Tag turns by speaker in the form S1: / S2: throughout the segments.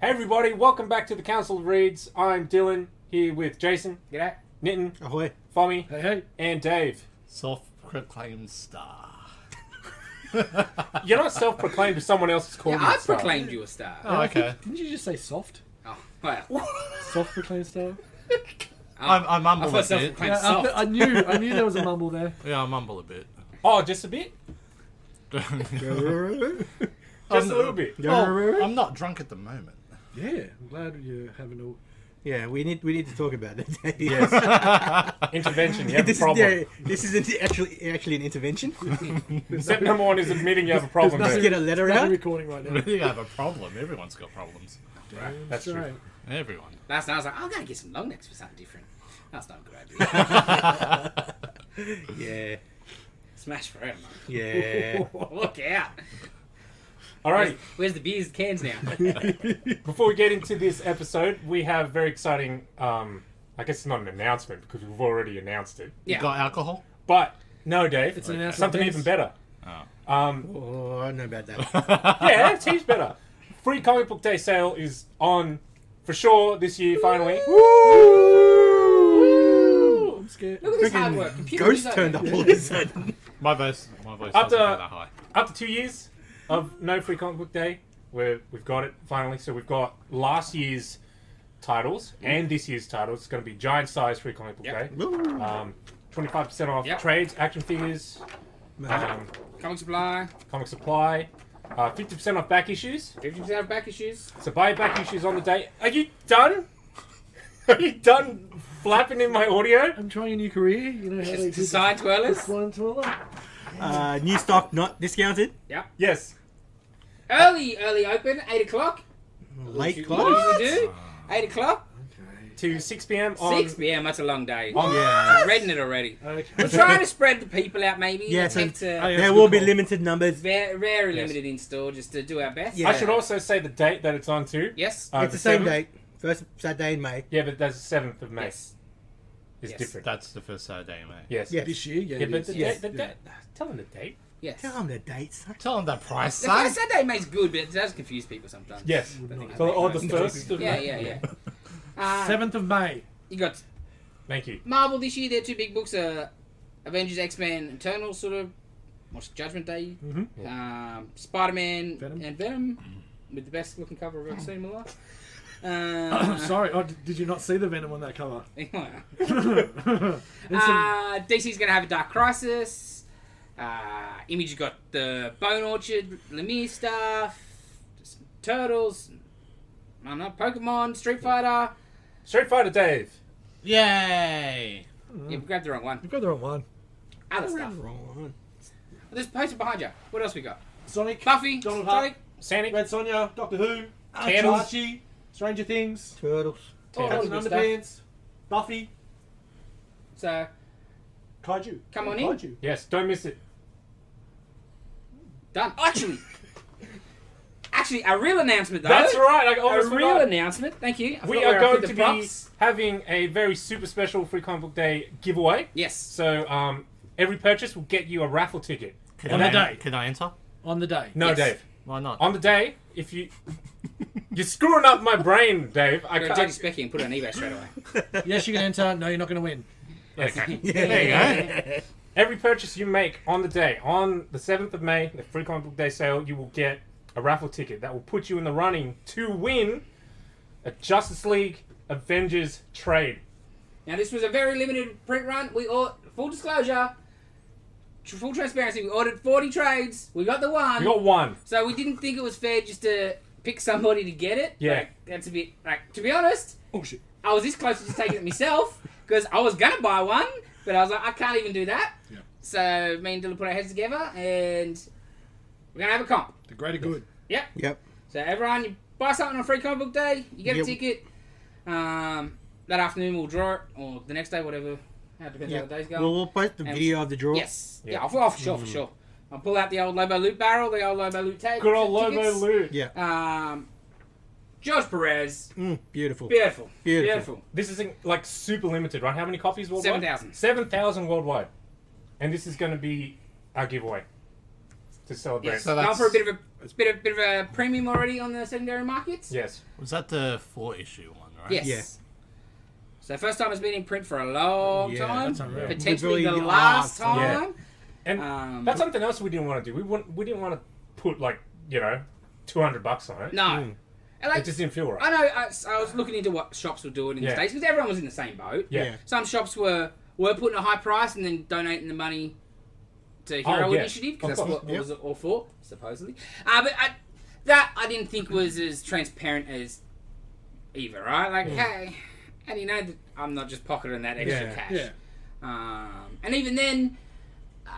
S1: Hey everybody, welcome back to the Council of Reads. I'm Dylan here with Jason,
S2: G'day.
S1: Nitin,
S3: Ahoy.
S1: Fommy,
S2: Hey, hey.
S1: and Dave.
S3: Self-proclaimed star.
S1: You're not self-proclaimed if someone else has called
S4: Yeah,
S1: you.
S4: I've
S1: so.
S4: proclaimed you a star.
S3: Oh, okay.
S2: Didn't you just say soft?
S4: Oh, well.
S2: Soft proclaimed star?
S4: I'm,
S3: I'm, I mumble
S4: I
S3: a
S4: thought
S3: bit.
S4: self-proclaimed
S2: Yeah, I,
S4: soft.
S2: th- I knew I knew there was a mumble there.
S3: Yeah, I mumble a bit.
S1: Oh, just a bit, just
S4: Oh,
S3: I'm-
S1: a
S5: Um,
S1: little bit.
S3: Well, I'm not drunk at the moment.
S2: Yeah, I'm glad you're having all.
S5: Yeah, we need we need to talk about that. Dave.
S1: Intervention, you have a
S5: this,
S1: problem.
S5: Is, yeah, this is an, actually actually an intervention.
S1: Step number one is admitting you have a problem.
S5: Let's
S1: Dave.
S5: get a letter
S2: We're
S5: out.
S2: recording right now.
S3: Really, I have a problem. Everyone's got problems.
S1: That's
S2: It's all
S1: true.
S3: Everyone.
S4: Last night I was like, I'm going to get some long necks for something different. That's not a good idea.
S5: Yeah,
S4: Smash forever.
S5: yeah.
S4: Look out.
S1: All right.
S4: Where's the beers cans now?
S1: Before we get into this episode, we have very exciting. Um, I guess it's not an announcement because we've already announced it.
S3: You
S4: Yeah.
S3: got alcohol?
S1: But no, Dave,
S2: It's an announcement,
S1: something
S2: Dave.
S1: even better.
S3: Oh.
S1: Um,
S5: Oh, I don't know about that.
S1: yeah, that's heaps better. Free comic book day sale is on for sure this year. Finally,
S2: Oh, I'm scared.
S4: Look at this hard work. Computer
S5: Ghost
S4: design.
S5: turned up all of a sudden.
S3: My voice, my voice
S1: Up
S3: doesn't
S1: to-
S3: go that high.
S1: after two years of no free comic book day, we're, we've got it finally. So we've got last year's titles and this year's titles. It's going to be giant size free comic book
S4: Yep.
S1: day. Um, 25% off
S4: Yep.
S1: trades, action figures, um,
S4: Comic supply.
S1: comic supply, uh, 50% off back issues.
S4: 50% of back issues.
S1: So buy back issues on the day. Are you done? Are you done flapping in my audio?
S2: I'm trying a new career. You know how they do
S4: Side twirlers.
S2: one to another.
S5: Uh, new stock not discounted.
S1: Yes.
S4: Early, early open. 8 o'clock.
S5: Late
S4: Usually-
S5: close.
S4: usually do. 8 o'clock.
S1: To 6 p.m. Ah. on
S4: 6 p.m. That's a long day.
S1: on
S5: Yeah.
S4: I'm reading it already. We're
S2: Okay.
S4: trying to spread the people out, maybe.
S5: Yeah, so-
S4: Attempt to-
S3: Oh, yeah.
S5: There will be limited numbers.
S4: Very, very
S1: Yes.
S4: limited in store, just to do our best.
S5: Yeah.
S1: I should also say the date that it's on too.
S4: Yes.
S1: Uh,
S5: It's the same
S1: 7th.
S5: date. First Saturday in May.
S1: Yeah, but that's the seventh of May.
S4: yes.
S1: It's
S4: Yes.
S1: different.
S3: That's the first Saturday, mate.
S1: yes.
S5: Yeah.
S2: This year, yeah.
S1: Yeah,
S2: it
S1: but
S2: is.
S1: the
S4: Yes.
S1: date. The
S2: Yeah.
S1: date. Tell them the date.
S4: Yes.
S5: Tell them the dates.
S3: Tell them that price,
S4: The first
S3: son.
S4: Saturday May's good, but it does confuse people sometimes.
S1: Yes.
S4: I think I
S1: So,
S4: make
S1: or the
S4: most-
S1: first. Of
S4: Yeah,
S1: May.
S4: yeah, yeah. Uh,
S2: Seventh of May.
S4: You got
S1: Thank you.
S4: Marvel this year. Their two big books are Avengers, X Men, Eternal, sort of. What's Judgment Day?
S2: Mhm.
S4: Um, Spider Man
S2: Venom.
S4: and Venom, with the best looking cover I've ever seen in my life.
S2: I'm
S4: Uh,
S2: sorry. Oh, d- did you not see the venom on that cover? It's a-
S4: Uh, DC's going to have a Dark Crisis. Uh, Image got the Bone Orchard, Lemire stuff, just Turtles, I don't know, Pokemon, Street Fighter.
S1: Street Fighter Dave.
S3: Yay!
S4: Yeah, we grabbed the wrong one.
S2: You've got the wrong one.
S4: Other stuff. There's a poster behind you. What else we got?
S2: Sonic,
S4: Buffy,
S2: Donald
S4: Sonic,
S1: Sonic.
S2: Red Sonja, Doctor Who,
S1: Turtles.
S2: Archie, Stranger Things.
S5: Turtles.
S4: all
S1: Turtles.
S4: the good stuff.
S2: Buffy,
S4: So,
S2: Kaiju.
S4: Come on in.
S2: Kaiju.
S1: Yes. Don't miss it.
S4: done. Actually, actually, a real announcement though.
S1: That's right. I almost
S4: A real
S1: forgot.
S4: announcement. Thank you. I
S1: We
S4: forgot
S1: are
S4: where I
S1: going
S4: put
S1: to
S4: the
S1: be
S4: props.
S1: having a very super special free comic book day giveaway.
S4: Yes.
S1: So um, every purchase will get you a raffle ticket.
S3: Can
S2: On
S3: I,
S2: the day.
S3: Can I enter?
S2: On the day.
S1: No,
S4: Yes.
S1: Dave.
S3: Why not?
S1: On the day, if you you're screwing up my brain, Dave. I
S4: I'm going to take
S1: can't.
S4: this back and put it on eBay straight away.
S2: Yes, you can enter. No, you're not going to win.
S1: Yes.
S3: There you go.
S1: Every purchase you make on the day, on the 7th of May, the free comic book day sale, you will get a raffle ticket that will put you in the running to win a Justice League Avengers trade.
S4: Now, this was a very limited print run. We all, full disclosure, tr- full transparency, we ordered 40 trades. We got the one.
S1: We got one.
S4: so we didn't think it was fair just to pick somebody to get it.
S1: Yeah.
S4: Like, that's a bit, like, to be honest,
S2: Oh shit.
S4: I was this close to just taking it myself because I was going to buy one, but I was like, I can't even do that.
S2: Yeah.
S4: So me and Dylan put our heads together and we're going to have a comp.
S2: The greater good.
S5: Yep.
S4: So everyone, you buy something on Free Comic Book Day, you get a
S5: Yep.
S4: ticket. Um, that afternoon we'll draw it, or the next day, whatever. How it depends
S5: Yeah.
S4: how the day's going.
S5: Well, we'll post the
S4: And-
S5: video of the draw.
S4: yes, yeah,
S1: Yeah.
S4: oh, for, oh, for sure, for sure. I'll pull out the old Lobo Loot barrel, the old Lobo Loot tape.
S1: Good old Lobo
S4: tickets.
S1: Loot.
S5: Yeah.
S4: Um, George Perez,
S5: Mm, beautiful.
S4: beautiful, beautiful.
S5: Beautiful.
S1: This is like super limited, right? How many copies worldwide?
S4: 7,000.
S1: 7,000 worldwide. And this is going to be our giveaway. to celebrate.
S4: Yes,
S3: So
S4: going
S3: that's-
S4: for a bit of a bit of bit of a premium already on the secondary markets.
S1: Yes.
S3: Was that the four issue one, right?
S4: Yes.
S5: Yeah.
S4: So first time it's been in print for a long
S5: Yeah,
S4: time.
S5: that's
S6: unreal.
S4: Potentially
S5: Literally
S4: the
S5: the
S4: last
S5: last
S1: time.
S4: time.
S1: And
S4: Um,
S1: that's something else we didn't want to do. We want, we didn't want to put like you know, two hundred bucks on it.
S4: no. And like,
S1: It just didn't feel right.
S4: I know. I, I was looking into what shops were doing in
S1: Yeah.
S4: the states because everyone was in the same boat.
S1: Yeah.
S5: Yeah.
S4: Some shops were were putting a high price and then donating the money to Hero
S1: Oh, yeah.
S4: Initiative
S1: Of
S4: because that's
S1: course,
S4: what
S5: yeah.
S4: it was all for, supposedly. Uh, but I, that I didn't think was as transparent as either, right? Like,
S1: Hmm.
S4: hey, how do you know that I'm not just pocketing that extra
S5: Yeah,
S4: cash?
S6: yeah.
S4: Um, and even then, uh,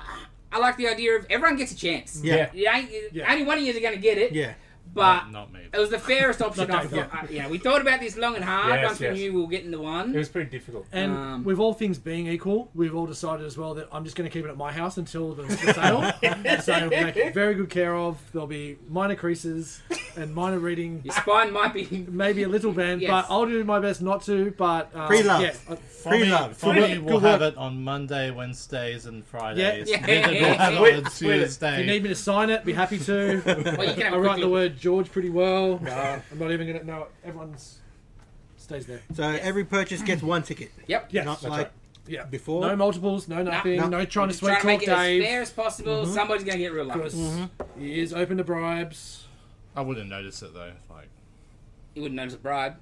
S4: I like the idea of everyone gets a chance.
S5: Yeah.
S1: Yeah.
S4: You ain't-
S6: Yeah.
S4: Only one of you are going to get it,
S5: Yeah.
S4: but
S3: Not- not me.
S4: it was the fairest option. I
S6: Not
S4: thought, I- you know, we thought about this long and hard.
S1: Yes,
S4: Once
S1: yes.
S4: we knew we were getting the one.
S1: It was pretty difficult.
S6: And
S4: Um,
S6: with all things being equal, we've all decided as well that I'm just going to keep it at my house until the, the sale. so it'll be taken very good care of. There'll be minor creases and minor reading,
S4: Your spine might be.
S6: maybe a little band,
S4: Yes.
S6: but I'll do my best not to. But um,
S5: Pre-love.
S6: yeah, uh,
S3: For me,
S5: Pre-love.
S3: for
S6: Good
S3: me
S6: work.
S3: we'll
S6: Good
S3: have it on Monday, Wednesdays, and Fridays.
S4: Yeah.
S3: Then we'll have it
S1: Split-
S3: on
S1: split it.
S6: if you
S3: Tuesday.
S6: need me to sign it, be happy to.
S4: Well, you can have
S6: I
S4: a
S6: write
S4: quick
S6: the
S4: look.
S6: word George pretty well. I'm not even going to know it. Everyone's stays there.
S5: So every purchase gets one ticket.
S4: Yep.
S6: Yes.
S5: Not
S1: That's
S5: like
S1: right.
S6: yeah.
S5: before.
S6: No multiples, no nothing,
S5: No.
S6: no, trying to
S4: Just
S6: sweet
S4: trying to
S6: talk
S4: make it
S6: Dave. Mm-hmm.
S4: as fair as possible. Somebody's gonna get real Mm-hmm. lucky.
S6: Because he is open to bribes.
S3: I wouldn't notice it though. Like,
S4: You wouldn't notice a bribe.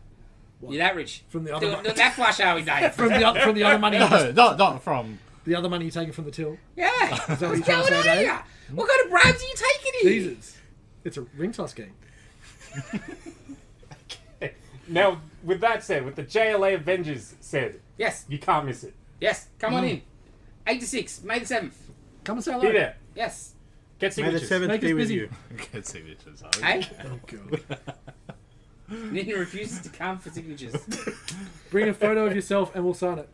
S4: You're that rich.
S6: From the other
S4: Doing,
S6: mon-
S4: doing that flush, are we, Dave?
S6: from the oth- from the other money,
S3: no, not not from.
S6: the other money you're taking from the till.
S4: yeah. What's
S6: that what
S4: going
S6: you're trying to
S4: on
S6: say, Dave? Hmm?
S4: here? What kind of bribes are you taking here?
S6: Jesus, it's a ring toss game.
S1: Now, with that said, with the JLA Avengers said,
S4: Yes.
S1: you can't miss it.
S4: Yes. Come
S6: Hmm.
S4: on in. Eight to six. May the seventh.
S6: Come and say
S1: Be
S6: hello.
S1: there.
S4: Yes.
S1: Get
S5: May the
S1: signatures.
S5: seventh
S6: Make
S5: be
S6: us
S5: with
S6: busy.
S5: you.
S3: Good signatures.
S4: Hey.
S6: Oh god.
S4: Ninja refuses to come for signatures.
S6: Bring a photo of yourself and we'll sign it.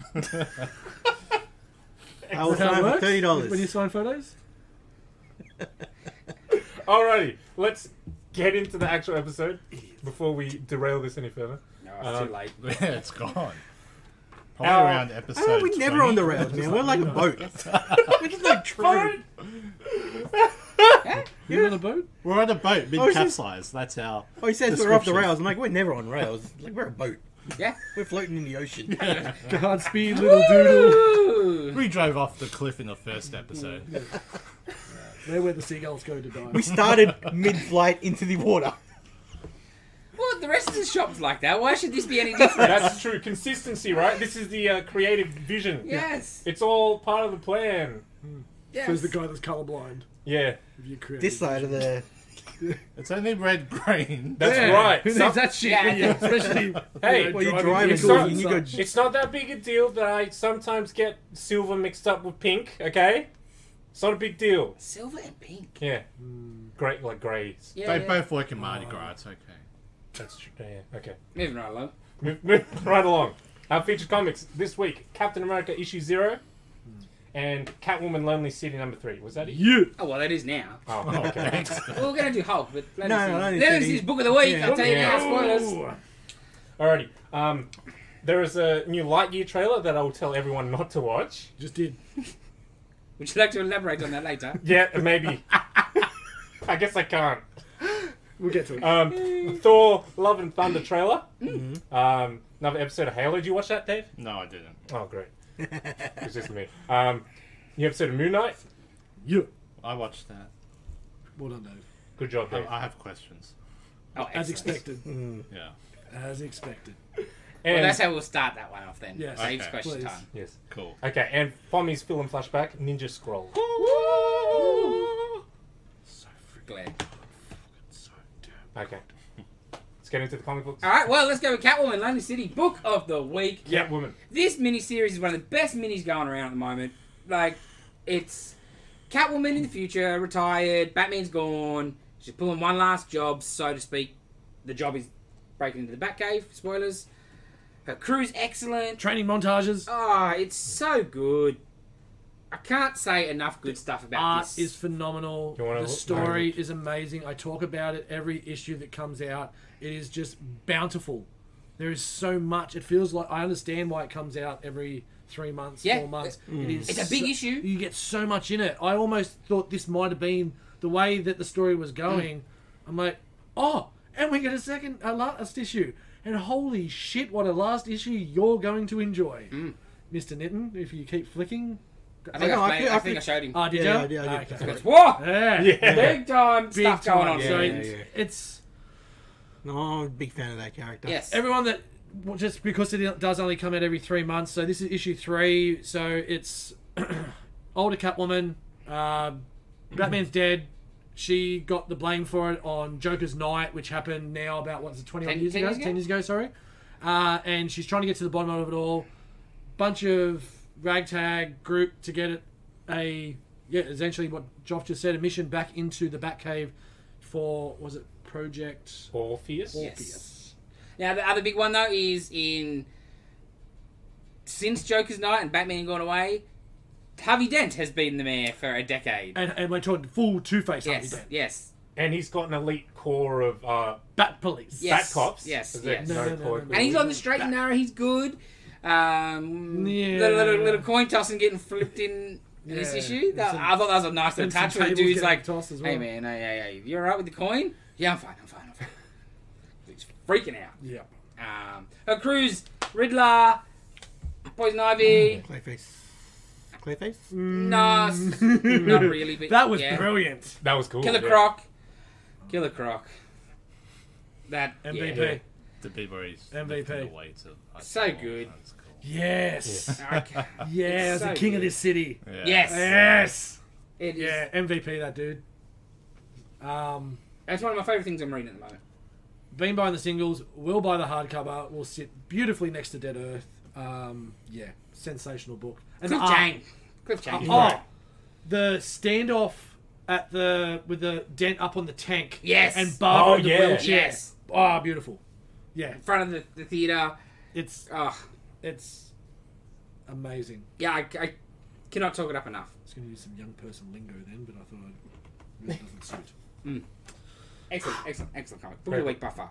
S5: I will
S6: Is that how it
S5: sign for
S6: works?
S5: thirty
S6: When you
S5: dollars.
S6: sign photos?
S1: Alrighty, let's get into the actual episode before we derail this any further.
S4: no, it's
S6: Uh,
S1: Um,
S4: too late.
S3: it's gone. Probably
S1: Our-
S3: around episode.
S5: Oh, we're
S3: 20.
S5: never on the rails, man. We're like a boat. we're just like trolling.
S6: You're on a boat?
S3: We're on a boat
S5: Oh,
S3: mid
S5: is it-
S3: capsize. That's our.
S5: Oh, he says we're off the
S3: Description.
S5: rails. I'm like, we're never on rails. Like we're a boat.
S4: Yeah.
S5: We're floating in the ocean.
S6: Godspeed, little doodle.
S4: Ooh.
S3: We drove off the cliff in the first episode.
S6: They're where the seagulls go to die.
S5: We started mid-flight into the water.
S4: Well, the rest of the shop's like that. Why should this be any different?
S1: That's true. Consistency, right? This is the uh, creative vision.
S4: yes.
S1: It's all part of the plan.
S4: yes.
S6: There's the guy that's colourblind.
S1: Yeah,
S6: If you create
S5: This side of the
S3: It's only red green.
S1: that's right.
S6: Who needs
S1: Some-
S6: that shit?
S4: Yeah.
S6: when you- especially you
S1: Hey,
S6: know,
S1: well,
S5: you
S6: driving
S5: drive
S6: vehicles
S1: and
S6: and
S5: you go-
S6: such.
S1: It's not that big a deal that I sometimes get silver mixed up with pink. Okay, it's not a big deal.
S4: Silver and pink.
S1: Yeah, great like greys.
S4: Yeah.
S3: They
S4: yeah.
S3: both work in Mardi Gras. It's okay.
S1: That's true. Yeah. Okay.
S4: Moving right along.
S1: Move, move right along. Our featured comics this week: Captain America issue zero, and Catwoman Lonely City number three. Was that it?
S6: You.
S4: Oh well, that is now.
S1: Oh, okay.
S4: Well, we're gonna do Hulk, but let
S5: No,
S4: us
S5: no,
S4: see.
S5: no,
S4: Let
S5: it's
S4: us
S5: the-
S4: see his book of the week. I'll tell you
S1: Yeah.
S4: now. Spoilers.
S1: Alrighty. Um, there is a new Lightyear trailer that I will tell everyone not to watch.
S6: Just did.
S4: Would you like to elaborate on that later?
S1: Yeah, maybe. I guess I can't.
S6: We'll get to it.
S1: Um, Thor: Love and Thunder trailer. Um, another episode of Halo. Did you watch that, Dave?
S3: No, I didn't.
S1: Oh, great. It's just me. Um, new episode of Moon Knight.
S6: you.
S3: I watched that.
S6: Well done, Dave.
S1: Good job,
S3: I,
S1: Dave.
S3: I have questions.
S4: Oh,
S6: As
S4: excellent.
S6: expected.
S3: Yeah.
S6: As expected.
S4: Well,
S1: And,
S4: that's how we'll start that one off then.
S6: Yes.
S4: Saves
S3: Okay.
S4: question
S6: Please.
S4: time.
S1: yes.
S3: Cool.
S1: Okay, and Pommy's film flashback, Ninja Scroll.
S4: Glad.
S3: So
S1: Okay. Let's get into the comic books.
S4: All
S6: Uh,
S4: right, well, let's go with Catwoman, Lonely City, book of the week.
S1: Yeah, woman.
S4: This miniseries is one of the best minis going around at the moment. Like, it's Catwoman in the future, retired, Batman's gone, she's pulling one last job, so to speak. The job is breaking into the Batcave, spoilers. Her crew's excellent.
S6: Training montages.
S4: Ah, it's so good. I can't say enough good stuff about
S6: Art
S4: this.
S6: is phenomenal.
S1: You wanna
S6: The
S1: look-
S6: story is amazing. I talk about it every issue that comes out. It is just bountiful. There is so much. It feels like I understand why it comes out every three months,
S4: Yeah.
S6: four months. It is.
S4: It's a big
S6: so-
S4: issue.
S6: You get so much in it. I almost thought this might have been the way that the story
S5: Mm.
S6: was going, I'm like, oh, and we get a second, a last issue, and holy shit, what a last issue you're going to enjoy,
S5: Mm.
S6: Mister Nitton. If you keep flicking,
S4: I think,
S5: I know,
S4: I,
S5: I
S4: made-
S5: feel-
S4: I
S5: I
S4: think I
S5: think-
S4: showed him.
S6: oh, did
S5: Yeah,
S6: you?
S5: yeah, I did.
S6: Okay.
S4: It's, Whoa!
S6: Yeah,
S1: Yeah.
S4: Big time
S6: Big
S4: stuff going
S6: time.
S4: on.
S6: So
S4: there.
S5: yeah,
S6: it's,
S5: yeah.
S6: it's
S5: No, I'm a big fan of that character.
S4: Yes.
S6: everyone that well, just because it does only come out every three months, so this is issue three. So it's older Catwoman. Uh, Batman's dead. She got the blame for it on Joker's night, which happened now about what's it, twenty odd
S4: Ten-
S6: years
S4: ten
S6: ago?
S4: years ago?
S6: Ten years ago, sorry. Uh, and she's trying to get to the bottom of it all. Bunch of ragtag group to get it a yeah, essentially what Joff just said, a mission back into the Batcave for was it Project
S1: Orpheus.
S4: Yes. Now the other big one though is in since Joker's Night and Batman Gone Away, Harvey Dent has been the mayor for a decade.
S6: And, and we're talking full Two Face Harvey
S4: yes,
S6: Dent.
S4: yes.
S1: And he's got an elite core of uh,
S6: Bat Police.
S4: Yes.
S1: bat cops.
S4: yes,
S1: Is that
S4: yes.
S6: No,
S1: No,
S6: no, no,
S1: core?
S6: no, no.
S4: And he's on the straight and narrow. He's good. Um,
S6: Yeah.
S4: little, little little coin toss and getting flipped in. in This
S6: Yeah.
S4: issue, That-
S6: And some-
S4: I thought that was a nice little
S6: and some
S4: touch where the
S6: tables
S4: dude's
S6: getting
S4: like,
S6: tossed as
S4: "Hey
S6: well."
S4: man, hey, hey, hey, you all right with the coin? Yeah, I'm fine, I'm fine, I'm fine." He's freaking out.
S6: Yeah.
S4: Um, her crew's Riddler, Poison Ivy,
S5: Clayface. Clayface?
S4: Mm. Nah, s- not really. But
S6: That was
S4: yeah.
S6: brilliant.
S1: That was cool.
S4: Killer
S1: yeah.
S4: Croc, Killer Croc. That
S6: MVP.
S4: yeah.
S3: The bit where he's
S6: MVP.
S3: lifting the weights of- I
S4: So
S3: thought
S4: good.
S3: that was cool.
S6: Yes. Yeah,
S4: Okay.
S6: yeah
S4: It's
S6: the
S4: so
S6: king of
S4: good.
S6: this city.
S3: Yeah.
S4: Yes.
S6: Yes.
S4: It is.
S6: Yeah, MVP that dude. Um,
S4: That's one of my favorite things I'm reading at the moment.
S6: been buying the singles, will buy the hardcover, will sit beautifully next to Dead Earth. Um, yeah, sensational book. And
S4: Cliff
S6: the art-
S4: Chang. Cliff Chang.
S6: Oh, the standoff at the with the dent up on the tank.
S4: Yes.
S6: And Barbara
S1: Oh,
S6: in the
S1: yeah.
S6: wheelchair.
S4: Yes.
S6: Ah, beautiful. Yeah,
S4: In front of the, the theater.
S6: it's
S4: Oh,
S6: it's amazing.
S4: yeah. I, I cannot talk it up enough.
S6: I was going to use some young person lingo then, but I thought I'd, really doesn't suit.
S4: Excellent, excellent, excellent comic. Book of
S1: Very
S4: the week by far.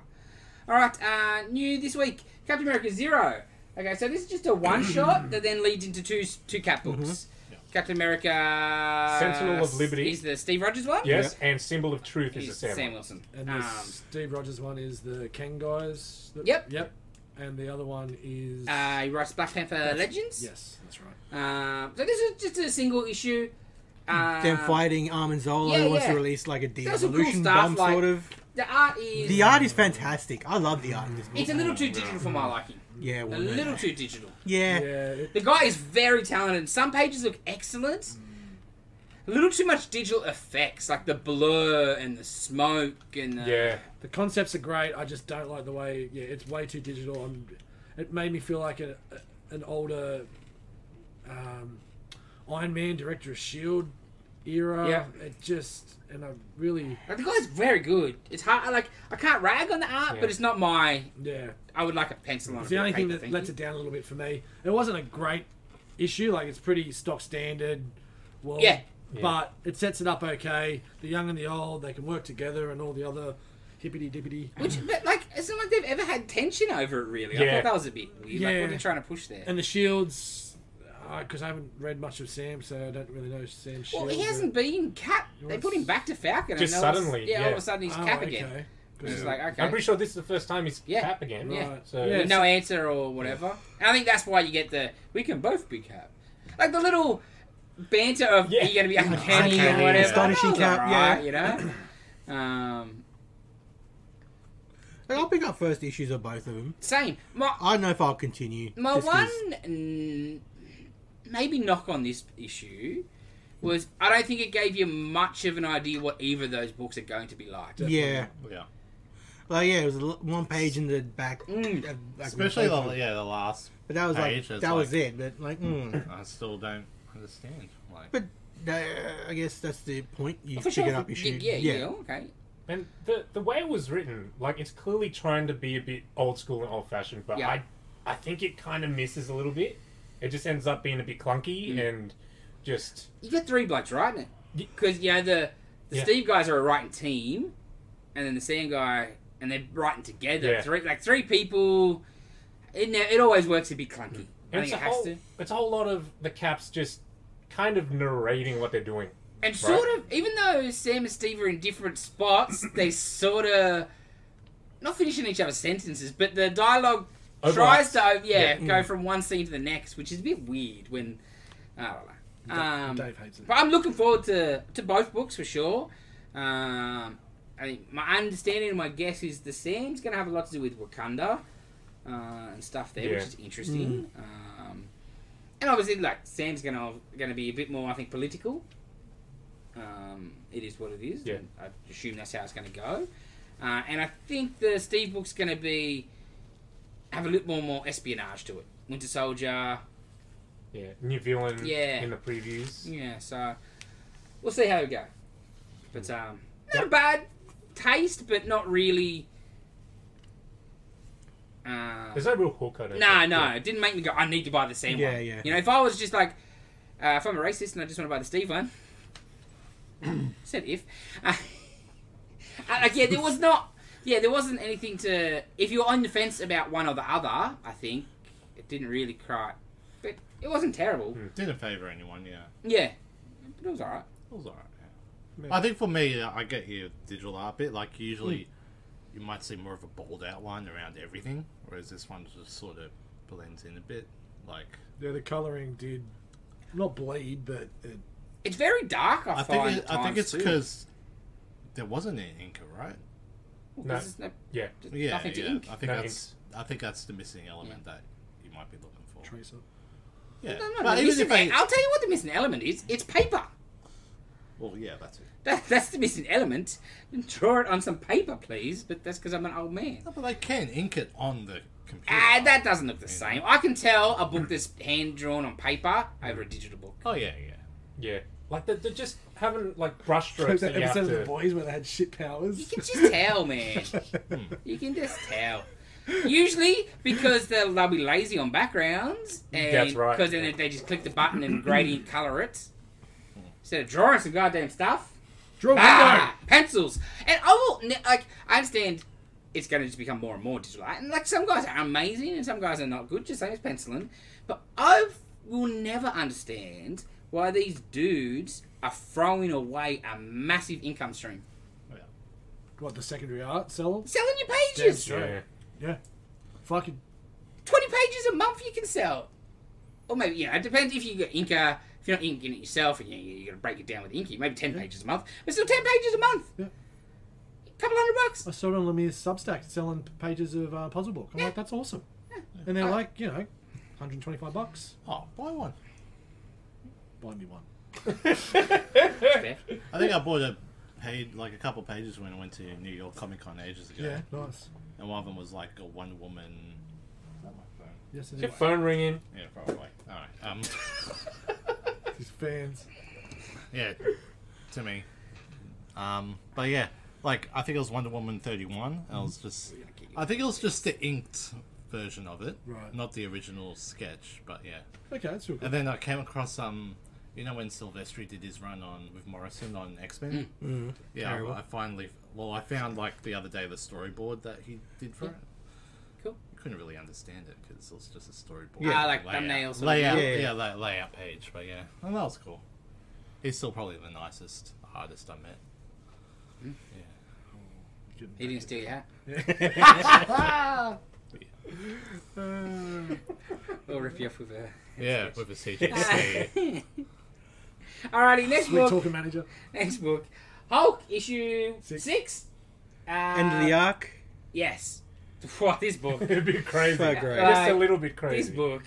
S4: All right, uh, new this week: Captain America Zero. Okay, so this is just a one shot that then leads into two two Cap books. Captain America uh,
S1: Sentinel of Liberty.
S4: is the Steve Rogers one.
S1: Yes, and symbol of truth is
S4: He's
S1: a Sam.
S4: Sam
S1: Wilson.
S4: Wilson.
S6: And the
S4: um,
S6: Steve Rogers one is the Ken guys. that-
S4: Yep.
S6: Yep. And the other one is
S4: uh, he writes Black Panther Legends.
S6: Yes, that's right.
S4: Um, so this is just a single issue. Um,
S5: Them fighting Armanzola
S4: yeah,
S5: wants
S4: yeah.
S5: to release like a
S4: There's some cool
S5: de-evolution
S4: stuff,
S5: bomb
S4: like-
S5: sort of.
S4: The art is
S5: The art is fantastic. I love the art in this book.
S4: it's a little too digital for my liking.
S5: yeah,
S4: A
S5: well, no,
S4: little
S5: no.
S4: too digital.
S5: Yeah.
S6: Yeah. it-
S4: The guy is very talented. Some pages look excellent. A little too much digital effects, like the blur and the smoke and the,
S1: Yeah.
S6: the concepts are great. I just don't like the way. Yeah, it's way too digital. I'm, it made me feel like a, a- an older um, Iron Man director of Shield E era.
S4: Yeah.
S6: It just and I really
S4: Like the guy's very good. It's hard. Like I can't rag on the art,
S1: Yeah.
S4: but it's not my.
S6: yeah.
S4: I would like a pencil on.
S6: It's
S4: a
S6: the only
S4: bit
S6: thing
S4: of paper,
S6: that
S4: thank
S6: lets
S4: you.
S6: it down a little bit for me. It wasn't a great issue. Like it's pretty stock standard. Well,
S4: Yeah.
S1: Yeah.
S6: But it sets it up okay. The young and the old, they can work together, and all the other hippity dippity.
S4: Which, but like, it's not like they've ever had tension over it. Really, I
S1: Yeah.
S4: thought that was a bit weird. Like, what are
S6: Yeah.
S4: you trying to push there?
S6: And the shields, because I haven't read much of Sam, so I don't really know Sam's shield.
S4: well, he
S6: but-
S4: hasn't been cap. They put him back to Falcon.
S1: Just
S4: and all of a-
S1: suddenly,
S4: yeah, All of
S1: yeah.
S4: a sudden he's
S6: Oh,
S4: cap again.
S6: okay.
S4: Which is
S3: Yeah.
S4: like okay.
S1: I'm pretty sure this is the first time he's
S4: Yeah.
S1: Cap again.
S4: Yeah.
S6: Right.
S1: So
S6: Yeah.
S4: with no answer or whatever. And I think that's why you get the we can both be cap. Like the little banter of
S1: Yeah.
S4: you're gonna be uncanny
S5: Uncanny,
S4: or whatever.
S5: astonishing
S4: That was
S5: cap,
S4: alright, you know. Um,
S5: Like, I'll pick up first issues of both of them.
S4: same. My
S5: I don't know if I'll continue.
S4: my
S5: just 'cause-
S4: one mm, maybe knock on this issue was I don't think it gave you much of an idea what either of those books are going to be like.
S5: Yeah.
S3: Yeah.
S5: Like, yeah, it was a l- one page in the back.
S4: Mm.
S5: uh, back
S3: Especially
S5: of both of
S3: the
S5: them.
S3: yeah the last.
S5: But that was like,
S3: page,
S5: that
S3: it's like-
S5: was it. But, like, mm.
S3: I still don't understand. Like
S5: But uh, I guess that's the point. You
S4: For
S5: pick
S4: sure.
S5: it up, you
S4: yeah,
S5: shoot.
S4: yeah, yeah, okay.
S1: And the the way it was written, like it's clearly trying to be a bit old school and old fashioned, but
S4: Yeah.
S1: I I think it kind of misses a little bit. It just ends up being a bit clunky
S4: Mm.
S1: and just
S4: You got three blokes writing
S1: Ye-
S4: it because you know the the
S1: Yeah.
S4: Steve guys are a writing team, and then the Sam guy, and they're writing together.
S1: Yeah.
S4: Three like three people. It ne- it always works a bit clunky.
S1: Mm.
S4: I
S1: and
S4: think
S1: it's a
S4: it has
S1: whole
S4: to.
S1: it's a whole lot of the caps just kind of narrating what they're doing.
S4: And sort of, even though Sam and Steve are in different spots, they sort of not finishing each other's sentences, but the dialogue
S1: Overlaps.
S4: tries to, oh, yeah,
S1: Yeah. Mm.
S4: go from one scene to the next, which is a bit weird. When I don't know. Um,
S2: Dave hates it.
S4: but I'm looking forward to to both books for sure. Um, I think my understanding and my guess is the Sam's going to have a lot to do with Wakanda uh, and stuff there,
S1: Yeah.
S4: which is interesting. Um, and obviously, like Sam's going to going to be a bit more, I think, political. Um, it is what it is.
S1: Yeah.
S4: and I assume that's how it's going to go. Uh, and I think the Steve book's going to be have a little more more espionage to it. Winter Soldier,
S1: Yeah, New Zealand
S4: Yeah.
S1: in the previews.
S4: yeah, so we'll see how we go. But um, not a bad taste, but not really. Uh,
S1: There's no real hook on it.
S4: no, no, it didn't make me go. I need to buy the same
S5: Yeah,
S4: one.
S5: yeah.
S4: You know, if I was just like, uh, if I'm a racist and I just want to buy the Steve one, said if. Uh, like, yeah, there was not. Yeah, there wasn't anything to. If you're on the fence about one or the other, I think it didn't really cry, but it wasn't terrible.
S5: Hmm.
S3: Didn't favour anyone, yeah.
S4: Yeah, but it was alright.
S3: It was alright. Yeah.
S5: Yeah.
S3: I think for me, uh, I get your digital art bit. Like usually, you might see more of a bold outline around everything, whereas this one just sort of blends in a bit. Like
S6: Yeah, the colouring did not bleed, but it,
S4: It's very dark. I,
S3: I
S4: find
S3: think,
S4: at
S3: it, I think
S4: times,
S3: it's
S4: too.
S3: because there wasn't any inker, right?
S4: Well,
S1: No.
S4: 'cause there's no-
S1: Yeah.
S4: there's
S3: Yeah,
S4: nothing to
S3: yeah.
S4: ink.
S3: I think
S1: No
S3: that's I think that's the missing element that you might be looking for.
S6: tracer.
S3: Yeah,
S4: No, no,
S3: but
S4: the
S3: even if
S4: missing,
S3: I,
S4: I'll tell you what the missing element is. It's paper.
S3: well, yeah, that's it.
S4: That, that's the missing element. Draw it on some paper, please. But that's because I'm an old man.
S3: No, but they can ink it on the computer.
S4: Ah, that doesn't look the same. I can tell a book that's hand drawn on paper over a digital book.
S3: oh yeah, yeah.
S1: Yeah. Like, they're, they're just having, like, brush
S6: That
S1: strokes that you have
S6: episode of the
S1: to...
S6: boys where they had shit powers.
S4: You can just tell, man. You can just tell. Usually because they'll, they'll be lazy on backgrounds, and
S1: That's right.
S4: Because then they just click the button and gradient color it instead of drawing some goddamn stuff.
S6: Draw
S4: Ah, pencils. And I will ne- like I understand it's going to just become more and more digital art. And like some guys are amazing and some guys are not good, just same as penciling. But I will never understand why these dudes are throwing away a massive income stream.
S6: What the secondary art seller?
S4: Selling your pages.
S6: Damn
S1: Yeah.
S6: Yeah, fucking
S4: 20 pages a month you can sell. Or maybe, you know, it depends if you got Inca, if you're not inking it yourself and you, you got to break it down with Inky, maybe 10 pages a month, but still 10 pages a month.
S6: Yeah.
S4: couple hundred bucks.
S6: I saw it on Lemire's Substack selling pages of uh, puzzle book. I'm like, that's awesome. And they're
S4: I-
S6: like, you know, 125 bucks.
S3: Oh, buy one.
S6: Buy me one.
S4: Fair.
S3: I think I bought a page, like a couple pages when I went to New York Comic Con ages ago.
S6: Yeah, nice.
S3: And one of them was like a one woman. Is that my phone?
S6: Yes, it
S1: Is your
S6: is.
S1: phone ringing?
S3: Yeah, probably. Alright. Um,
S6: His fans.
S3: yeah, to me. Um, but yeah, like I think it was Wonder Woman 31. I was just. I think it was just the inked version of it.
S6: Right.
S3: Not the original sketch, but yeah.
S6: Okay, that's real
S3: And
S6: good.
S3: then I came across um, you know when Silvestri did his run on with Morrison on X Men. Yeah, I, I finally. Well, I found like the other day the storyboard that he did for it.
S4: Cool.
S3: You couldn't really understand it because it was just a storyboard.
S4: Yeah. Ah, like
S3: layout.
S4: thumbnail sort of
S3: Layout,
S5: thing. Yeah,
S3: yeah,
S5: yeah.
S3: lay- layout page. But yeah, and that was cool. He's still probably the nicest artist I met.
S4: He didn't steal your hat. We'll rip you off with a.
S3: Yeah, with a CGC.
S4: Alrighty, next
S6: Sweet
S4: book.
S6: talking manager.
S4: Next book. Hulk issue six.
S6: Six.
S4: Uh,
S5: End of the arc.
S4: Yes. What this book?
S1: It'd be crazy.
S5: So great.
S1: Just a
S4: Like,
S1: little bit crazy.
S4: this book.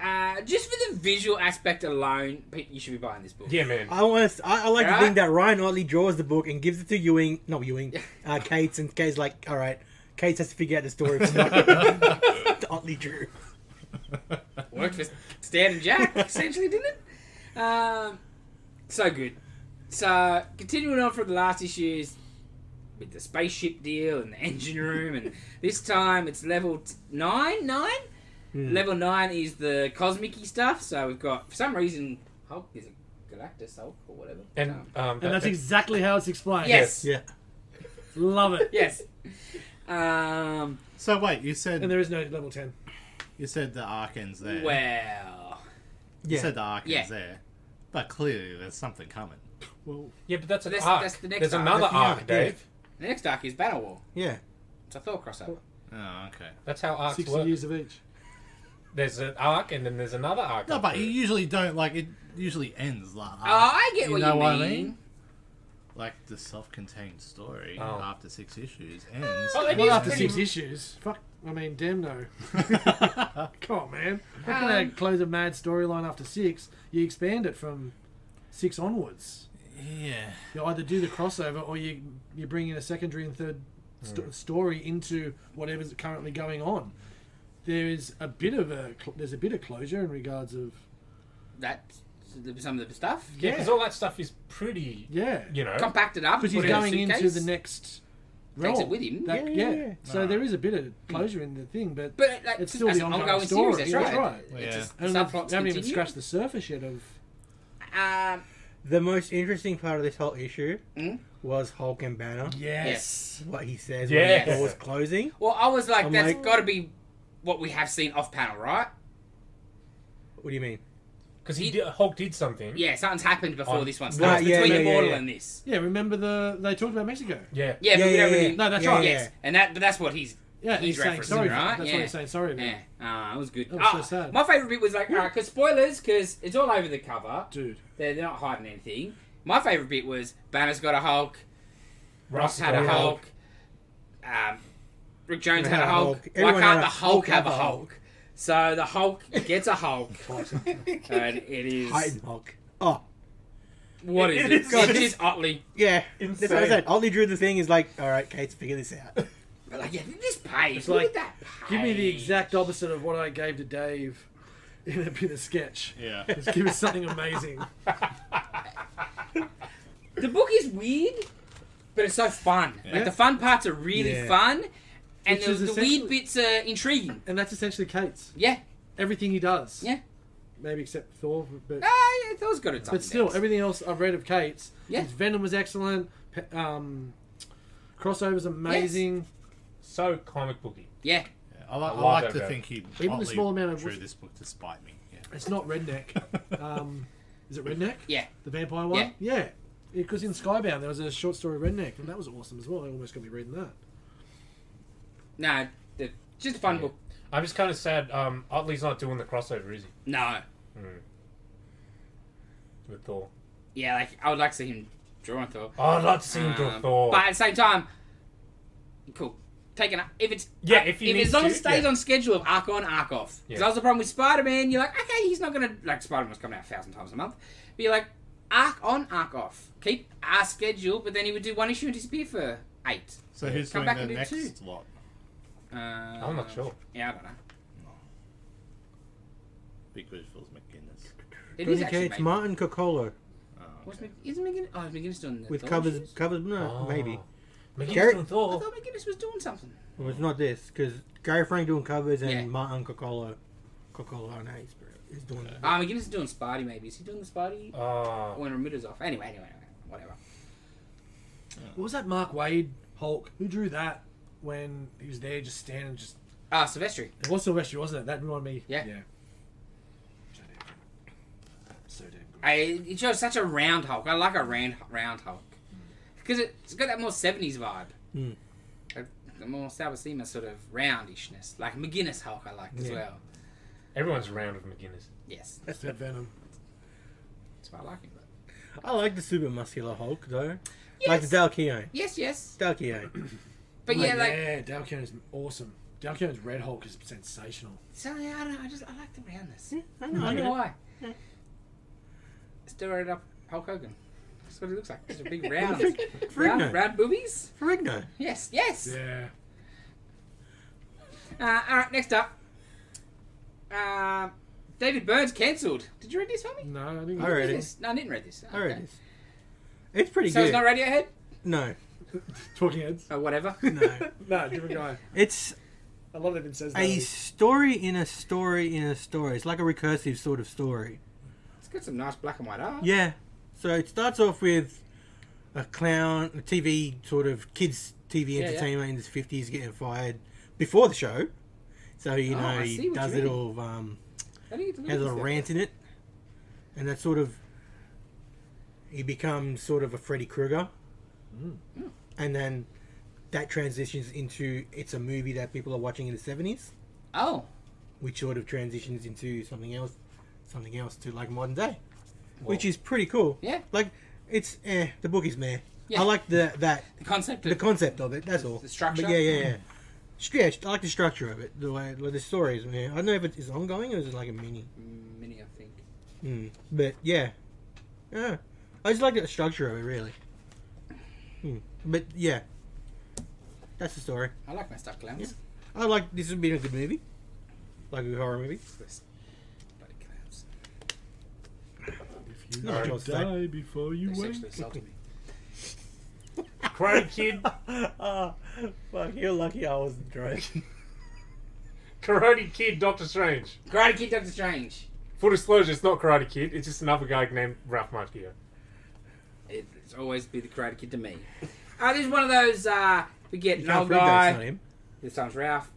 S4: Uh, just for the visual aspect alone, Pete, you should be buying this book.
S1: Yeah, man.
S5: I want to. I, I like
S4: Yeah.
S5: to think that Ryan Otley draws the book and gives it to Ewing, not Ewing, uh, Cates, and Cates like, all right, Cates has to figure out the story. From what Otley drew.
S4: Worked for Stan and Jack essentially, didn't it? Um, so good. So continuing on from the last issues with the spaceship deal and the engine room, and this time it's level t- nine. Nine.
S3: Hmm.
S4: Level nine is the cosmic stuff. So we've got for some reason Hulk is a Galactus Hulk or whatever.
S1: And,
S4: Um,
S1: um,
S2: And that's
S1: that-
S2: exactly how it's explained.
S4: yes,
S5: Yeah.
S2: Love it.
S4: yes. Um,
S3: so wait, you
S2: And
S3: said
S2: there is no level 10.
S3: you said the arc ends there.
S4: well,
S3: You
S5: Yeah.
S3: said the arc
S4: Yeah.
S3: ends there, but clearly there's something coming. Well,
S1: Yeah, but that's an
S4: That's-
S1: arc.
S4: that's the next
S1: There's
S4: arc.
S1: another
S5: That's the
S1: arc,
S5: arc, yeah.
S1: Dave.
S4: The next arc is Banner War.
S5: Yeah.
S4: It's a Thor crossover.
S3: oh, okay.
S1: That's how arcs
S6: 60
S1: work.
S6: years of each.
S1: There's an arc, and then there's another arc.
S3: No,
S1: after
S3: but you
S1: it.
S3: usually don't like it. Usually ends like.
S4: Oh, I get
S3: You
S4: what
S3: know
S4: you
S3: what I
S4: mean.
S3: mean? like the self-contained story
S1: Oh.
S3: after six issues ends.
S1: Oh, it
S6: Well,
S1: is
S6: after
S1: pretty-
S6: six issues. Fuck. I mean, damn no. Come on, man. How can
S4: Um,
S6: they close a mad storyline after six? You expand it from six onwards.
S3: yeah.
S6: You either do the crossover or you you bring in a secondary and third sto- story into whatever's currently going on. There is a bit of a cl- there's a bit of closure in regards of
S4: That's some of the stuff.
S1: yeah, because all that stuff is pretty.
S6: yeah
S1: You know,
S4: Compact it up.
S6: because he's
S4: put it in a
S6: going into
S4: suitcase.
S6: the next realm.
S4: Takes it with him.
S6: That-
S5: Yeah,
S6: yeah,
S5: yeah, yeah.
S6: So there is a bit of closure in the thing, but
S4: Hmm. But like,
S6: it's still
S4: as
S6: the
S4: an
S6: ongoing,
S4: ongoing
S6: story.
S4: series,
S6: Yeah,
S4: that's right. It's
S3: right. Yeah.
S4: just
S6: I haven't,
S4: subplots
S6: I haven't even
S4: continue.
S6: scratched the surface yet of
S4: Um,
S5: The most interesting part of this whole issue
S4: Mm.
S5: was Hulk and Banner.
S4: Yes.
S5: What he says
S1: Yes.
S5: when the door's closing.
S4: well, I was like,
S5: I'm
S4: that's
S5: like-
S4: got to be what we have seen off panel, right?
S5: What do you mean?
S1: because he did, Hulk did something.
S4: Yeah, something's happened before
S1: Oh,
S4: this one
S5: right,
S4: starts
S5: yeah,
S4: between
S5: yeah, yeah,
S4: Immortal
S5: yeah.
S4: and this.
S6: Yeah, remember the they talked about Mexico.
S1: yeah.
S4: Yeah, but we
S5: Yeah, yeah,
S4: don't
S5: yeah.
S4: really.
S6: No, that's
S5: Yeah,
S6: right.
S5: yeah.
S4: Yes, and that but that's what he's
S6: Yeah,
S4: he's,
S6: he's, saying
S4: referencing,
S6: sorry. for-
S4: right?
S6: That's
S4: yeah.
S6: what he's saying. Sorry about,
S4: Yeah, uh, it was good.
S6: That was so
S4: Ah,
S6: sad.
S4: My favorite bit was like, because spoilers, because it's all over the cover.
S6: dude.
S4: They're, they're not hiding anything. My favorite bit was Banner's got a Hulk,
S1: Ross
S4: Ross had a Hulk, um, Rick Jones had
S5: Everyone
S4: a
S5: had a
S4: Hulk.
S5: Hulk.
S4: Why
S5: Everyone
S4: can't
S5: had a
S4: the Hulk
S5: Hulk
S4: have a
S5: have a
S4: Hulk? So the Hulk gets a Hulk, and it is
S5: Titan Hulk. Oh,
S4: what
S1: It
S4: is
S1: is
S4: it? It is,
S1: God,
S5: it's-
S4: Otley.
S5: yeah.
S1: Insane.
S5: That's what I said. Ollie drew the thing is like, all right, Kate's figure this out.
S4: But like, yeah, this page.
S6: It's
S4: look
S6: like,
S4: at that page.
S6: Give me the exact opposite of what I gave to Dave in a bit of sketch.
S3: Yeah.
S6: Just give us something amazing.
S4: The book is weird, but it's so fun. Like
S3: Yeah.
S4: the fun parts are really
S5: Yeah.
S4: fun, and
S6: Which
S4: the,
S6: is
S4: the weird
S6: essentially-
S4: bits are intriguing.
S6: And that's essentially Kate's.
S4: Yeah,
S6: Everything he does.
S4: Yeah.
S6: Maybe except Thor, but
S4: ah, yeah, Thor's got its. ups
S6: but
S4: and
S6: still,
S4: downs.
S6: everything else I've read of Kate's.
S4: Yeah.
S6: his Venom was excellent. pe- Um, crossovers amazing.
S1: So comic booky.
S4: yeah,
S3: I, like, I
S1: love
S3: like
S1: that
S3: to
S1: bit.
S3: think he
S6: the
S3: Otley
S6: small amount of-
S3: drew this book to spite me. Yeah.
S6: It's not redneck. um, is it redneck?
S4: yeah.
S6: The vampire one? Yeah. Because in Skybound there was a short story Redneck, and that was awesome as well. I almost got me reading that.
S4: No, the, just a fun book.
S1: I'm just kind of sad. Um, Otley's not doing the crossover, is he?
S4: No,
S1: With Thor.
S4: yeah, like I would like to see him drawing Thor.
S1: Oh, I'd like to see him do a
S4: Um,
S1: Thor.
S4: But at the same time, cool. Taking up if it's
S1: Yeah, if he needs
S4: as long
S1: to,
S4: as it stays
S1: yeah.
S4: on schedule of arc on arc off. Because
S1: Yeah.
S4: that was the problem with Spider Man. You're like, okay, he's not gonna like Spider Man's coming out a thousand times a month. But you're like, arc on arc off. Keep our schedule, but then he would do one issue and disappear for eight.
S3: So who's
S4: Come
S3: doing
S4: back
S3: the
S4: and do
S3: next
S4: two.
S3: lot?
S4: Uh,
S1: I'm not sure.
S4: Yeah, I don't know.
S3: Big Good Phil's McGinnis.
S4: It is
S5: Donny
S4: actually
S5: Cates,
S4: made-
S5: Martin Coccolo
S3: Oh,
S4: What's
S3: okay.
S4: Mc- is McGinnis? Oh, is McGinnis doing the
S5: with
S4: Thor
S5: covers,
S4: issues?
S5: covers, no,
S1: Oh.
S5: maybe.
S1: McGinn's
S5: Garrett-
S1: doing
S4: I
S1: Thor.
S4: thought McGinnis was doing something.
S5: Well, it's not this because Gary Frank doing covers and
S4: Yeah.
S5: Martin Coccolo, Coccolo, I know he's, he's doing. the-
S4: Ah, McGinnis is doing Spidey. Maybe is he doing the Spidey?
S1: Oh,
S4: When Remitter's off. Anyway, anyway, anyway, whatever.
S6: What was that Mark Wade Hulk? Who drew that when he was there just standing just
S4: Ah, Silvestri.
S6: it was Sylvester, wasn't it? That reminded me.
S4: Yeah.
S6: Yeah. So damn good. So damn good.
S4: I, it shows such a round Hulk. I like a round round Hulk because it's got that more seventies vibe.
S6: Hmm.
S5: Mm.
S4: Like, The more Sabasima sort of roundishness, like McGinnis Hulk, I like as
S5: Yeah.
S4: well.
S1: everyone's round with McGinnis.
S4: Yes,
S6: That's that Venom.
S4: that's why I like him. But
S5: I like the super muscular Hulk though,
S4: yes,
S5: like the Dalkion.
S4: yes, yes.
S5: Dalkion.
S4: But yeah, like
S6: Oh, yeah, Dal Kearney's awesome. Dal Kearney's Red Hulk is sensational.
S4: so yeah, I don't know. I just I like the
S6: Hmm.
S4: roundness.
S5: I
S4: I don't know
S5: know.
S4: why. Steroid up Hulk Hogan. That's what he looks like. He's a big round, round,
S5: Ferrigno.
S4: round boobies.
S5: Ferrigno.
S4: Yes, yes.
S6: Yeah.
S4: Uh, all right, next up. Uh, David Burns cancelled. Did you read this for me?
S6: No, I didn't.
S5: I read
S4: Read
S5: it.
S4: this? No, I didn't read this.
S5: I read
S4: Okay.
S5: it. It's pretty
S4: So it's
S5: good.
S4: not Radiohead?
S5: no,
S6: Talking heads.
S4: Or whatever.
S5: no.
S6: No, different guy.
S5: It's
S6: I love that even says that.
S5: a story in a story in a story. It's like a recursive sort of story.
S4: It's got some nice black and white art.
S5: Yeah. So it starts off with a clown, a TV sort of kids TV
S4: Yeah, yeah.
S5: entertainment in his fifties getting fired before the show. So you
S4: Oh,
S5: know
S4: I see
S5: he
S4: what
S5: does
S4: you
S5: it
S4: mean.
S5: all. Um,
S4: How do you get to look
S5: has a
S4: at
S5: little
S4: this
S5: rant in it, and that sort of he becomes sort of a Freddy Krueger,
S4: Mm.
S5: and then that transitions into it's a movie that people are watching in the seventies,
S4: Oh,
S5: which sort of transitions into something else, something else to like modern day, which is pretty cool.
S4: Yeah.
S5: like it's eh, the book is meh.
S4: Yeah.
S5: I like the that
S4: the concept. Of,
S5: the concept of it. That's all.
S4: The structure? Mm.
S5: But yeah, yeah, yeah. Str- Yeah, I like the structure of it. The way like the stories. Yeah. I don't know if it's ongoing or is it like a mini.
S4: Mm, mini, I think.
S5: Mm. But yeah, yeah. I just like the structure of it really. Mm. But yeah, that's the story.
S4: I like my stuff, clowns.
S5: I like this would be a good movie, like a horror movie.
S4: Bloody clowns.
S6: If you
S5: No,
S6: could
S5: it's not.
S6: die before you
S4: They
S6: wake.
S4: sexually assaulted me.
S1: Karate Kid,
S5: Ah, fuck! You're lucky I wasn't drunk.
S1: Karate Kid, Doctor Strange.
S4: Karate Kid, Doctor Strange.
S1: Full disclosure, it's not Karate Kid. It's just another guy named Ralph Macchio.
S4: It- It's always be the Karate Kid to me. Uh, this is one of those uh, we get
S5: You
S4: an
S5: can't
S4: old
S5: prove that's
S4: guy.
S5: not him.
S4: This time's Ralph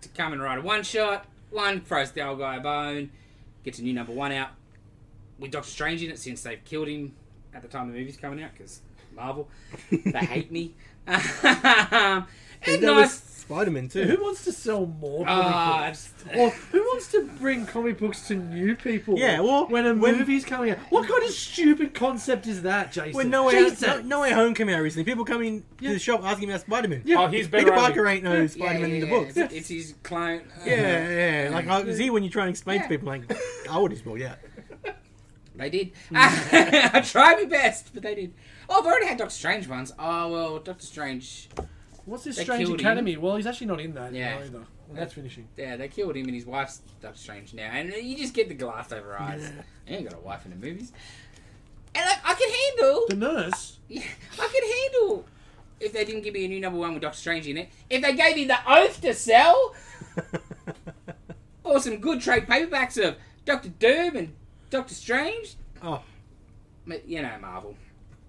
S4: to come and write a one shot. One throws the old guy a bone, gets a new number one out. With Doctor Strange in it, since they've killed him at the time the movie's coming out, because Marvel, they hate me. Um, and
S5: And that was
S4: nice.
S5: Spider-Man
S6: Who
S5: too.
S6: wants to sell more?
S4: Ah,
S6: comic
S4: it's-
S6: books? or who wants to bring comic books to new people?
S5: Yeah, well,
S6: when a
S5: when-
S6: movie's coming out, what kind of stupid concept is that, Jason?
S5: When No Way,
S6: Jesus.
S5: no, no Way Home came out recently, people come in
S6: Yeah.
S5: to the shop asking about Spider-Man.
S6: Yeah.
S1: Oh, he's
S5: Peter
S1: better.
S5: Parker ain't no
S4: Yeah,
S5: Spider-Man
S4: yeah,
S5: in the
S4: yeah,
S5: books.
S4: It's, it's his clone. Uh,
S5: Yeah, yeah. Like I see when you try and explain
S4: Yeah.
S5: to people, like I would just well, yeah.
S4: They did.
S5: Mm.
S4: I tried my best, but they did. Oh, I've already had Doctor Strange ones. Oh, well, Doctor Strange.
S6: What's this
S4: They
S6: Strange
S4: killed him.
S6: Academy? Well, he's actually not in that
S4: Yeah.
S6: now either. Well, that's finishing.
S4: Yeah, they killed him and his wife's Doctor Strange now. And you just get the glass over eyes. You ain't got a wife in the movies. And like, I can handle.
S6: The nurse.
S4: Yeah, I could handle if they didn't give me a new number one with Doctor Strange in it. If they gave me the oath to sell, or some good trade paperbacks of Doctor Doom and Doctor Strange.
S5: Oh.
S4: But, you know, Marvel,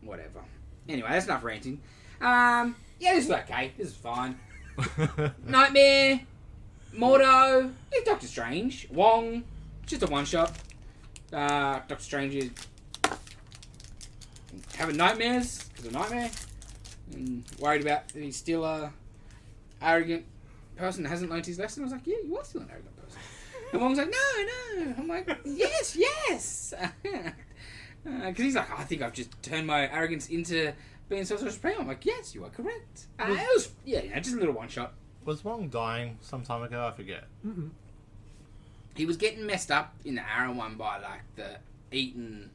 S4: whatever. Anyway, that's enough ranting. Um, yeah, this is okay. This is fine. Nightmare, Mordo, yeah, Doctor Strange, Wong, just a one shot. Uh, Doctor Strange is having nightmares because of nightmare, and worried about that he's still a arrogant person that hasn't learned his lesson. I was like, yeah, you are still an arrogant person. And Wong's like, no, no. I'm like, yes, yes. Because he's like, I think I've just turned my arrogance into being so supreme. I'm like, yes, you are correct. Uh, it was, yeah, yeah, just a little one shot.
S3: Was Wong dying some time ago? I forget.
S4: he was getting messed up in the arrow one by like the eating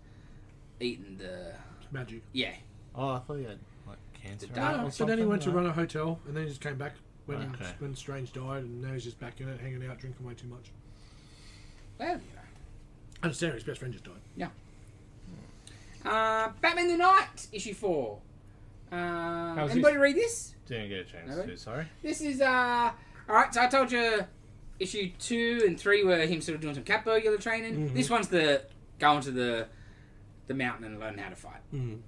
S4: eating the
S6: Magic.
S4: yeah
S3: Oh, I thought he had like cancer.
S4: The dark-
S3: or
S4: Oh,
S6: so then he
S3: something,
S6: went Ah, to
S3: no?
S6: run a hotel, and then he just came back when
S3: Okay.
S6: when Strange died, and now he's just back in it, hanging out, drinking way too much.
S4: well you
S6: And Sarah, his best friend, just died.
S4: know uh batman the night issue four uh,
S1: How's
S4: anybody read this
S3: Didn't get a chance
S4: Really?
S3: to. Sorry.
S4: this is uh all right so i told you issue two and three were him sort of doing some cat burglar training this one's the going to the the mountain and learning how to fight
S5: Mm.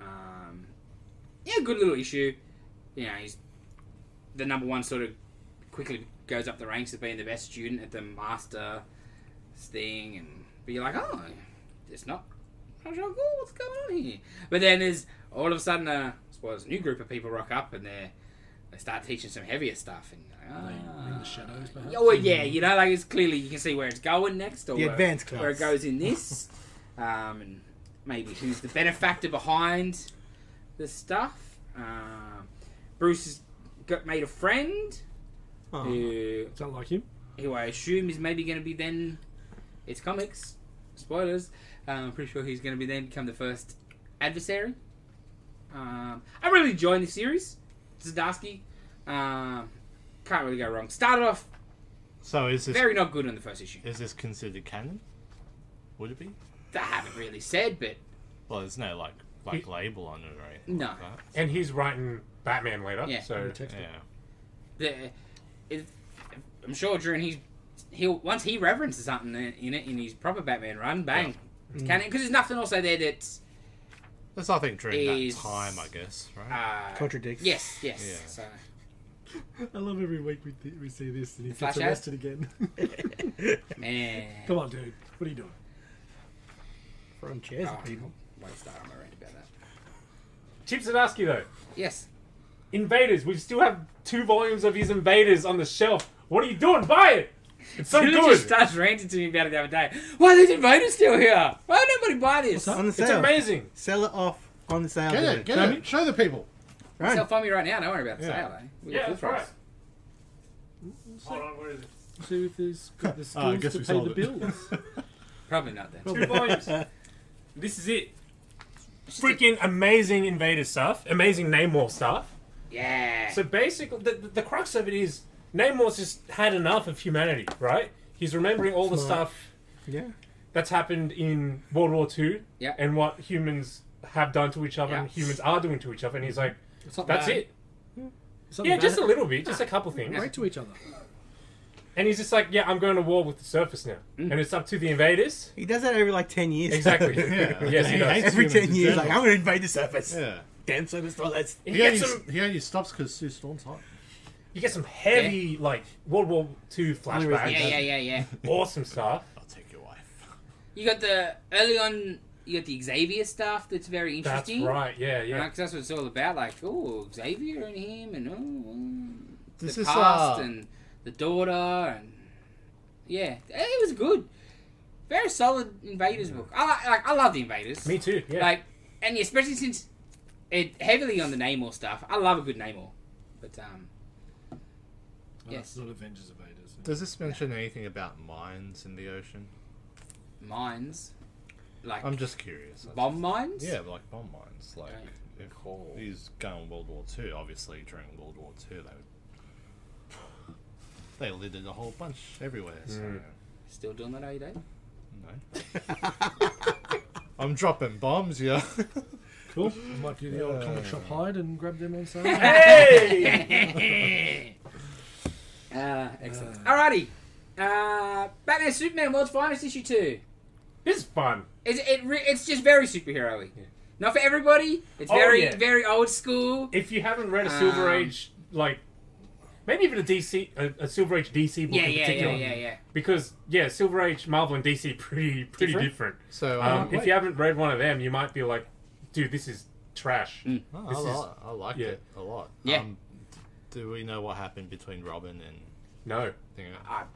S4: um yeah good little issue you know he's the number one sort of quickly goes up the ranks of being the best student at the master thing, and but you're like, oh, it's not, not sure cool. What's going on here? But then there's all of a sudden, uh, I suppose, a new group of people rock up, and they they start teaching some heavier stuff, and ah. you're like,
S6: Like, in the shadows, perhaps.
S4: Oh, well, yeah, you know, like it's clearly you can see where it's going next, or
S5: The
S4: where,
S5: advanced class.
S4: where it goes in this, um, and maybe who's the benefactor behind the stuff. Um, Bruce has got made a friend
S5: Oh.
S4: who
S6: Sound like him?
S4: who I assume is maybe going to be then. It's comics, spoilers. Um, I'm pretty sure he's going to be then become the first adversary. Um, I'm really enjoying the series. Zdarsky. Um, can't really go wrong. Started off
S3: So is this
S4: very not good on the first issue.
S3: is this considered canon? Would it be?
S4: That I haven't really said, but
S3: Well, there's no like like label on it or anything.
S4: No.
S3: Like that.
S1: And he's writing Batman later.
S4: Yeah. Mm-hmm.
S1: So
S3: Yeah.
S4: the, it, I'm sure during his he'll once he references something in, in it in his proper Batman run, bang, it's canon because there's nothing also there that's
S3: There's nothing during
S4: Is-
S3: that time, I guess, right?
S4: uh,
S5: Contradicts.
S4: Yes, yes.
S3: Yeah.
S4: So
S6: I love every week we, th- we see this, and he
S4: Flash
S6: gets
S4: ad?
S6: arrested again.
S4: man,
S6: Come on, dude. What are you doing?
S5: Throwing chairs at
S4: Oh.
S5: people.
S4: won't start on my rant about that.
S1: Chips would ask you though.
S4: Yes.
S1: Invaders. We still have two volumes of his Invaders on the shelf. What are you doing? Buy it. It's so
S4: Dude
S1: good.
S4: just starts ranting to me about it the other day. Why are these invaders still here? Why would nobody buy this?
S5: on the
S1: It's
S5: sale.
S1: amazing.
S5: Sell it off on the sale.
S3: Get
S5: do
S3: it, get it. Show the people.
S5: Right.
S4: Sell for me right now. Don't worry about the
S3: Yeah.
S4: sale, eh? We got
S1: Yeah,
S4: full
S1: that's right.
S4: price.
S1: Hold on, where is it?
S2: See if there's got the skills
S6: Ah,
S3: Oh, I guess
S2: to
S3: we
S2: pay
S3: sold
S2: the
S3: it.
S2: bills.
S4: Probably not then.
S1: Two volumes. this is it. Freaking amazing Invader stuff. Amazing Namor stuff.
S4: Yeah.
S1: So basically, the, the, the crux of it is Namor's just had enough of humanity, right? He's remembering all the
S5: Smart.
S1: stuff
S5: Yeah.
S1: that's happened in World War Two
S4: Yeah.
S1: and what humans have done to each other and
S4: Yeah.
S1: humans are doing to each other. And he's like,
S2: It's not
S1: that's
S2: bad.
S1: it.
S2: It's not
S1: Yeah,
S2: bad.
S1: just a little bit, just a couple things.
S2: Great to each other.
S1: And he's just like, yeah, I'm going to war with the surface now.
S4: Mm.
S1: And it's up to the invaders.
S5: He does that every like 10 years.
S1: Exactly.
S3: Yeah.
S1: Yes, he
S3: He
S1: does.
S3: hates-
S5: every
S3: Humans
S5: 10
S3: in
S5: years,
S3: general.
S5: like, I'm going to invade the surface.
S3: Yeah.
S5: Damn surface toilets.
S1: And
S3: He,
S1: you, get
S3: only,
S1: some,
S3: he only stops because Sue Storm's hot.
S1: you get some heavy, like, World War Two flashbacks.
S4: yeah, yeah, yeah, yeah.
S1: Awesome stuff.
S3: I'll take your wife.
S4: You got the early on. You got the Xavier stuff. That's very
S1: That's
S4: interesting.
S1: right. Yeah,
S4: Right,
S1: yeah.
S4: 'cause that's what it's all about. Like, oh, Xavier and him, and oh,
S3: This
S4: the
S3: is,
S4: past
S3: uh,
S4: and the daughter, and yeah, it was good. Very solid Invaders book. I like, like. I love the Invaders.
S1: Me too. Yeah.
S4: Like, and especially since it heavily on the Namor stuff. I love a good Namor, but um, yes,
S6: It's not Avengers Invaders.
S3: Does this mention anything about mines in the ocean?
S4: mines, like
S3: I'm just curious. That's-
S4: bomb mines.
S3: Um, Yeah, but like bomb mines. Like
S4: Right.
S3: if he's going World War Two, obviously during World War Two they they littered a whole bunch everywhere. So
S4: Still doing that every day.
S3: no. I'm dropping bombs, yeah.
S6: Cool. I might do the old comic shop hide and grab them on sale.
S1: hey!
S4: Uh, excellent. Alrighty. Uh, Batman Superman World's Finest issue two.
S1: This is fun.
S4: It's, it re- it's just very superhero-y. Not for everybody. It's
S1: Oh,
S4: very
S1: yeah.
S4: very old school.
S1: If you haven't read a Silver
S4: Um,
S1: Age, like maybe even a DC, a, a Silver Age DC book
S4: Yeah,
S1: in
S4: yeah,
S1: particular,
S4: yeah, yeah, yeah.
S1: because yeah, Silver Age Marvel and DC pretty pretty
S4: Different?
S1: different.
S3: So
S1: Um,
S3: um,
S1: if you haven't read one of them, you might be like, dude, this is trash.
S4: Mm.
S3: oh,
S1: this
S3: I,
S1: is-
S3: li- I like
S1: yeah.
S3: it a lot.
S4: Yeah.
S3: Um, do we know what happened between Robin and?
S1: No,
S3: Thing?
S4: I'm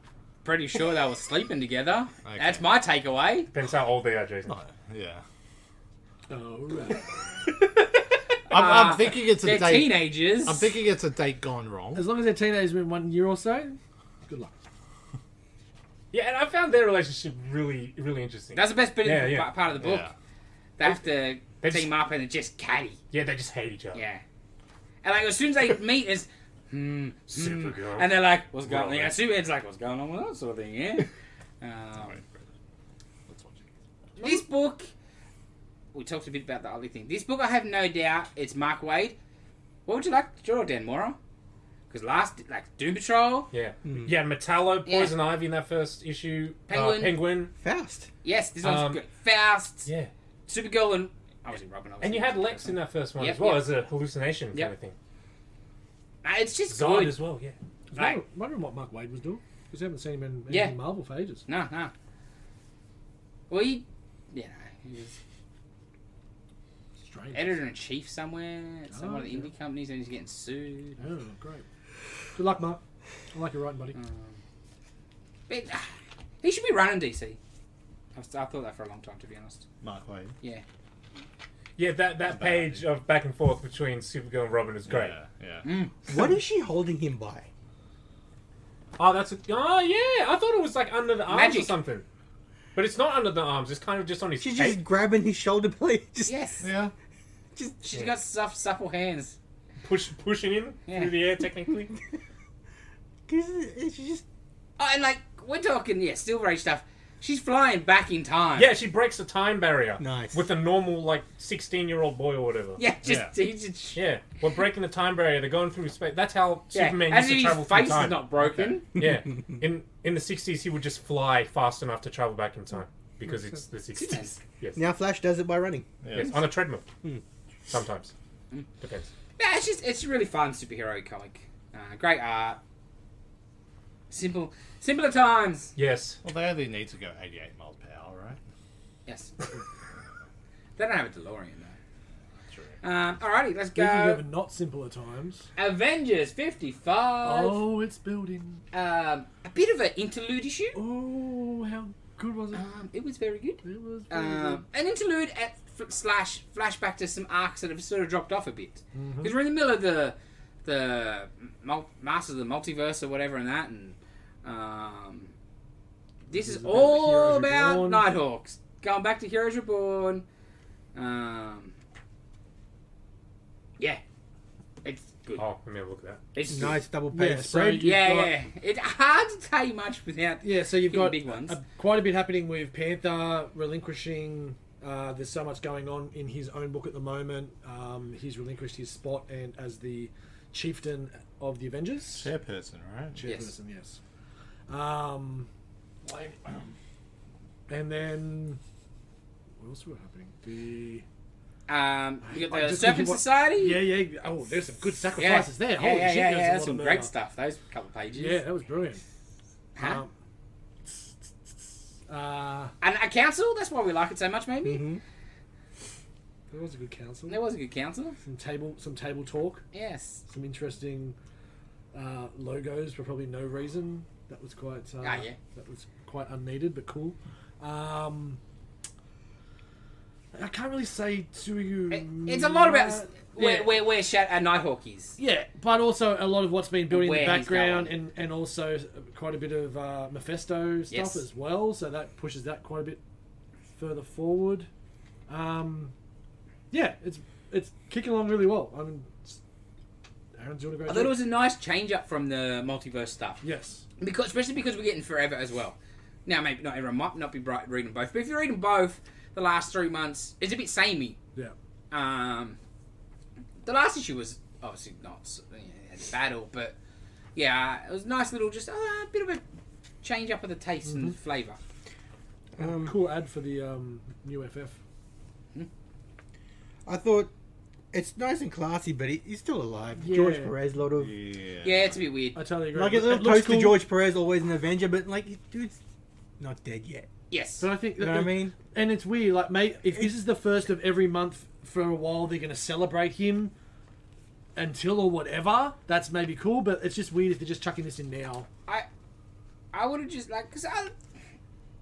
S4: pretty sure they were sleeping together.
S3: Okay.
S4: That's my takeaway.
S1: depends how old they are, Jason.
S3: Oh, yeah.
S6: All right.
S3: I'm,
S4: Uh,
S3: I'm thinking it's
S4: They're
S3: a date.
S4: teenagers.
S3: I'm thinking it's a date gone wrong.
S2: As long as they're teenagers in one year or so, good luck.
S1: Yeah, and I found their relationship really really interesting.
S4: That's the best bit
S1: Yeah,
S4: of the,
S1: yeah.
S4: part of the book.
S3: Yeah.
S4: They have to
S1: They just-
S4: team up and it's just catty.
S1: yeah, they just hate each other.
S4: Yeah. And like as soon as they meet, it's hmm,
S1: Supergirl.
S4: hmm. and they're like, "What's going on?"
S1: Robin.
S4: Yeah, Superman's like, "What's going on with that sort of thing?" Yeah. Um,
S3: Let's watch it.
S4: this book, we talked a bit about the ugly thing. This book, I have no doubt, it's Mark Wade. What would you like to draw, Dan Mora? Because last, like Doom Patrol,
S1: Yeah, yeah. Metallo,
S4: Yeah.
S1: Poison Ivy in that first issue. uh,
S4: Penguin.
S1: Penguin.
S5: Faust.
S4: yes, this one's
S1: Um,
S4: good. Faust,
S1: Yeah,
S4: Supergirl, and obviously Robin. Obviously
S1: and you had Lex in that first one
S4: Yep,
S1: as well
S4: yep.
S1: as a hallucination kind
S4: Yep.
S1: of thing.
S4: Nah, Ah, it's just
S1: Zod
S4: good.
S1: as well. Yeah.
S4: Like,
S2: Wonder- Wondering what Mark Wade was doing because I haven't seen him in, in
S4: Yeah.
S2: Marvel for ages.
S4: No, no. Well, he, you know, he was
S2: Strange.
S4: editor in chief somewhere, at some
S2: Oh,
S4: one of the indie companies, and he's getting sued.
S2: Oh, great. Good luck, Mark. I like your writing, buddy.
S4: Mm. But, ah, he should be running DC. I've, I thought that for a long time, to be honest.
S3: Mark Wade.
S4: Yeah.
S1: Yeah, that, that
S3: bad
S1: page of back and forth between Supergirl and Robin is great.
S3: Yeah. yeah.
S1: Mm.
S5: What is she holding him by?
S1: Oh, that's a, oh yeah. I thought it was like under the arms
S4: Magic.
S1: or something, but it's not under the arms. It's kind of just on his
S5: She's
S1: cape.
S5: just grabbing his shoulder blade. Just,
S4: Yes.
S3: Yeah.
S5: just
S4: She's got soft, supple hands.
S1: push pushing him
S4: Yeah.
S1: through the air technically.
S5: Cause it's just
S4: Oh, and like we're talking, yeah, Silver Age stuff. She's flying back in time.
S1: yeah, she breaks the time barrier.
S5: Nice.
S1: With a normal like sixteen year old boy or whatever.
S4: Yeah, just
S3: Yeah.
S4: he just
S1: Yeah, we're breaking the time barrier. They're going through space. That's how
S4: yeah.
S1: Superman used
S4: As
S1: to
S4: if
S1: travel
S4: his
S1: through
S4: face
S1: time.
S4: is not broken.
S1: Yeah, in in the sixties, he would just fly fast enough to travel back in time because it's the sixties. Yes.
S5: now Flash does it by running.
S3: Yeah.
S1: yes, on a treadmill.
S6: Hmm.
S1: Sometimes
S4: Hmm.
S1: depends.
S4: Yeah, it's just it's a really fun superhero comic. Uh, great art. Simple, simpler times.
S1: Yes.
S3: Well, they only need to go 88 miles per hour, right?
S4: Yes. They don't have a DeLorean though. Um, alrighty, let's go.
S6: Speaking of not simpler times.
S4: Avengers 55.
S6: Oh, it's building.
S4: Um, a bit of an interlude issue.
S6: Oh, how good was it?
S4: Um, it was very good.
S6: It was very
S4: Um, an interlude at f- slash flashback to some arcs that have sort of dropped off a bit
S6: Mm-hmm.
S4: because
S2: Mm-hmm.
S4: we're in the middle of the the mul- Masters of the Multiverse or whatever and that, and um, this, is,
S6: is about
S4: all
S6: Heroes
S4: about
S6: Reborn.
S4: Nighthawks going back to Heroes Reborn. Um, yeah, it's good.
S1: Oh, let me have a look at that.
S4: It's good.
S5: Nice double
S6: good.
S5: page
S6: Yeah, so
S5: spread.
S6: you've
S4: Yeah,
S6: got-
S4: yeah. It's hard to tell you much without.
S6: Yeah, so you've
S4: Hitting
S6: got
S4: big ones.
S6: a- quite a bit happening with Panther relinquishing. Uh, there's so much going on in his own book at the moment. Um, he's relinquished his spot and as the chieftain of the Avengers.
S3: Chairperson, right?
S6: Chairperson, yes. Um, and then what else were happening? The
S4: Um, you
S6: I
S4: got the
S6: just think
S4: Serpent
S6: what-
S4: Society.
S6: yeah, yeah. Oh, there's some good
S4: Yeah.
S6: sacrifices there.
S4: Yeah,
S6: Holy
S4: yeah,
S6: shit,
S4: yeah,
S6: there's
S4: yeah.
S6: a
S4: That's
S6: lot
S4: some
S6: of
S4: great
S6: murder.
S4: stuff. Those couple pages.
S6: Yeah, that was brilliant.
S4: Huh?
S6: Um, uh,
S4: and a council. That's why we like it so much. Maybe
S6: Mm-hmm. that was a good council.
S4: there was a good council.
S6: Some table, some table talk.
S4: Yes.
S6: some interesting uh, logos for probably no reason. That was quite uh,
S4: Ah, yeah.
S6: that was quite unneeded, but cool. Um, I can't really say to you.
S4: It- it's a lot about
S6: much-
S4: s- where
S6: Mm, Yeah.
S4: where where Shat- uh, Nighthawk is.
S6: yeah, but also a lot of what's been built in the
S4: Where he's
S6: background,
S4: going.
S6: and, and also quite a bit of uh, Mephisto stuff
S4: Yes.
S6: as well. So that pushes that quite a bit further forward. Um, yeah, it's it's kicking along really well. I mean, it's- Aaron's doing a great.
S4: I thought it
S6: job.
S4: was a nice change up from the multiverse stuff,
S6: yes.
S4: because especially because we're getting Forever as well. Now, maybe not everyone might not be bright reading both, but if you're reading both, the last three months it's a bit samey.
S6: Yeah.
S4: Um, the last issue was obviously not s- you know, a battle, but yeah, it was a nice little just uh, a bit of a change up of the taste and flavour.
S6: cool ad for the um, new FF.
S5: I thought it's nice and classy, but he, he's still alive. George
S6: Yeah.
S5: Perez, a lot of
S3: Yeah.
S4: Yeah, it's a bit weird.
S6: I totally agree.
S5: like
S6: It- it
S5: it, it
S6: looks
S5: close to
S6: cool,
S5: George Perez, always an Avenger, but like dude's not dead yet.
S4: Yes.
S6: But I think
S5: You know what I mean?
S6: and it's weird. Like, mate, if this is the first of every month for a while, they're going to celebrate him until or whatever. That's maybe cool, but it's just weird if they're just chucking this in now.
S4: I I would have just like because all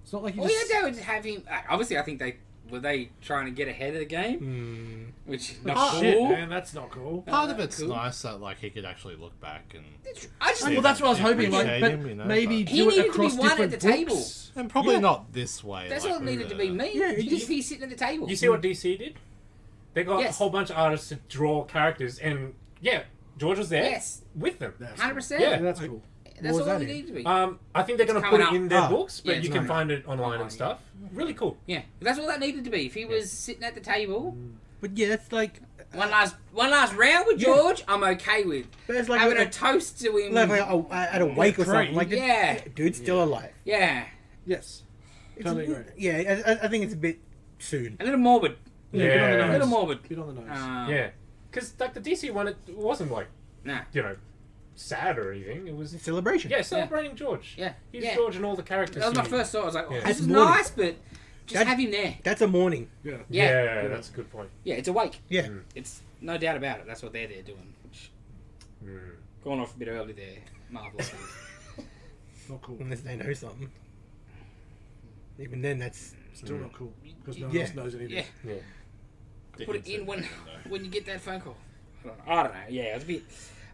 S6: It's not like you
S4: you
S6: just.
S4: had to do was have him. like, Obviously, I think they were they trying to get ahead of the game, which is not
S6: Oh,
S4: cool.
S6: shit, man, that's not cool.
S3: Part of it's
S4: cool.
S3: nice that like he could actually look back and
S4: I just
S6: Well, that's what I was
S3: Yeah,
S6: hoping. Like,
S3: appreciate
S6: but
S3: him, you know,
S6: maybe
S3: but-
S4: He
S6: do
S4: needed to
S6: it
S4: be
S6: across
S4: one at
S6: different
S4: the table.
S6: books.
S3: and probably
S5: Yeah.
S3: not this way.
S4: that's
S3: like,
S4: all it needed to
S3: with
S4: be
S3: the-
S4: me.
S5: Yeah, it
S4: if
S5: just-
S4: he's sitting at the table.
S1: You see what DC did? They got
S4: Yes.
S1: a whole bunch of artists to draw characters, and yeah, George was there
S4: Yes.
S1: with them.
S4: Hundred percent.
S6: Yeah,
S1: Yeah.
S6: that's cool.
S4: That's
S5: was
S4: all
S5: that
S4: we
S5: in?
S4: need to be.
S1: Um, I think they're going to put
S4: coming
S1: it
S4: up.
S1: in their
S5: Ah.
S1: books, but
S4: Yeah, it's
S1: you can
S4: coming
S1: find it online
S4: Online,
S1: and stuff. Really cool.
S4: yeah, that's all that needed to be. If he was sitting at the table,
S5: But yeah, that's like
S4: one last one last round with George, I'm okay with
S5: But it's like
S4: having
S5: a-
S4: a, toast to him.
S5: like, like a, at a wake or something. Like
S4: Yeah.
S5: dude's still alive.
S4: yeah,
S6: Yes.
S5: It's
S6: Totally
S5: a-
S6: agree.
S5: Yeah, I, I- I think it's a bit soon.
S4: a little morbid,
S1: Yeah.
S6: bit on
S4: a
S6: the
S4: little
S6: nose.
S4: morbid.
S6: Bit on the nose.
S4: Um,
S1: Yeah, because like the DC one, it wasn't like
S4: nah.
S1: you know sad or anything. It was
S5: Celebration.
S1: yeah celebrating George.
S4: Yeah.
S1: he's
S4: Yeah.
S1: George and all the characters.
S4: That was my
S1: he-
S4: first thought. I was like, oh,
S1: Yeah.
S4: this is
S5: That's morbid.
S4: nice, but just
S5: That-
S4: have him there.
S5: That's a morning.
S6: Yeah.
S1: Yeah,
S4: Yeah. yeah,
S1: that's a good point.
S4: it's awake.
S5: Yeah.
S4: It's no doubt about it. That's what they're there doing. Which,
S1: Hmm,
S4: Going off a bit early there, Marvel. I think.
S6: Not
S3: Mm,
S6: cool.
S5: Unless they know something. Even then, that's
S6: Still not cool. Because no one
S5: Yeah.
S6: else knows anything.
S4: yeah,
S1: Yeah,
S3: The
S4: put it in
S3: internet,
S4: when
S3: though.
S4: when you get that phone call. I don't know. I don't know. Yeah, it's a bit.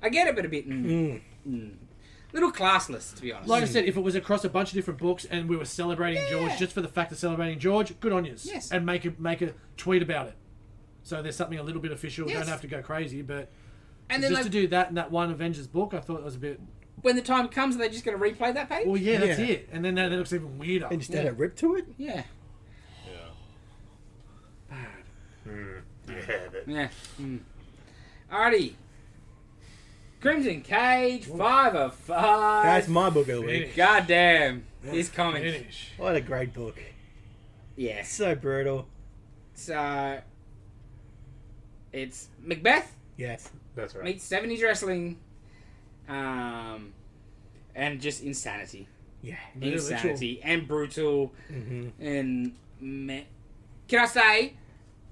S4: I get it, but a bit. Mm,
S5: Mm.
S4: mm. little classless, to be honest.
S6: Like I said, if it was across a bunch of different books and we were celebrating George just for the fact of celebrating George, good on you.
S4: Yes.
S6: And make a make a tweet about it. So there's something a little bit official.
S4: Yes.
S6: Don't have to go crazy, but
S4: and
S6: just
S4: then like,
S6: to do that in that one Avengers book, I thought it was a bit.
S4: when the time comes, are they just going to replay that page?
S6: Well, yeah, that's
S5: Yeah.
S6: it. And then that, that looks even weirder.
S5: and just add a rip to it.
S4: yeah.
S3: Yeah.
S4: Yeah. Mm. Alrighty. Crimson Cage, five of five.
S5: That's my book of the week.
S6: Finish.
S4: Goddamn, these comics.
S6: Finish.
S5: What a great book.
S4: Yes.
S5: So brutal.
S4: So it's Macbeth
S5: Yes.
S1: that's right.
S4: meets seventies wrestling, um, and just insanity,
S5: Yeah.
S6: Yeah, literal.
S4: insanity, and brutal,
S5: Mm-hmm.
S4: and me- can I say,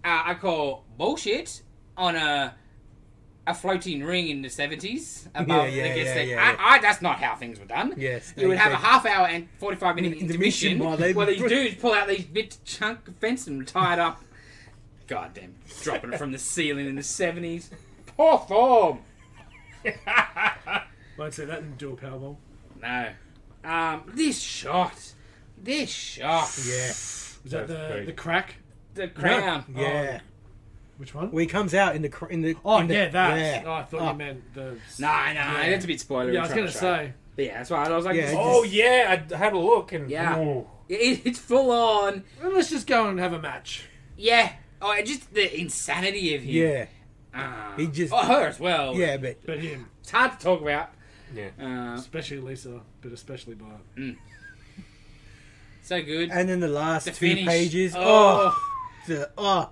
S4: uh, I call bullshit on a a floating ring in the seventies above
S5: Yeah, yeah,
S4: the guest
S5: yeah,
S4: deck.
S5: yeah, yeah.
S4: I, I, that's not how things were done.
S5: Yes,
S4: you would
S5: they-
S4: have a
S5: they-
S4: half hour and forty five minute
S5: Intermission
S4: intermission
S5: while they-
S4: where these dudes pull out these bit chunk of fence and tie it up. Goddamn, dropping it from the ceiling in the seventies. Poor form.
S6: Won't say that in dual powerball.
S4: No. Um, this shot. This shot.
S5: Yeah,
S6: Is
S1: That's
S6: that the,
S1: great.
S6: the crack?
S4: The crown. Oh,
S5: yeah.
S6: Which one?
S5: When he comes out in the cr- in the
S2: Oh
S5: in the-
S2: yeah, that.
S5: yeah.
S2: Oh, I thought
S5: Oh.
S2: you meant the.
S4: No, no, that's a bit spoiler.
S2: Yeah, I was gonna say.
S4: But yeah, that's why I was like,
S5: Yeah,
S4: this-
S5: it
S1: Oh yeah, I had a look and Oh,
S4: Yeah.
S1: Ooh.
S4: it, it's full on.
S2: Well, let's just go and have a match.
S4: Yeah. Oh, and just the insanity of him.
S5: yeah,
S4: Ah.
S5: He just-
S4: Oh, her as well.
S5: yeah. But
S6: But him,
S4: It's hard to talk about.
S1: yeah.
S4: Uh,
S6: especially Lisa, but especially Bart.
S4: so good.
S5: and then the last
S4: the
S5: two
S4: finish.
S5: pages.
S4: Oh.
S5: Oh, the, oh,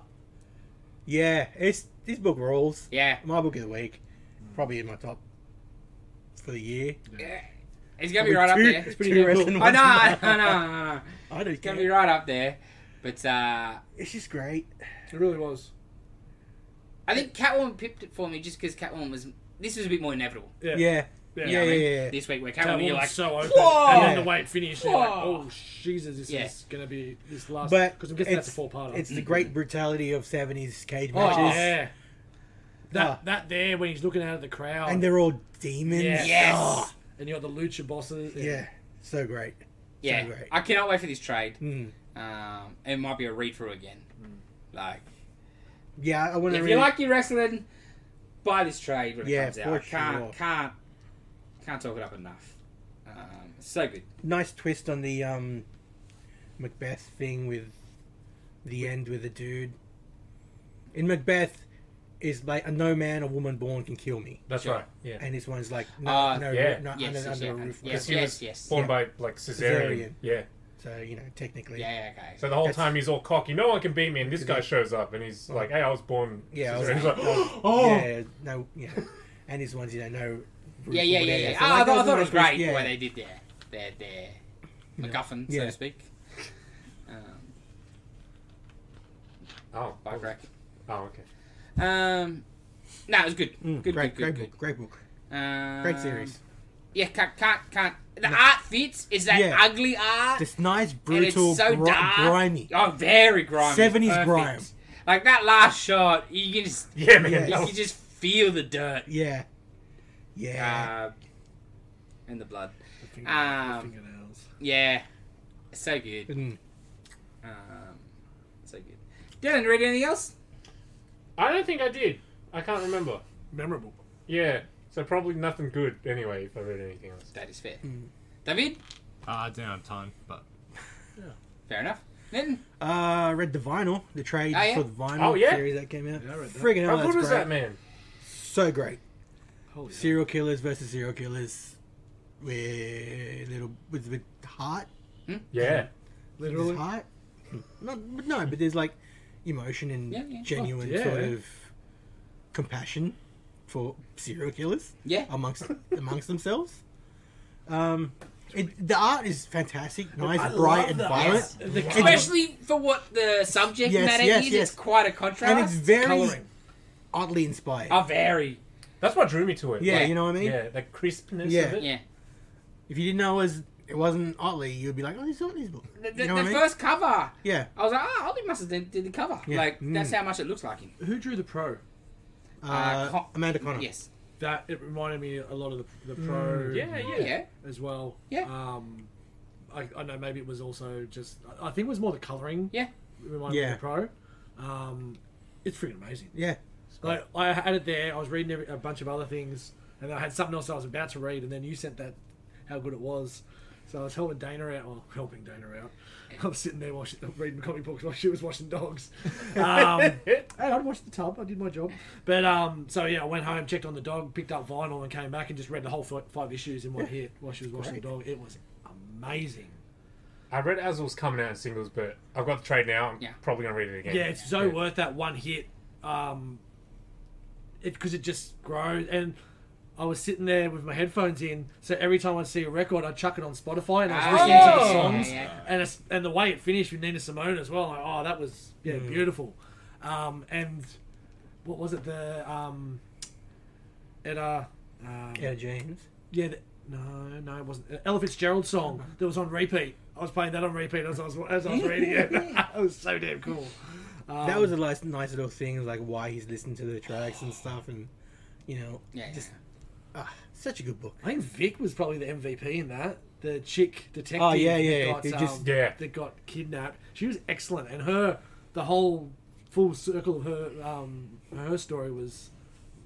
S5: yeah. It's this book rules.
S4: Yeah.
S5: My book of the week, probably in my top for the year.
S4: Yeah. It's gonna be right up
S5: Two-
S4: there. It's
S5: two
S4: pretty damn
S5: wrestling
S4: cool. I
S5: ones.
S4: know, I know, I know, I know.
S5: I don't
S4: It's gonna
S5: care.
S4: be right up there. But uh,
S5: It's just great.
S6: It really was.
S4: I think Catwoman pipped it for me just because Catwoman was. This was a bit more inevitable.
S5: Yeah, yeah, yeah,
S4: You know
S5: yeah.
S4: what I mean?
S5: yeah,
S4: This week where
S6: That
S4: Catwoman, you're
S6: woman's
S4: like,
S6: so open.
S4: Whoa!
S6: And then
S5: Yeah.
S6: the way it finished, you're like,
S4: Whoa!
S6: oh Jesus, this
S4: Yeah.
S6: is gonna be this last.
S5: But
S6: because I'm guessing that's a four
S4: Oh.
S6: parter.
S5: It's the great brutality of seventies cage
S6: oh
S5: matches,
S6: yeah. That
S5: Ah.
S6: that there when he's looking out at the crowd,
S5: and
S6: and,
S5: they're all demons.
S6: Yeah.
S4: yes.
S5: Oh,
S6: you got the lucha bosses. and-
S5: yeah, so great.
S4: Yeah,
S5: So great.
S4: I cannot wait for this trade.
S5: Mm.
S4: Um, it might be a read through again.
S5: Hmm.
S4: Like,
S5: Yeah, I want to.
S4: if
S5: Really,
S4: you like your wrestling, buy this trade when it
S5: Yeah,
S4: comes
S5: for
S4: out. Can't,
S5: sure.
S4: can't, can't talk it up enough. Um, so good.
S5: nice twist on the um, Macbeth thing with the end with the dude. In Macbeth, is like a no man or woman born can kill me,
S1: That's
S4: Sure.
S1: right. Yeah.
S5: and this one's like no,
S4: Uh,
S5: no,
S1: yeah.
S5: no,
S4: Yes,
S5: under,
S4: yes,
S5: under
S4: yeah,
S5: a roof.
S4: yes,
S1: he
S4: yes,
S1: was
S4: yes.
S1: born
S5: Yeah.
S1: by like
S5: Caesarean.
S1: cesarean. Yeah.
S5: So you know, technically,
S4: Yeah, yeah, okay.
S1: So the whole
S5: That's-
S1: time he's all cocky. No one can beat me, and this guy shows up and he's like, "Hey, I was born."
S5: Yeah,
S1: cesarean."
S5: I was-
S1: He's like, "Oh,
S5: yeah, no, yeah, and his ones you don't know.
S4: yeah, yeah, yeah, yeah.
S5: So,
S4: Ah,
S5: like,
S4: I, thought, I
S5: those
S4: thought
S5: are
S4: it was
S5: nice-
S4: great
S5: Yeah,
S4: where they did their, their, their MacGuffin, so
S5: Yeah.
S4: to speak. Um,
S1: oh,
S4: bike rack.
S1: oh, okay."
S4: Um, no, it was good.
S5: Mm,
S4: good,
S5: great,
S4: good,
S5: great
S4: good,
S5: book, great book,
S4: good. Um,
S5: great series.
S4: Yeah, can't, can't, can't. The art fits. Is that
S5: Yeah.
S4: ugly art?
S5: This
S4: and
S5: nice,
S4: it's
S5: brutal,
S4: so
S5: gri-
S4: dark.
S5: grimy.
S4: Oh, very grimy.
S5: 70s
S4: Perfect.
S5: grime.
S4: Like that last shot, you can just
S1: Yeah, man.
S5: Yeah.
S1: that
S4: you
S1: was-
S4: can just feel the dirt
S5: Yeah, yeah.
S4: uh, and the blood.
S6: The finger-
S4: Um,
S6: the fingernails.
S4: Yeah, so good.
S5: Mm.
S4: Um, so good. Dylan, read anything else?
S1: I don't think I did. I can't remember.
S6: Memorable.
S1: Yeah. So probably nothing good anyway. If I read anything else.
S4: That is fair.
S5: Mm.
S4: David,
S3: I don't have time, but
S4: fair enough. Nitin,
S5: Uh, read the vinyl, the trade
S4: Oh, yeah?
S5: for the vinyl
S1: Oh, yeah?
S5: series that came out.
S6: Yeah, I read that.
S5: Friggin'
S1: How
S5: hell, that's
S1: good was
S5: great.
S1: that man?
S5: So great.
S6: Holy
S5: Serial killers versus serial killers with little with with heart.
S1: Yeah.
S5: There's
S6: literally.
S5: heart. Not, but Hmm. no, but there's like emotion and
S4: Yeah, yeah.
S5: genuine
S6: Oh, yeah.
S5: sort of compassion for serial killers
S4: yeah,
S5: amongst amongst themselves. Um, it, the art is fantastic, nice,
S6: I
S5: bright,
S6: love
S5: and
S6: the
S5: violent.
S6: art. The colour-
S4: especially for what the subject
S5: Yes,
S4: matter
S5: yes,
S4: is,
S5: yes.
S4: it's quite a contrast.
S5: and it's very
S6: colouring.
S5: oddly inspired.
S4: oh, very.
S1: That's what drew me to it.
S5: yeah,
S1: Like,
S5: you know what I mean.
S1: Yeah, that crispness
S5: Yeah.
S1: of it.
S4: Yeah.
S5: If you didn't know it was it wasn't Otley, you'd be like, "Oh, this is Otley's book."
S4: The, the,
S5: you know
S4: the
S5: what I mean?
S4: first cover.
S5: Yeah,
S4: I was like, oh, Ollie must have did, did the cover.
S5: Yeah.
S4: Like, that's
S5: Mm.
S4: how much it looks like him.
S6: Who drew the pro?
S5: uh,
S4: Con-
S5: Amanda Connor.
S4: Yes.
S6: That it reminded me a lot of the, the pro.
S1: Yeah,
S4: Yeah.
S1: yeah.
S4: yeah.
S6: as well.
S4: Yeah.
S6: Um, I, I know maybe it was also just I I think it was more the coloring.
S4: Yeah.
S6: Reminded me
S5: Yeah.
S6: of the pro. Um, it's freaking amazing.
S5: Yeah,
S6: Like I had it there. I was reading every, a bunch of other things, and I had something else I was about to read, and then you sent that how good it was. So I was helping Dana out. Well, helping Dana out. I was sitting there watching, reading comic books while she was washing dogs. Um, Hey, I'd watched the tub. I did my job. But um, so yeah, I went home, checked on the dog, picked up vinyl, and came back and just read the whole fi- five issues in one hit while she was watching the dog. It was amazing.
S1: I read Azul's coming out in singles, but I've got the trade now. I'm
S4: Yeah.
S1: probably gonna read it again.
S6: Yeah, it's so worth that one hit. Um, it because it just grows. And I was sitting there with my headphones in, so every time I see a record, I chuck it on Spotify and I was listening to the
S4: Oh.
S6: songs.
S4: Yeah, yeah. Mm.
S6: And it's, and the way it finished with Nina Simone as well, like, oh, that was yeah beautiful. Um, and what was it? The um, Edda. Um,
S5: Yeah, James.
S6: yeah, the, no, no, it wasn't. Uh, Ella Fitzgerald song that was on repeat. I was playing that on repeat as I was as I was reading it. it was so damn cool.
S5: that was a nice, nice little thing, like why he's listening to the tracks and stuff, and you know,
S4: Yeah, yeah.
S5: just ah, such a good book.
S6: I think Vic was probably the MVP in that. The chick detective.
S5: Oh, yeah, yeah,
S6: That
S5: they
S6: got,
S5: just-
S6: um,
S1: Yeah.
S6: that got kidnapped. She was excellent, and her the whole full circle of her um, her story was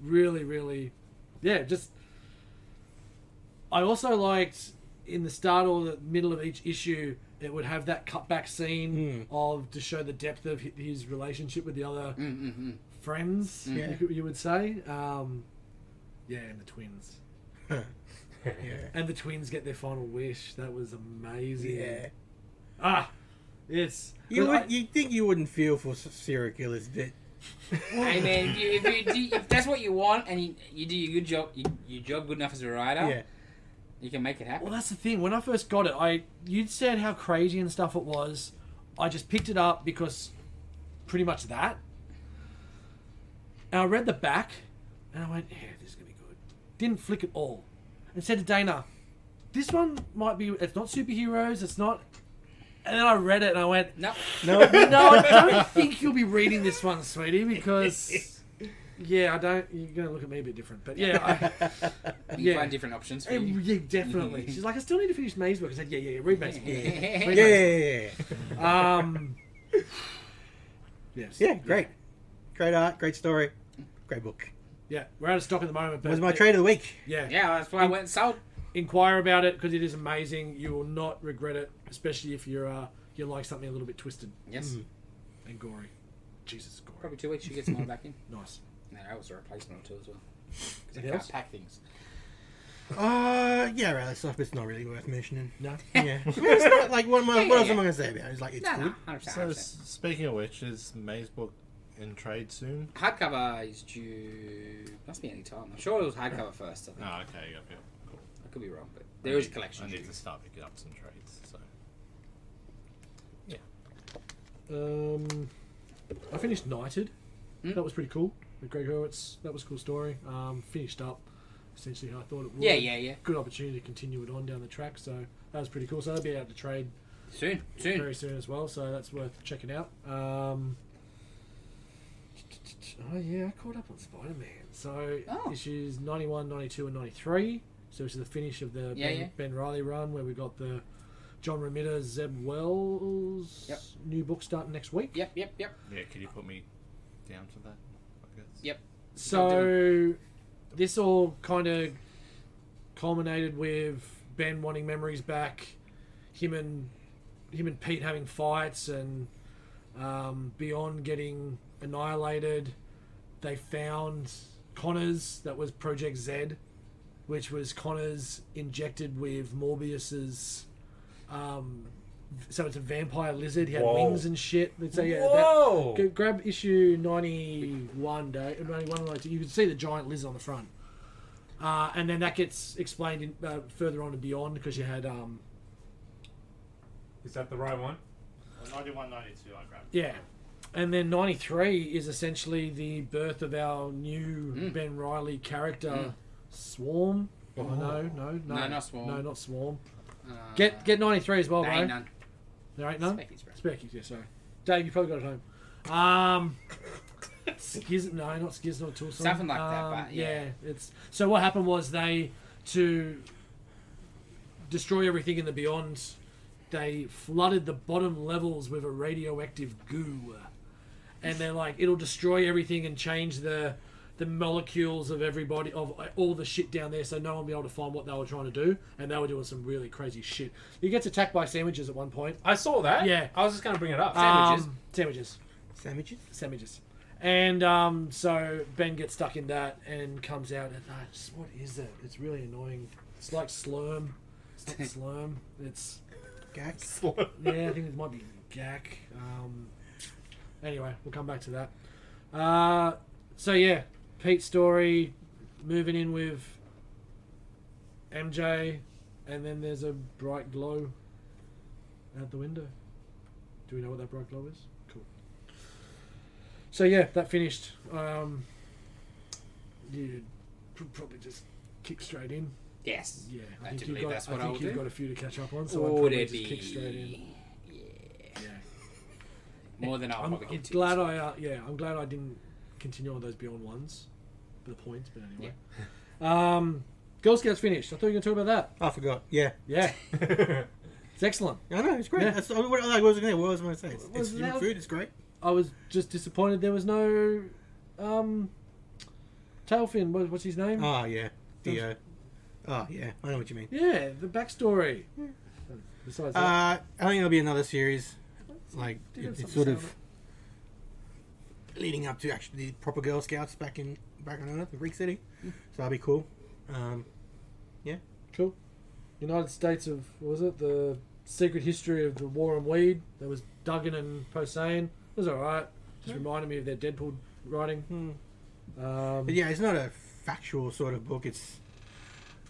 S6: really, really, yeah. Just I also liked in the start or the middle of each issue, it would have that cutback scene
S5: Hmm.
S6: of to show the depth of hi- his relationship with the other mm, friends.
S5: Yeah.
S6: You, could- you would say, um, yeah, and the twins.
S5: Yeah,
S6: And the twins get their final wish. That was amazing.
S5: yeah.
S6: Ah, yes.
S5: You
S6: But I-
S5: would, you think you wouldn't feel for s- serial killers, but
S4: hey man, if, you, if, you do, if that's what you want and you, you do your good job, you, your job good enough as a writer,
S5: yeah,
S4: you can make it happen.
S6: well, that's the thing. When I first got it, I you'd said how crazy and stuff it was. I just picked it up because pretty much that. And I read the back, and I went, "Yeah, this is gonna be good." Didn't flick at all, and said to Dana, "This one might be. It's not superheroes. It's not." And then I read it, and I went,
S4: No,
S5: no,
S6: No, I don't think you'll be reading this one, sweetie, because yeah, I don't. You're gonna look at me a bit different, but yeah, I,
S4: you
S6: Yeah.
S4: find different options for
S6: yeah,
S4: you.
S6: yeah, definitely. She's like, I still need to finish May's work. I said, Yeah, yeah, yeah, read May's work.
S5: yeah,
S4: yeah.
S5: yeah, yeah, yeah.
S6: Um, yes,
S5: yeah, great, great art, great story, great book.
S6: yeah. We're out of stock at the moment, but
S5: Was my trade of the week?
S6: Yeah,
S4: that's why I went and sold.
S6: inquire about it because it is amazing. You will not regret it, especially if you're uh, you like something a little bit twisted
S4: Yes,
S6: and gory. Jesus, gory,
S4: probably two weeks. You get someone back in.
S6: nice.
S4: No, that was a replacement or two as well. 'Cause I
S6: It
S4: can't
S6: helps?
S4: pack things.
S5: Uh, yeah, right. That stuff. It's not really worth mentioning.
S6: No,
S5: Yeah, I mean, it's not, like what, am I,
S4: Yeah,
S5: what
S4: yeah,
S5: else am
S4: yeah.
S5: I gonna say about it? It's like it's
S4: No,
S5: good.
S4: no, hundred
S3: So,
S4: percent.
S3: s- speaking of which, is May's book in trade soon?
S4: Hardcover is due. Must be any time. I'm sure it was hardcover first. I think
S3: Oh, okay, yep, yep. Cool.
S4: I could be wrong, but there is a
S3: I
S4: collection.
S3: need
S4: due.
S3: to start picking up some trades. So
S6: Um, I finished Knighted.
S4: Hmm?
S6: That was pretty cool. With Greg Hurwitz. That was a cool story. Um, finished up essentially how I thought it would.
S4: Yeah, yeah, yeah.
S6: Good opportunity to continue it on down the track. So that was pretty cool. So that'll be out to trade
S4: Soon, soon.
S6: very soon as well. So that's worth checking out. Um, oh, yeah, I caught up on Spider Man. So
S4: Oh.
S6: issues 91, 92, and 93. So this is the finish of the
S4: Yeah,
S6: ben,
S4: yeah.
S6: ben Riley run where we got the John Romita, Zeb Wells
S4: Yep.
S6: new book starting next week.
S4: Yep, yep, yep.
S3: yeah, could you put me down for that? I guess.
S4: Yep.
S6: So this all kind of culminated with Ben wanting memories back, him and him and Pete having fights, and um, Beyond getting annihilated. They found Connors that was Project Z, which was Connors injected with Morbius's. Um, so it's a vampire lizard. He had
S1: Whoa.
S6: wings and shit. So yeah, that-
S1: Whoa!
S6: Go, grab issue 91, day, 91 or 92. You can see the giant lizard on the front. Uh, and then that gets explained in, uh, further on and beyond because you had, um,
S1: Is that the right one?
S3: Ninety-one, ninety-two. I grabbed.
S6: yeah. And then 93 is essentially the birth of our new
S4: Hmm.
S6: Ben Riley character, Swarm. Oh, no, no, no.
S4: No, not Swarm.
S6: No, not Swarm.
S4: Uh,
S6: Get get 93 as well,
S4: there ain't
S6: bro.
S4: none.
S6: There ain't none?
S4: Specky's, bro.
S6: Speckies, yeah, sorry. Dave, you probably got it home. Um, Schiz- no, not Schizo, Tulsa.
S4: Something like that,
S6: Um,
S4: but yeah.
S6: it's so. What happened was they to destroy everything in the beyond. They flooded the bottom levels with a radioactive goo, and they're like, it'll destroy everything and change the the molecules of everybody of uh, all the shit down there, so no one will be able to find what they were trying to do. And they were doing some really crazy shit. He gets attacked by sandwiches at one point.
S1: I saw that.
S6: Yeah.
S1: I was just going to bring it up.
S4: Sandwiches.
S6: Um, sandwiches
S5: Sandwiches.
S6: sandwiches. And um, so Ben gets stuck in that and comes out and I just what is it? It's really annoying. It's like slurm. It's not slurm. It's
S5: Gax.
S6: yeah, I think it might be Gak. Um, anyway, we'll come back to that. Uh, so yeah, Pete's story, moving in with MJ, and then there's a bright glow out the window. Do we know what that bright glow is? Cool. So yeah, that finished. Um, you could probably just kick straight in.
S4: Yes.
S6: Yeah, I
S4: I do
S6: think you've
S4: believe
S6: got.
S4: that's
S6: I
S4: what
S6: think
S4: I will
S6: you've
S4: do.
S6: got a few to catch up on, so I'd
S4: Would
S6: probably
S4: it
S6: just kick straight in.
S4: be?
S6: Yeah.
S4: More than I'll
S6: I'm,
S4: probably
S6: I'm
S4: get to.
S6: glad I uh, yeah I'm glad I didn't continue on those beyond ones for the points, but anyway. um, Girl Scouts finished. I thought you were going to talk about that.
S5: I forgot. Yeah.
S6: Yeah, it's excellent.
S5: I know, it's great.
S6: Yeah.
S5: That's, I mean, what, like, what was I gonna- what was I going to say? It's,
S6: What was
S5: it's human
S6: that?
S5: food, it's great.
S6: I was just disappointed there was no um, Tailfin. What, what's his name?
S5: Oh, yeah. The, uh, oh, yeah. I know what you mean.
S6: yeah, the backstory. Besides that,
S5: Uh, I think it'll be another series. Like,
S6: Did have
S5: it, it's
S6: something
S5: sort
S6: to say
S5: of leading up to actually the proper Girl Scouts back in back on Earth, in Greek City.
S6: Mm.
S5: So that'll be cool. Um,
S6: cool. United States of what was it the secret history of the war on weed? That was Duggan and Posehn. It was all right. Just reminded me of their Deadpool writing.
S5: hmm.
S6: Um,
S5: But yeah, it's not a factual sort of book. It's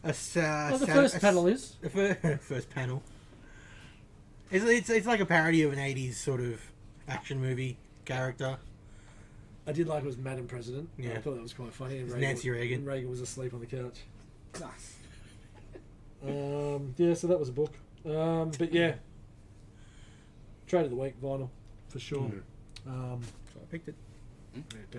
S5: a sa-
S6: well, the
S5: sa-
S6: first
S5: a
S6: panel is.
S5: The fir- first panel. It's, it's, it's like a parody of an 80s sort of action movie character.
S6: I did like it was Madam President. I
S5: Yeah.
S6: thought that was quite funny. And
S5: It's Nancy Reagan.
S6: and Reagan was asleep on the couch.
S4: Nice.
S6: Um, yeah, so that was a book. Um, but yeah, trade of the week vinyl for sure. Um,
S5: So I picked it.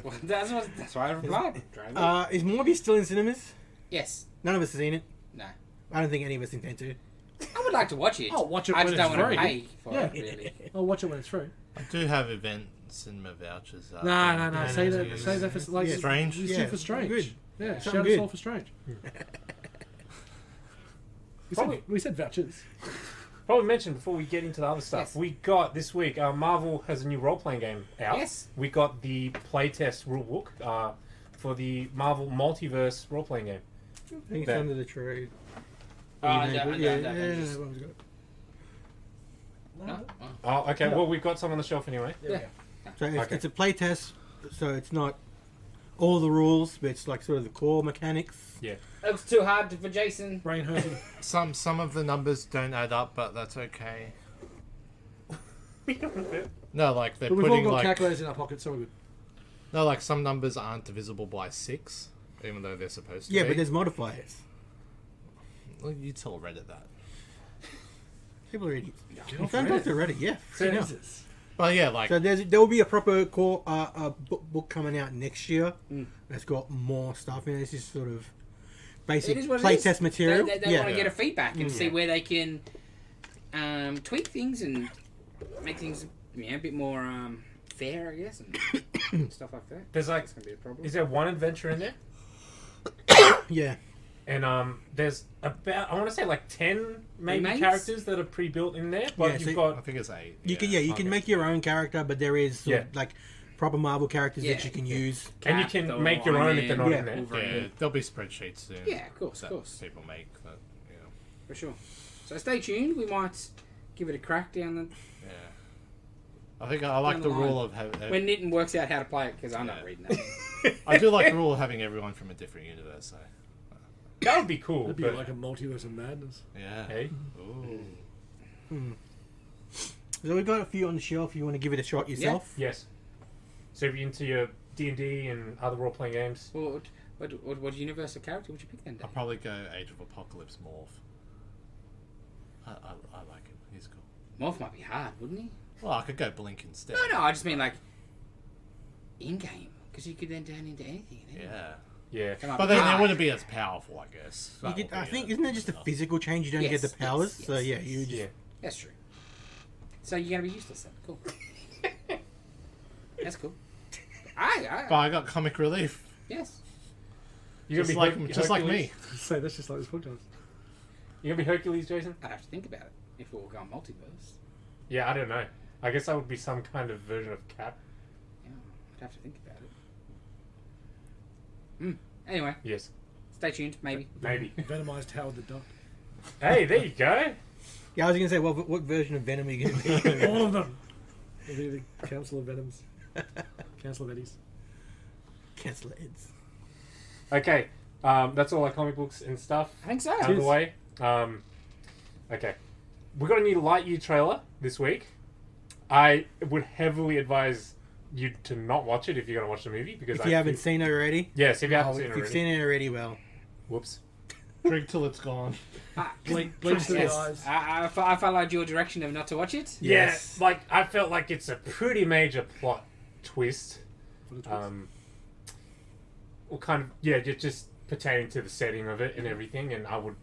S4: Well, that's what. That's why I replied.
S5: Uh, is Morbius still in cinemas?
S4: yes.
S5: None of us have seen it.
S4: No.
S5: I don't think any of us intend to.
S4: I would like to watch it.
S6: I'll watch it
S4: I
S6: when
S4: just
S6: it's
S4: don't want
S6: free.
S4: to pay for
S6: Yeah.
S4: it. Really.
S6: I'll watch it when it's free.
S3: I do have event cinema vouchers. uh,
S5: Uh,
S3: out
S6: No,
S3: there.
S6: no, no.
S5: no,
S6: Say
S5: no,
S6: that.
S5: no,
S6: say
S5: no.
S6: that for like
S5: Yeah.
S3: Strange.
S6: You see
S5: Yeah,
S6: for strange.
S5: good.
S6: Yeah.
S5: Something
S6: Shout us
S5: good.
S6: all for strange. We
S1: Probably-
S6: said, we said vouchers.
S1: Probably mentioned before we get into the other stuff.
S4: Yes.
S1: We got this week. Uh, Marvel has a new role playing game out.
S4: Yes.
S1: We got the playtest rulebook uh, for the Marvel Multiverse role playing game.
S5: I think it's
S1: That-
S5: under the trade.
S4: Uh,
S5: You
S4: no,
S5: know,
S4: no,
S5: but yeah,
S4: no,
S5: yeah,
S4: no,
S5: yeah,
S4: just-
S5: everyone's got it.
S4: no. Oh,
S1: Oh, okay. Well, we've got some on the shelf anyway.
S5: So it's,
S1: Okay.
S5: it's a play test, so it's not all the rules, but it's like sort of the core mechanics.
S4: It was too hard for Jason.
S6: Brain hurting.
S3: Some some of the numbers don't add up, but that's okay. No, like they're
S6: but we've all
S3: putting
S6: got
S3: like
S6: calculators in our pockets, so we're good.
S3: no, like some numbers aren't divisible by six, even though they're supposed to.
S5: Yeah,
S3: be.
S5: but there's modifiers.
S3: Well, you tell Reddit that.
S5: People are idiots.
S6: Get
S5: You
S6: off
S5: can't
S6: Reddit.
S5: talk to Reddit, yeah. you know.
S6: Jesus.
S3: But yeah, like
S5: So there's, there will be a proper core uh, uh, book, book coming out next year that's got more stuff in it. It's just sort of basic
S4: It Mm. is what it is.
S5: playtest material.
S4: They, they, they
S5: yeah.
S4: want to get a feedback and
S5: Mm.
S4: see
S5: Yeah.
S4: where they can um, tweak things and make things you know, a bit more um, fair, I guess, and stuff like that.
S1: There's like,
S4: That's gonna be a problem.
S1: is there one adventure in there?
S5: yeah.
S1: And um, there's about I want to say like ten maybe
S4: Remakes?
S1: characters that are pre-built in there, but
S5: Yeah,
S1: you've
S5: so-
S3: I
S1: got
S3: think it's eight.
S5: You can yeah, you
S1: okay.
S5: can make your own character, but there is sort of,
S1: Yeah.
S5: like proper Marvel characters
S4: Yeah,
S5: that you can
S4: yeah.
S5: use.
S1: and you
S4: Cap,
S1: can
S4: the
S1: make your own
S4: Iron
S1: if they're
S4: Man,
S1: not
S5: Yeah.
S1: in there.
S4: Wolverine.
S3: Yeah, there'll be spreadsheets soon.
S4: Yeah, of course,
S3: that
S4: of course,
S3: people make. But, you know,
S4: for sure. So stay tuned. We might give it a crack down the
S3: yeah. I think I I like
S4: Down
S3: the
S4: the
S3: rule of having.
S4: when Nitin works out how to play it because I'm
S3: Yeah.
S4: not reading that.
S3: I do like the rule of having everyone from a different universe. So.
S1: That would be cool.
S6: That'd be
S1: but,
S6: like a multiverse of madness.
S3: Yeah.
S1: hey,
S3: Ooh.
S5: So we've got a few on the shelf. You want to give it a shot yourself?
S1: yes. So if you're into your D and D and other role playing games,
S4: what, what, what, what universal character would you pick then? Dave?
S3: I'll probably go Age of Apocalypse Morph. I, I, I like him. He's cool.
S4: Morph might be hard, wouldn't he?
S3: Well, I could go Blink instead.
S4: No, no. I just mean like in game because you could then turn into anything.
S3: Yeah.
S1: yeah.
S4: Come on,
S3: But then
S4: ah,
S3: it wouldn't be as powerful, I guess. That
S5: You
S3: would
S5: get, I
S3: be
S5: think
S3: a-
S5: isn't it just a physical change? You don't
S4: Yes,
S5: get the
S4: yes,
S5: powers.
S4: yes,
S5: so yeah,
S4: yes.
S5: you just
S1: Yeah.
S4: That's true. So you're gonna be useless then. Cool. That's cool. I, I
S3: But I got comic relief.
S4: yes.
S1: You're
S3: Just
S1: gonna be
S3: like,
S1: Herc-
S3: just like me.
S1: Hercules?
S6: Say that's just like this podcast.
S1: You're gonna be Hercules, Jason?
S4: I'd have to think about it if we were going multiverse.
S1: Yeah, I don't know. I guess that would be some kind of version of Cap.
S4: Yeah, I'd have to think about it. Hmm. Anyway,
S1: Yes,
S4: stay tuned. Maybe.
S1: maybe.
S6: Venomized Howard the Duck.
S1: hey, there you go.
S5: yeah. I was gonna say, well, what version of Venom are you gonna be?
S6: All of them. It'll be the Council of Venoms. Council of Eddies.
S5: Cancel Eds.
S1: Okay, um, that's all our comic books and stuff
S4: I think so.
S1: out of the way. Um, okay, we got a new Light You trailer this week. I would heavily advise you to not watch it if you're going to watch the movie because
S5: If
S1: I
S5: you haven't
S1: think-
S5: seen it already,
S1: yes, if you haven't
S5: oh,
S1: seen it
S5: if you've
S1: already.
S5: seen it already, well,
S1: Whoops.
S3: Drink till it's gone.
S6: Bleach, bleach to the
S4: Ah, Yes.
S6: eyes.
S4: I, I, fo- I followed your direction of not to watch it.
S5: Yes.
S1: Yeah, like I felt like it's a pretty major plot twist. Um, well, kind of yeah, ju- just pertaining to the setting of it and everything. And I would,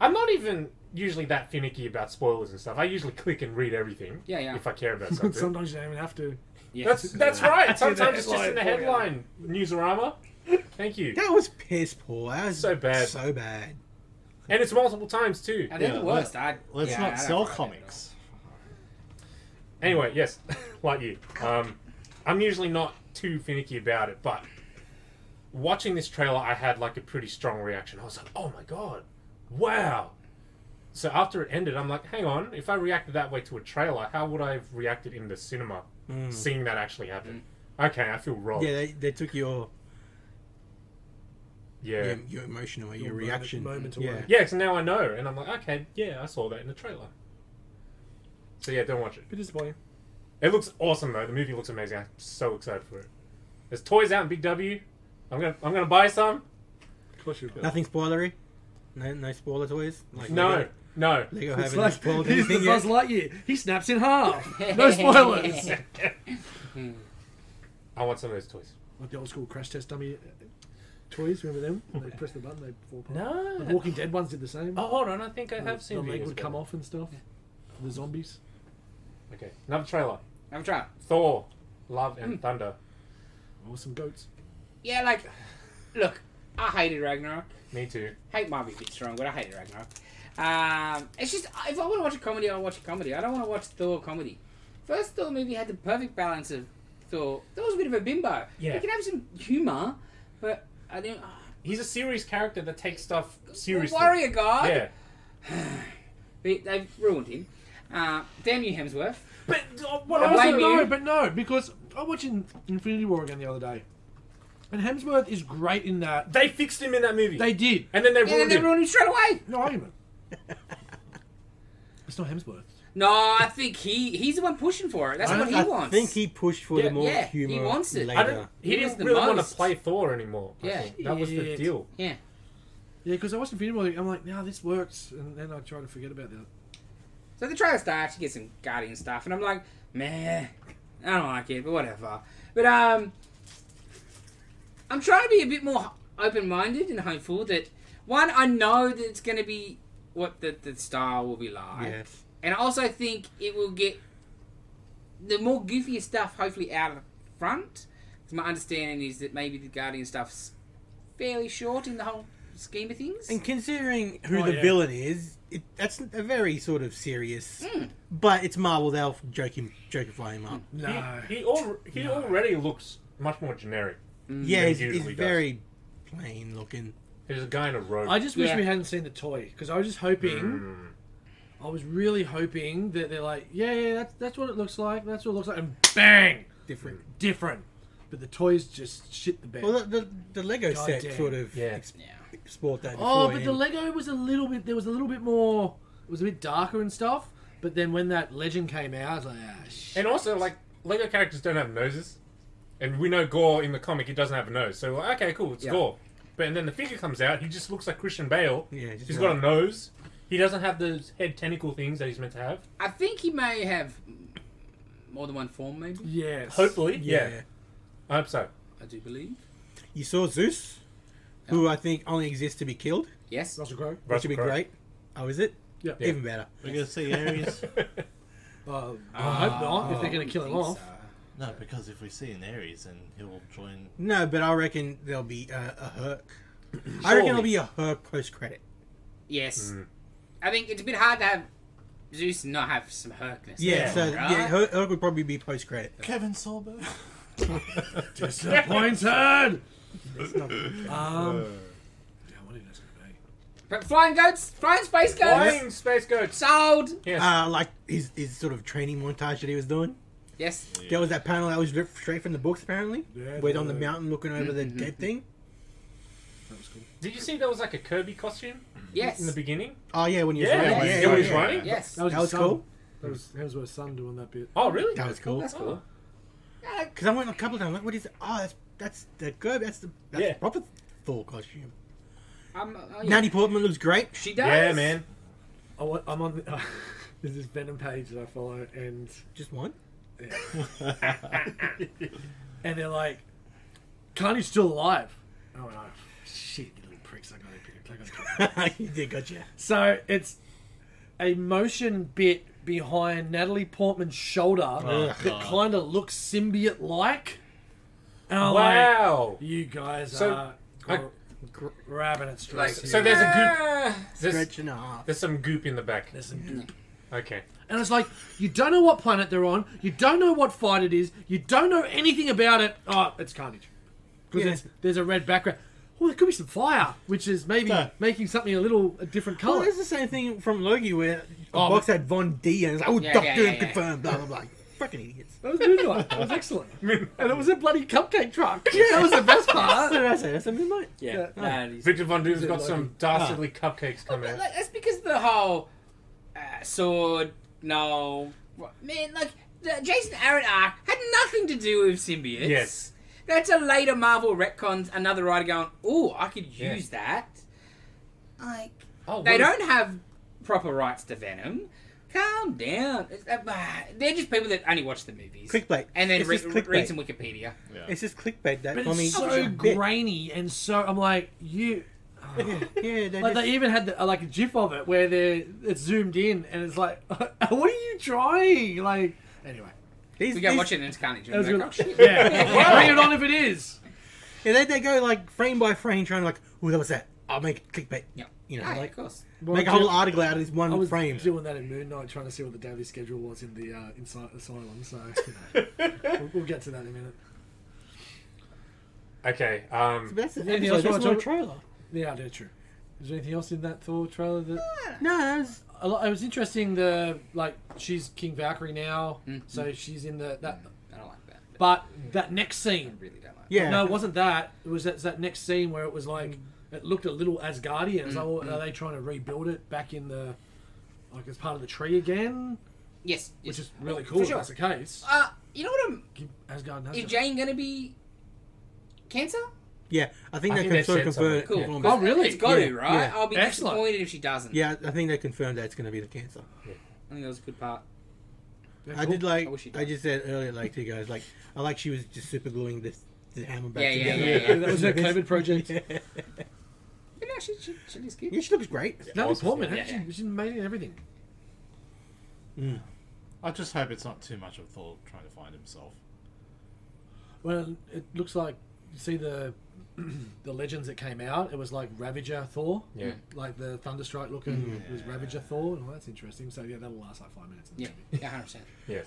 S1: I'm not even usually that finicky about spoilers and stuff. I usually click and read everything.
S4: Yeah, yeah.
S1: If I care about something.
S6: Sometimes you don't even have to.
S1: That's that's right.
S6: See the
S1: Sometimes it's just in
S5: oh,
S1: the
S6: headline
S1: headline. Newsarama. Thank you.
S5: that was piss poor. That was
S1: So bad.
S5: So bad.
S1: And it's multiple times too.
S4: And they're
S3: Yeah,
S4: the worst. I,
S3: Let's
S4: yeah, I
S3: not
S4: don't
S3: sell
S4: like that at all.
S3: comics.
S1: Anyway, yes, like you. Um, I'm usually not too finicky about it, but watching this trailer, I had like a pretty strong reaction. I was like, oh my god, wow. So after it ended, I'm like, hang on, if I reacted that way to a trailer, how would I have reacted in the cinema seeing that actually happen? Okay, I feel wrong.
S5: Hmm. Mm. Yeah, they, they took your
S1: yeah.
S5: your, your emotion away, your,
S6: moment-
S5: reaction.
S6: moment
S5: yeah.
S6: away.
S1: Yeah, so now I know, and I'm like, okay, yeah, I saw that in the trailer. So yeah, don't watch it.
S6: Bit disappointing.
S1: It looks awesome though. The movie looks amazing. I'm so excited for it. There's toys out in Big W. I'm gonna I'm gonna buy some.
S6: Of course you will.
S5: Nothing spoilery. No, no spoiler toys. Like
S1: No,
S5: Lego,
S1: no.
S5: Lego
S6: It's
S5: haven't
S6: like,
S5: spoiled
S6: he's the
S5: anything
S6: Buzz
S5: yet.
S6: Lightyear. He snaps in half. No spoilers.
S1: I want some of those toys.
S6: like the old school crash test dummy uh, toys. Remember them? When they press the button, they fall apart. The
S1: No.
S6: Walking Dead ones did the same.
S1: Oh, hold on. I think I have seen.
S6: the leg
S1: videos
S6: would
S1: about
S6: come
S1: that.
S6: off and stuff. The zombies.
S1: Okay, another trailer.
S4: Have a try.
S1: Thor, Love and Thunder.
S6: Awesome goats.
S4: Yeah, like, look, I hated Ragnarok.
S1: Me too.
S4: Hate might be a bit strong, but I hated Ragnarok. Um, it's just if I want to watch a comedy, I watch a comedy. I don't want to watch Thor comedy. First Thor movie had the perfect balance of Thor. Thor was a bit of a bimbo.
S1: Yeah.
S4: he could have some humor, but I didn't.
S1: He's a serious character that takes stuff
S4: Serious
S1: seriously.
S4: Warrior God.
S1: Yeah.
S4: They- they've ruined him. Uh, damn you, Hemsworth.
S6: But
S1: uh,
S6: what
S4: I blame
S6: no,
S4: you.
S6: but no, because I watched in Infinity War again the other day, and Hemsworth is great in that.
S1: They fixed him in that movie.
S6: They did.
S1: and then they
S4: Yeah, then
S1: ruined
S4: they
S1: him.
S4: ruined him straight away.
S6: No argument. it's not Hemsworth.
S4: No, I think he he's the one pushing for it. That's
S6: I-
S4: what he
S5: I
S4: wants.
S5: think he pushed for
S1: Yeah,
S5: the more
S4: yeah, he
S5: humor.
S4: wants it. I
S1: I
S5: Later.
S1: don't, he,
S4: He was
S1: didn't
S4: the
S1: really want
S4: most.
S1: to play Thor anymore. I
S4: Yeah.
S1: think. that was the
S6: Shit.
S1: deal.
S4: Yeah.
S6: Yeah, because I watched Infinity War. I'm like, no, this works, and then I try to forget about that.
S4: So the trailer starts, you get some Guardian stuff, and I'm like, meh, I don't like it, but whatever. But um, I'm trying to be a bit more open-minded and hopeful that one, I know that it's going to be what the, the style will be like,
S5: Yes.
S4: and I also think it will get the more goofier stuff hopefully out of the front. 'Cause my understanding is that maybe the Guardian stuff's fairly short in the whole scheme of things.
S5: And considering who
S6: Oh,
S5: the
S6: yeah.
S5: villain is, it, that's a very sort of serious. But it's Marvel. They'll joke him, joke him up.
S6: Hmm. No.
S1: He, he, al- he already looks much more generic.
S5: Yeah, he's,
S1: He
S5: he's
S1: usually does.
S5: very plain looking.
S1: There's a guy in a robe.
S6: I just wish
S4: Yeah.
S6: we hadn't seen the toy because I was just hoping.
S1: Mm.
S6: I was really hoping that they're like, yeah, yeah, that's that's what it looks like. That's what it looks like, and bang,
S5: Different.
S6: different. But the toys just shit the bed.
S5: Well, the, the, the Lego
S6: God
S5: set
S6: damn.
S5: sort of
S1: Yeah.
S5: ex-
S4: yeah.
S5: explored
S6: oh,
S5: that.
S6: but
S5: beforehand.
S6: the Lego was a little bit. There was a little bit more. It was a bit darker and stuff. But then when that Legend came out, I was like, ah, shit.
S1: and also, like, Lego characters don't have noses. And we know Gore in the comic, he doesn't have a nose. So, like, okay, cool, it's
S4: Yeah.
S1: Gore. But and then the figure comes out, he just looks like Christian Bale.
S5: Yeah, just
S1: He's
S5: like-
S1: got a nose. He doesn't have those head tentacle things that he's meant to have.
S4: I think he may have more than one form, maybe.
S6: Yes.
S1: Hopefully, yeah.
S5: yeah.
S1: I hope so.
S4: I do believe.
S5: You saw Zeus, who I think only exists to be killed,
S4: Yes.
S6: Russell Crowe.
S5: which
S1: Russell
S5: would be
S1: Crowe.
S5: great. Oh, is it?
S6: Yeah.
S5: Even better.
S3: We're gonna see Ares.
S6: Uh, I hope not. If they're going to kill him off.
S5: Ah.
S3: no, because if we see an Ares, then he'll join.
S5: No, but I reckon there'll be a, a Herc. I reckon there'll be a Herc post credit.
S4: Yes.
S5: Hmm.
S4: I think it's a bit hard to have Zeus not have some Hercness.
S5: Yeah,
S3: Yeah.
S5: so
S4: Right?
S5: yeah, Herc, Herc would probably be post credit.
S3: Kevin Sorbo.
S6: Disappointed. um. Yeah, what is this going to be?
S4: But flying goats, flying space goats,
S1: Flying space goats.
S4: sold.
S1: Yes.
S5: Uh, like his, his sort of training montage that he was doing.
S4: Yes.
S5: There was that panel that was ripped straight from the books, apparently,
S6: Yeah,
S5: with on the
S6: the-
S5: mountain looking over the dead thing.
S6: That was cool.
S1: Did you see there was like a Kirby costume in the
S4: Yes.
S1: beginning?
S5: Oh yeah, when he was
S1: Yeah,
S5: running.
S1: yeah,
S5: Yeah,
S1: yeah, when he
S5: yeah,
S1: was
S5: yeah.
S1: running.
S4: Yes.
S5: That was
S6: his son.
S5: cool.
S6: That was Hemsworth's son doing that bit.
S1: Oh, really?
S5: That was cool.
S1: That's cool.
S5: Because I went a couple of times. Like, what is it? Oh, that's that's the Gerb. That's the that's
S1: Yeah.
S5: the proper Thor costume.
S4: I'm, uh, yeah.
S5: Natalie Portman looks great.
S4: She does.
S1: Yeah, man.
S6: I wa- I'm on. there's this Venom page that I follow, and
S5: Just one.
S6: and they're like, "Carney's still alive." Oh no! Shit, you little pricks! I got it. I got it.
S5: you did, gotcha.
S6: So it's a motion bit behind Natalie Portman's shoulder
S1: Oh,
S6: that
S3: God.
S6: kind of looks symbiote like. Wow.
S1: Wow.
S6: you guys
S1: So,
S6: are
S1: I-
S6: gra- gra- grabbing at
S4: Like,
S6: straws. here.
S1: So there's a goop. There's,
S5: Stretch and a half.
S1: there's some goop in the back.
S6: There's some goop.
S1: Okay.
S6: And it's like, you don't know what planet they're on, you don't know what fight it is, you don't know anything about it. Oh, it's Carnage. Because
S5: Yeah.
S6: there's, there's a red background. Well, there could be some fire, which is maybe
S3: Yeah.
S6: making something a little a different
S5: Oh,
S6: color.
S5: that's the same thing from Loki where the
S6: Oh,
S5: box had Von D and it's like, oh,
S4: Yeah,
S5: Doctor
S4: yeah, yeah, yeah.
S5: confirmed, blah, blah, blah. Fucking idiots.
S6: That was Moonlight. That was excellent. and it was a bloody cupcake truck. Yeah, that was the best
S5: That's
S6: part.
S5: what I say. That's a midnight.
S4: Yeah.
S6: Yeah.
S4: that is-
S1: Victor Von Doom's got some dastardly cupcakes coming
S4: But,
S1: out.
S4: like, that's because of the whole uh, sword. No, man, like the Jason Aaron arc had nothing to do with symbiotes.
S1: Yes.
S4: that's a later Marvel retcons. Another writer going, "Oh, I could
S1: Yeah.
S4: use that." Like
S1: Oh,
S4: they
S1: what-
S4: don't have proper rights to Venom. Calm down. It's- uh, bah, They're just people that only watch the movies
S5: Clickbait.
S4: and then
S5: it's
S4: re-
S5: just
S4: re-
S5: clickbait.
S4: read some Wikipedia.
S5: It's just clickbait that
S6: But
S5: I mean,
S6: it's so
S5: yeah,
S6: grainy and so. I'm like, you.
S5: Yeah, they
S6: Like
S5: just-
S6: they even had the, like a GIF of it where they it's zoomed in and it's like, what are you trying? Like anyway,
S5: these,
S4: We go
S5: these-
S4: watch it and it's Carnage.
S6: that was
S4: We're
S6: good.
S4: like, "Oh, shit."
S6: yeah, bring it on if it is.
S5: Yeah, they, they go like frame by frame trying to like, oh, that was that. I'll make it clickbait.
S4: Yeah.
S5: You know,
S4: Ah,
S5: like,
S4: of course.
S5: make a whole article out of this one
S6: I was
S5: frame.
S6: doing that in Moon Knight, trying to see what the daily schedule was in the uh, inside asylum. So you know, we'll, we'll get to that in a minute.
S1: Okay. Um,
S5: But that's an
S6: Anything else
S5: episode,
S6: you wanna
S5: that's not a trailer.
S6: Yeah, that's true. Is there anything else in that Thor trailer that?
S5: No, that's,
S6: a lot, it was interesting the like she's King Valkyrie now, so she's in the that.
S4: I don't like that.
S6: But that next
S4: I
S6: scene,
S4: really don't like.
S5: yeah.
S6: no, it wasn't that. It was that, that next scene where it was like it looked a little Asgardian. It's like, well, are they trying to rebuild it back in the like as part of the tree again?
S4: That. Yes, yes.
S6: Which is really
S4: For
S6: cool.
S4: sure.
S6: If that's the case.
S4: Uh, you know what I'm
S6: Keep Asgard. And
S4: Is
S6: Asgard.
S4: Jane gonna be cancer?
S5: yeah, I think
S1: I
S5: they
S1: think they've
S5: confirmed.
S1: said
S5: confirmed
S1: something.
S4: Cool.
S1: Yeah.
S5: confirmed
S6: Oh,
S5: it.
S6: really?
S4: It's got to,
S5: Yeah,
S4: right?
S5: yeah.
S4: I'll be
S6: Excellent.
S4: disappointed if she doesn't.
S5: Yeah, I think they confirmed that it's going to be the cancer.
S4: I think that was a good part.
S6: Yeah,
S5: I
S6: cool.
S5: did like
S4: I wish he
S5: I
S4: died.
S5: just said earlier, like to you guys, like I like she was just super gluing this the uh, hammer back
S4: Yeah, yeah,
S5: together.
S4: yeah, yeah.
S6: That was her COVID project.
S5: Yeah.
S4: But no, she, she, she is cute.
S5: Yeah, she looks great.
S6: Natalie
S1: Awesome.
S6: Portman,
S4: Yeah,
S6: actually,
S4: yeah.
S6: she's amazing in everything.
S3: I just hope it's not too much of Thor trying to find himself.
S6: Well, it looks like you see the the legends that came out. It was like Ravager Thor,
S1: Yeah.
S6: like the Thunderstrike looking it was Ravager Thor. and well, that's interesting. So yeah, that'll last like five minutes. in the
S4: Yeah,
S6: movie.
S4: yeah, hundred percent.
S1: yes.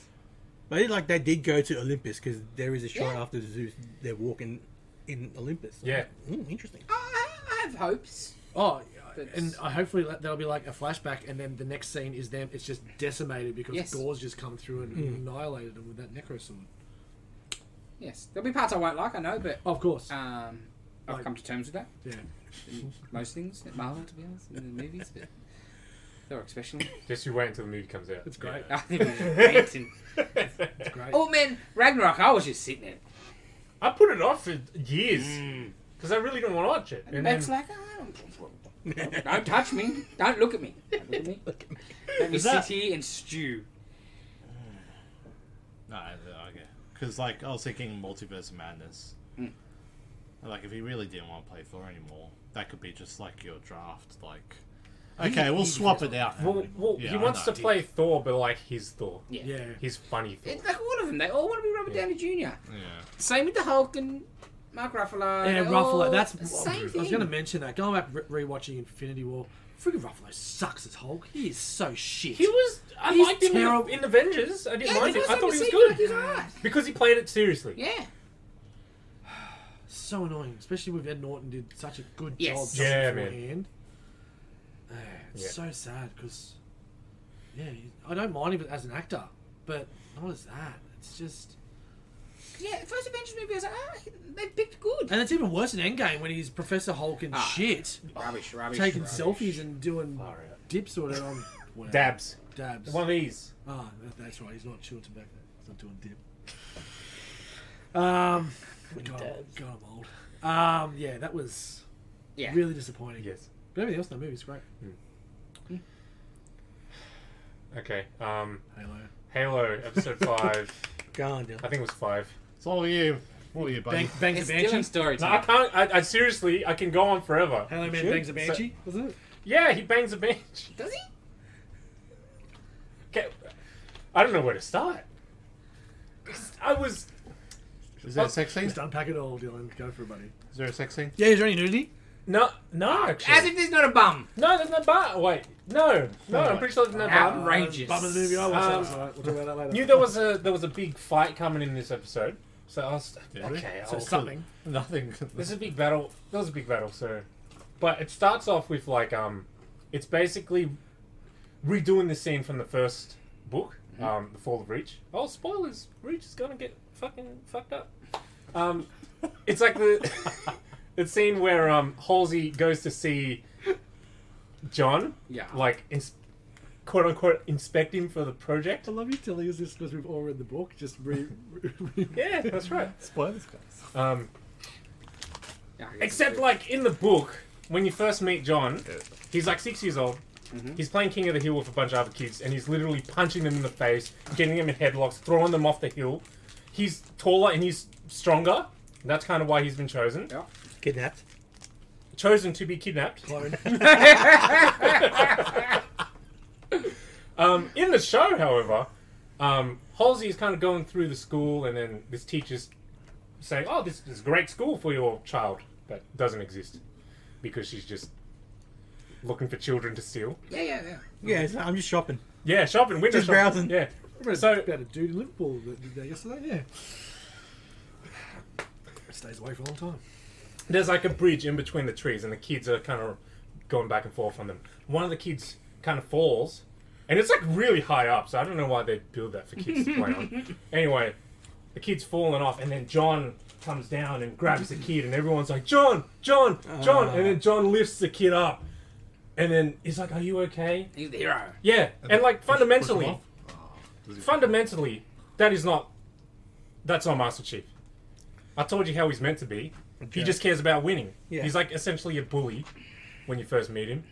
S5: But I did like they did go to Olympus because there is a shot
S4: Yeah.
S5: after Zeus they're walking in Olympus.
S1: Yeah.
S5: Mm, interesting.
S4: I, I have hopes.
S6: Oh,
S4: That's-
S6: and I hopefully that- there'll be like a flashback, and then the next scene is them. It's just decimated because
S4: Yes.
S6: Gor's just come through and annihilated them with that necro sword.
S4: Yes, there'll be parts I won't like. I know, but
S6: Oh, of course,
S4: um, I've
S6: Like-
S4: come to terms with that.
S6: yeah.
S4: in Most things at Marvel, to be honest, in the movies, but Thor especially.
S1: Just you wait until the movie comes out.
S6: It's great.
S4: I think it was great and-
S6: It's great.
S4: oh man, Ragnarok! I was just sitting there.
S1: I put it off for years because I really didn't want to watch it. And then,
S4: It's like I don't, don't touch me. Don't look at me. Don't look at me. Let me
S3: Is that-
S4: sit here and stew.
S3: No, okay. Because like I was thinking multiverse of madness.
S4: Mm.
S3: Like if he really didn't want to play Thor anymore, that could be just like your draft. Like, okay, we'll swap it out.
S1: well, well
S3: Yeah,
S1: he
S3: I
S1: wants to
S3: know.
S1: play Thor, but like his Thor,
S6: yeah.
S1: his funny Thor.
S4: It's like all of them. They all want to be Robert Downey Jr.
S3: Yeah.
S4: Same with the Hulk and Mark Ruffalo.
S6: Yeah,
S4: They're
S6: Ruffalo.
S4: all
S6: That's
S4: the Oh, same
S6: I
S4: thing.
S6: was going to mention that. Going back re- rewatching Infinity War, freaking Ruffalo sucks as Hulk. He is so shit.
S1: He was. I
S6: He's
S1: liked him
S6: terrible.
S1: in, in Avengers. I didn't
S4: Yeah,
S1: mind
S4: the
S1: him.
S4: first
S1: I
S4: time
S1: thought
S4: you
S1: he was
S4: see him,
S1: good
S4: like, he's alright.
S1: because he played it seriously.
S4: Yeah.
S6: so annoying, especially with Ed Norton did such a good
S4: Yes.
S6: job.
S1: Yeah, man.
S6: beforehand. Uh, it's
S1: Yeah.
S6: so sad because, yeah, he- I don't mind him as an actor, but not as that. It's just,
S4: 'Cause, Yeah, the first Avengers movie, I was like, ah, they picked good.
S6: and it's even worse in Endgame when he's Professor Hulk and
S4: Ah,
S6: shit,
S4: Rubbish, rubbish.
S6: taking
S4: rubbish.
S6: selfies and doing
S1: Far out.
S6: dips or whatever. on- whatever.
S1: Dabs.
S6: dabs.
S1: One of these.
S6: Ah, that- that's right. He's not chewing tobacco. He's not doing dip. Um, God, God, I'm old. Um, yeah, that was
S4: Yeah.
S6: really disappointing.
S1: Yes.
S6: But everything else in the movie is great.
S1: Okay. Um,
S6: Halo.
S1: Halo episode five.
S5: Gandalf.
S1: I think it was five.
S3: It's all you. All you, buddy.
S6: Bang,
S4: It's
S6: bangs a
S4: still in
S6: banshee.
S4: story
S1: No, I
S4: time.
S1: can't. I, I seriously, I can go on forever.
S6: Halo Man
S5: should.
S6: bangs a banshee. was it?
S1: Yeah, he bangs a bench.
S4: Does he?
S1: Okay, I don't know where to start. 'Cause I was.
S3: Is there a sex scene?
S6: Just unpack it all, Dylan. Go for it, buddy.
S3: Is there a sex scene?
S6: Yeah, is there any nudity?
S1: No, no,
S4: As
S1: actually.
S4: if there's not a bum.
S1: no, there's no bar. Wait, no, no, I'm
S3: wait.
S1: pretty sure there's no bar.
S4: Outrageous.
S6: Bum of the movie. I watched that.
S1: Um,
S6: It's all right. We'll talk about that later.
S1: Knew there was a there was a big fight coming in this episode, so I was
S3: Did we?
S1: okay.
S6: So
S1: I'll,
S6: something.
S3: Nothing.
S1: There's a big battle. There was a big battle, so. But it starts off with like um, it's basically redoing the scene from the first book, um, the Fall of Reach. Oh, spoilers! Reach is gonna get fucking fucked up. Um, it's like the the scene where um Halsey goes to see John,
S4: Yeah.
S1: like ins- quote unquote inspect him for the project.
S6: I love you telling us this because we've all read the book. Just re. re- re-
S1: Yeah, that's right.
S3: Spoilers, guys.
S1: Um,
S4: Yeah, I guess
S1: Except,
S4: it's-
S1: like, in the book, when you first meet John, he's like six years old. He's playing King of the Hill with a bunch of other kids, and he's literally punching them in the face, getting them in headlocks, throwing them off the hill. He's taller and he's stronger. and That's kind of why he's been chosen.
S4: Yeah.
S5: Kidnapped.
S1: Chosen to be kidnapped. Um, in the show, however, um, Halsey is kind of going through the school, and then this teacher's saying, "Oh, this is a great school for your child," but doesn't exist because she's just looking for children to steal.
S4: Yeah, yeah, yeah.
S5: Yeah, it's- I'm just shopping.
S1: Yeah, shopping, window
S5: Just
S1: shopping.
S5: browsing.
S1: Yeah.
S6: I read
S1: So-
S6: about a dude in Liverpool that did that yesterday. Yeah. Stays away for a long time.
S1: There's like a bridge in between the trees, and the kids are kind of going back and forth on them. One of the kids kind of falls, and it's like really high up, so I don't know why they build that for kids to play on. Anyway, the kid's falling off, and then John comes down and grabs the kid, and everyone's like, John, John, John, and
S5: Ah.
S1: then John lifts the kid up, and then he's like, Are you okay?
S4: He's the hero.
S1: Yeah, and like
S3: Push him
S1: fundamentally,
S3: off? Oh, Does he-
S1: fundamentally, that is not that's not Master Chief. I told you how he's meant to be. He just cares about winning.
S5: Yeah.
S1: He's like essentially a bully when you first meet him.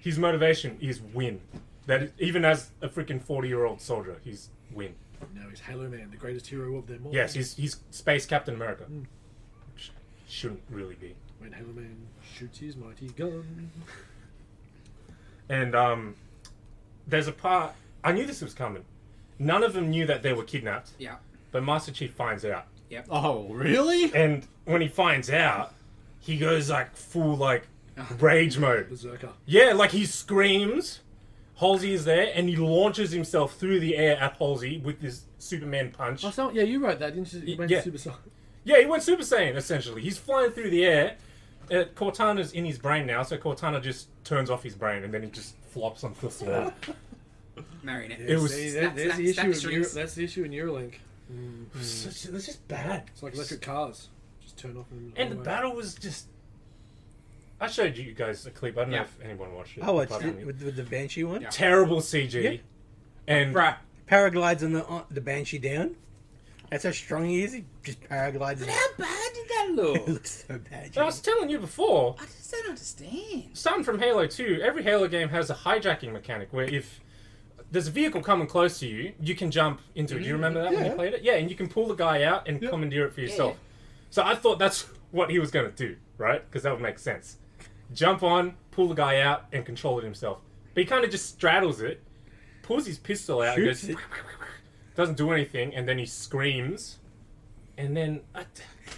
S1: His motivation is win. That is, even as a freaking forty-year-old soldier, he's win.
S6: Now he's Halo Man, the greatest hero of them all.
S1: Yes, he's he's space Captain America. Sh- Shouldn't really be.
S6: When Halo Man shoots his mighty gun.
S1: And um, there's a part I knew this was coming. None of them knew that they were kidnapped,
S4: Yeah.
S1: but Master Chief finds out.
S3: Oh, really?
S1: And when he finds out, he goes like full like
S6: Ah.
S1: rage mode.
S6: Berserker.
S1: Yeah, like he screams. Halsey is there, and he launches himself through the air at Halsey with this Superman punch.
S6: Oh, so, yeah, you wrote that, didn't you? You made
S1: yeah.
S6: yeah. Super Saiyan.
S1: Yeah, he went Super Saiyan essentially. He's flying through the air. Uh, Cortana's in his brain now, so Cortana just turns off his brain, and then he just flops onto the floor.
S4: Marionette.
S1: It was
S6: See,
S1: it's
S6: there-
S4: Snap,
S6: there's
S4: snap,
S6: the
S4: snap
S6: issue. With
S4: strings.
S6: Neuro, that's the issue in Neuralink.
S1: such- it's just bad.
S6: It's like electric cars. Just turn off and.
S1: And the battle was just. I showed you guys a clip. I don't
S4: Yeah.
S1: know if anyone watched it.
S5: I watched
S1: apart from
S5: it
S1: you.
S5: with, with the Banshee one.
S4: Yeah.
S1: Terrible CG,
S5: Yeah.
S1: and
S4: Bruh.
S5: Paraglides on the on the Banshee down. That's how strong he is. He just paraglides.
S4: But
S5: it.
S4: how bad did that
S5: It
S4: look?
S5: looks so bad.
S1: I was telling you before.
S4: I just don't understand.
S1: starting from Halo 2, every Halo game has a hijacking mechanic where if there's a vehicle coming close to you, you can jump into it. Do you
S5: Mm-hmm.
S1: remember that when you
S6: Yeah.
S1: played it? Yeah, and you can pull the guy out and commandeer it for yourself.
S4: yeah.
S1: So I thought that's what he was going to do, right? Because that would make sense. Jump on, pull the guy out, and control it himself. But he kind of just straddles it, pulls his pistol out, and
S5: Shoots
S1: goes,
S5: it.
S1: doesn't do anything, and then he screams. And then I,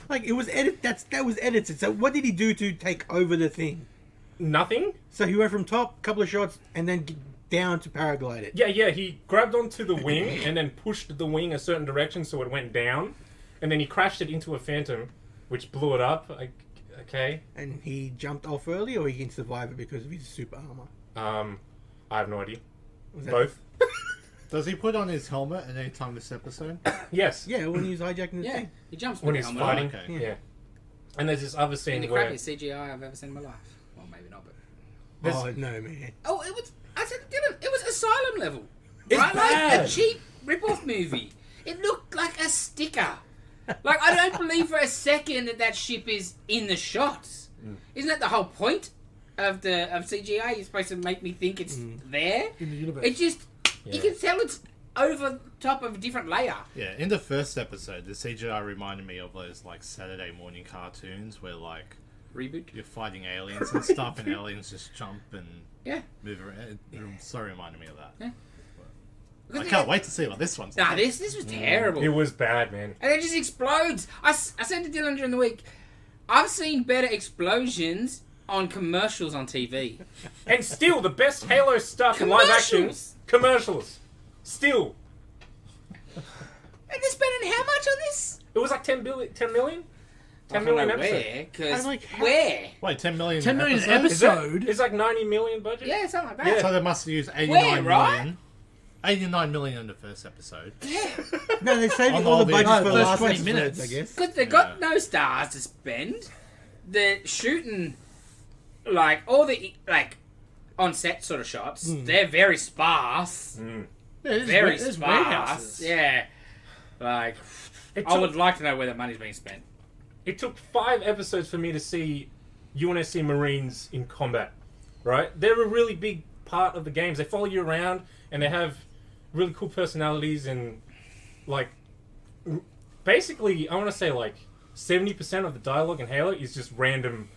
S5: Like it was edit. That's that was edited. So what did he do to take over the thing?
S1: nothing.
S5: So he went from top, couple of shots, and then g- down to paraglide it.
S1: Yeah, yeah, he grabbed onto the wing and then pushed the wing a certain direction so it went down, and then he crashed it into a phantom, which blew it up. I, okay,
S5: And he jumped off early, or he can survive it because of his super armor.
S1: um, I have no idea.
S5: Was that-
S1: Both.
S3: Does he put on his helmet at any time this episode?
S1: Yes.
S5: Yeah, when he was hijacking the
S4: Yeah,
S5: thing.
S4: he jumps
S1: When
S4: with
S1: he's
S4: the
S1: fighting.
S4: helmet.
S3: Okay.
S1: Yeah. And there's this other scene
S4: In the
S1: where
S4: crappiest CGI I've ever seen in my life. Well, maybe not, but
S1: This-
S5: Oh no, man!
S4: oh, it was. I said, Dylan, it was Asylum level.
S1: It's
S4: right, like
S1: bad.
S4: a cheap rip-off movie. It looked like a sticker. Like, I don't believe for a second that that ship is in the shots.
S1: Mm.
S4: Isn't that the whole point of the of CGI? You're supposed to make me think it's
S1: Mm.
S4: there.
S6: in the universe.
S4: It just
S7: Yeah.
S4: you can tell it's over top of a different layer.
S3: Yeah, in the first episode, the CGI reminded me of those like Saturday morning cartoons where like
S4: Reboot.
S3: you're fighting aliens and stuff, and aliens just jump and
S4: Yeah.
S3: move around. It so reminded me of that.
S4: Yeah.
S3: I can't wait to see what this one's
S4: Nah,
S3: like.
S4: this this was terrible.
S1: It was bad, man.
S4: and it just explodes. I, s- I said to Dylan during the week, I've seen better explosions on commercials on TV.
S1: And still, the best Halo stuff in live action
S4: Commercials.
S1: commercials. Still,
S4: And they're spending how much on this?
S1: it was like 10 billion. 10 million. 10
S4: I don't
S1: million
S4: know
S1: episode.
S4: where, because
S3: I'm like, how-
S4: where?
S3: Wait, 10 million.
S6: 10 million
S3: episodes?
S1: Is that-
S6: Episode?
S1: It's like 90 million budget.
S4: Yeah, something like
S1: Yeah.
S4: that.
S3: So they must have used 89 million.
S4: right?
S3: 89 million in the first episode.
S5: No, they're saving
S3: On
S5: all
S3: all
S5: the
S3: the-
S5: budget
S3: No,
S5: for the
S6: first
S5: last
S6: 20
S5: 20
S6: minutes.
S5: I guess.
S4: Because they got no stars to spend. They're shooting, like, all the, like, on set sort of shots. They're very sparse.
S6: Yeah, it's
S4: Very
S6: wa- it's
S4: sparse.
S6: warehouses.
S4: Yeah. Like,
S1: It
S4: I
S1: took-
S4: would like to know where that money's being spent.
S1: It took five episodes for me to see UNSC Marines in combat, right? They're a really big part of the games. They follow you around and they have really cool personalities and, like, r- basically, I want to say, like, 70% of the dialogue in Halo is just random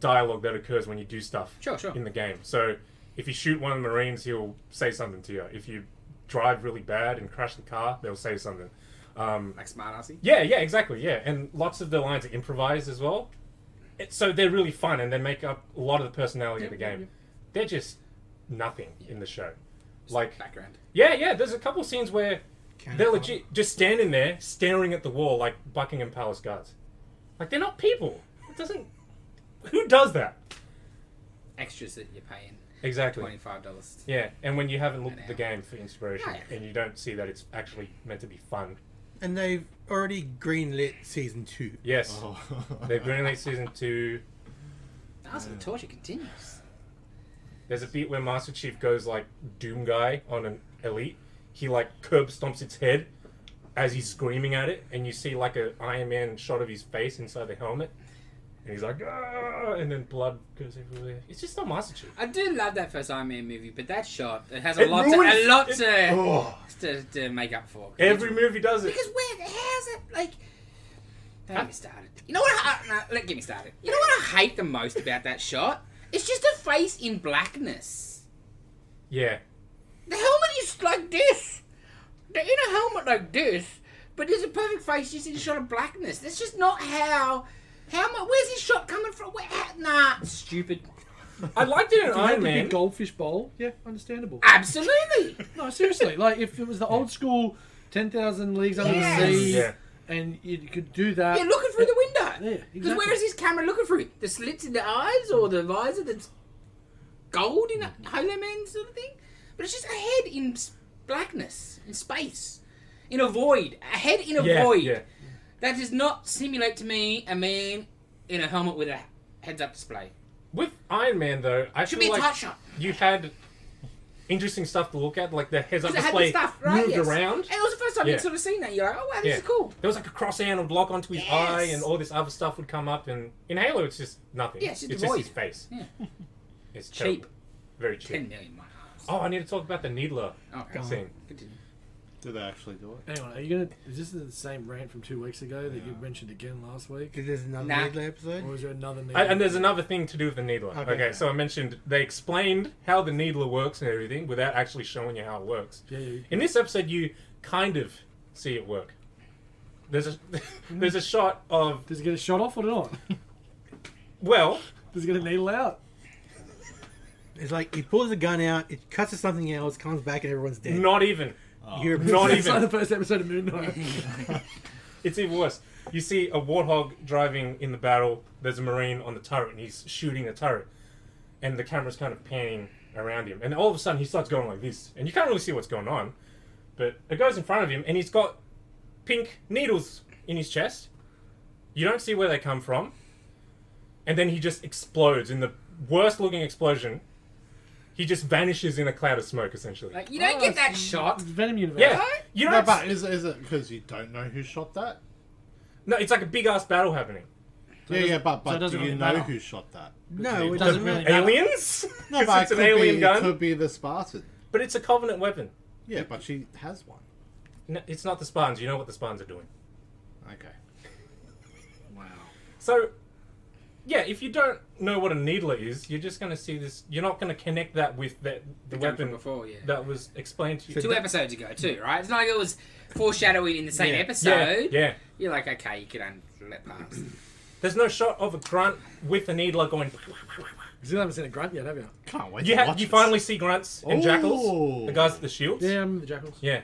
S1: dialogue that occurs when you do stuff
S4: Sure, sure.
S1: in the game. So if you shoot one of the Marines, he'll say something to you. If you drive really bad and crash the car, they'll say something. Um,
S4: Like, smart assy.
S1: yeah, yeah, exactly. Yeah, and lots of the lines are improvised as well. It, so they're really fun, and they make up a lot of the personality of the
S4: Yeah, yeah,
S1: game.
S4: yeah.
S1: They're just nothing in the show. Like,
S4: Background.
S1: yeah, yeah. There's a couple scenes where they're legit just standing there, staring at the wall like Buckingham Palace guards. Like they're not people. It doesn't. Who does that?
S4: Extras that you're paying
S1: Exactly.
S4: $25. dollars
S1: Yeah, and when you haven't looked
S4: An
S1: at the
S4: hour.
S1: game for inspiration,
S4: Yeah.
S1: and you don't see that it's actually meant to be fun.
S5: And they've already greenlit season two.
S1: Yes,
S3: Oh.
S1: they're greenlit season two.
S4: That's when the torture continues.
S1: There's a beat where Master Chief goes like Doom Guy on an elite. He like curb stomps its head as he's screaming at it, and you see like a Iron Man shot of his face inside the helmet, and he's like, ah, and then blood goes everywhere. It's just not Master Chief.
S4: I do love that first Iron Man movie, but that shot it has a
S1: It
S4: lot, to,
S1: ruins-
S4: a lot
S1: it-
S4: to,
S3: Oh.
S4: to, to make up for.
S1: Every movie does it.
S4: Because where, how's it like? Don't get me started. You know what? I, no, let get me started. You know what I hate the most about that shot? It's just a face in blackness.
S1: Yeah,
S4: The helmet is like this. The inner helmet like this, but there's a perfect face just in a shot of blackness. That's just not how. How much? Where's this shot coming from? Where, how, nah, stupid.
S1: I liked it in
S6: If you had
S1: Iron
S6: the
S1: Man.
S6: big goldfish bowl, yeah, understandable.
S4: Ah. Absolutely.
S6: No, seriously, like if it was the old school, ten thousand leagues under
S4: Yes.
S6: the sea,
S1: Yeah,
S6: and you could do that.
S4: You're looking through the window.
S6: Yeah,
S4: Because where
S6: exactly.
S4: is this camera looking through? The slits in the eyes or the visor that's gold in a Holo Man sort of thing? But it's just a head in s- blackness, in space, in a void. A head in a
S1: yeah,
S4: void.
S1: yeah.
S4: That does not simulate to me a man in a helmet with a heads up display.
S1: With Iron Man though, I
S4: Should be
S1: feel
S4: a
S1: like
S4: tight shot.
S1: you had interesting stuff to look at, like the heads-up
S4: 'Cause it had the
S1: display
S4: stuff, right?
S1: moved
S4: yes.
S1: around.
S4: And it was the first time
S1: Yeah.
S4: you'd sort of seen that. You're like, oh wow, this
S1: Yeah.
S4: is cool.
S1: There was like a cross hand would lock onto his
S4: Yes.
S1: eye, and all this other stuff would come up. And in Halo, it's just nothing.
S4: Yeah, it's just void.
S1: his face.
S4: Yeah.
S1: It's
S4: Cheap.
S1: cheap, very cheap.
S4: 10 million miles.
S1: Oh, I need to talk about the Needler
S4: Okay.
S1: scene.
S4: Continue.
S3: Did they actually do it?
S6: Hang on, are you gonna? Is this the same rant from two weeks ago that you mentioned again last week,
S5: Because there's another
S4: Nah.
S5: Needler episode.
S6: or is there another?
S1: I, and there's another thing to do with the Needler.
S5: Okay.
S1: Okay, so I mentioned they explained how the Needler works and everything without actually showing you how it works.
S6: Yeah, yeah.
S1: In this episode, you kind of see it work. There's a there's a shot of
S6: Does it get a shot off or not?
S1: well,
S6: Does it get a needle out?
S5: It's like he pulls a gun out, it cuts to something else, comes back, and everyone's dead.
S1: not even.
S3: Oh.
S5: You're-
S1: Not
S6: It's like
S1: even.
S6: the first episode of Moon Knight.
S1: It's even worse. You see a warthog driving in the battle. There's a marine on the turret, and he's shooting the turret, and the camera's kind of panning around him. And all of a sudden, he starts going like this, and you can't really see what's going on, but it goes in front of him, and he's got pink needles in his chest. You don't see where they come from, and then he just explodes in the worst-looking explosion. He just vanishes in a cloud of smoke, essentially.
S4: Like, you don't
S6: Oh,
S4: get that
S6: it's-
S4: shot.
S6: It's Venom Universe.
S1: yeah,
S4: What?
S1: you
S3: No,
S1: don't.
S3: but is, is it because you don't know who shot that?
S1: No, it's like a big ass battle happening.
S3: yeah, yeah, but,
S2: so it
S3: but
S2: doesn't
S3: do you
S2: really
S3: know
S2: matter.
S3: who shot that?
S5: No, it
S2: Doesn't
S5: doesn't
S2: really
S5: matter.
S2: matter.
S1: Aliens?
S3: No,
S1: 'Cause
S3: but
S1: it's
S3: it
S1: an
S3: could
S1: alien
S3: be,
S1: gun.
S3: It could be the Spartan.
S1: But it's a Covenant weapon.
S3: Yeah, but she has one.
S1: No, it's not the Spartans. You know what the Spartans are doing.
S3: Okay.
S6: Wow.
S1: So, yeah, if you don't know what a needler is, you're just going to see this. You're not going to connect that with that the,
S4: Done from
S1: weapon
S4: before, yeah.
S1: that was explained to you.
S4: Two episodes ago, too, right? It's not like it was foreshadowing in the same
S1: Yeah.
S4: episode.
S1: Yeah, yeah.
S4: You're like, okay, you can un- let pass.
S1: There's no shot of a grunt with a needler going.
S6: You still haven't seen a grunt yet, have you?
S3: Can't wait.
S1: You,
S3: to
S1: ha-
S3: watch Oh.
S1: you
S3: this.
S1: finally see grunts and jackals,
S3: Ooh.
S1: the guys with the shields.
S6: Yeah, I'm the jackals.
S1: Yeah.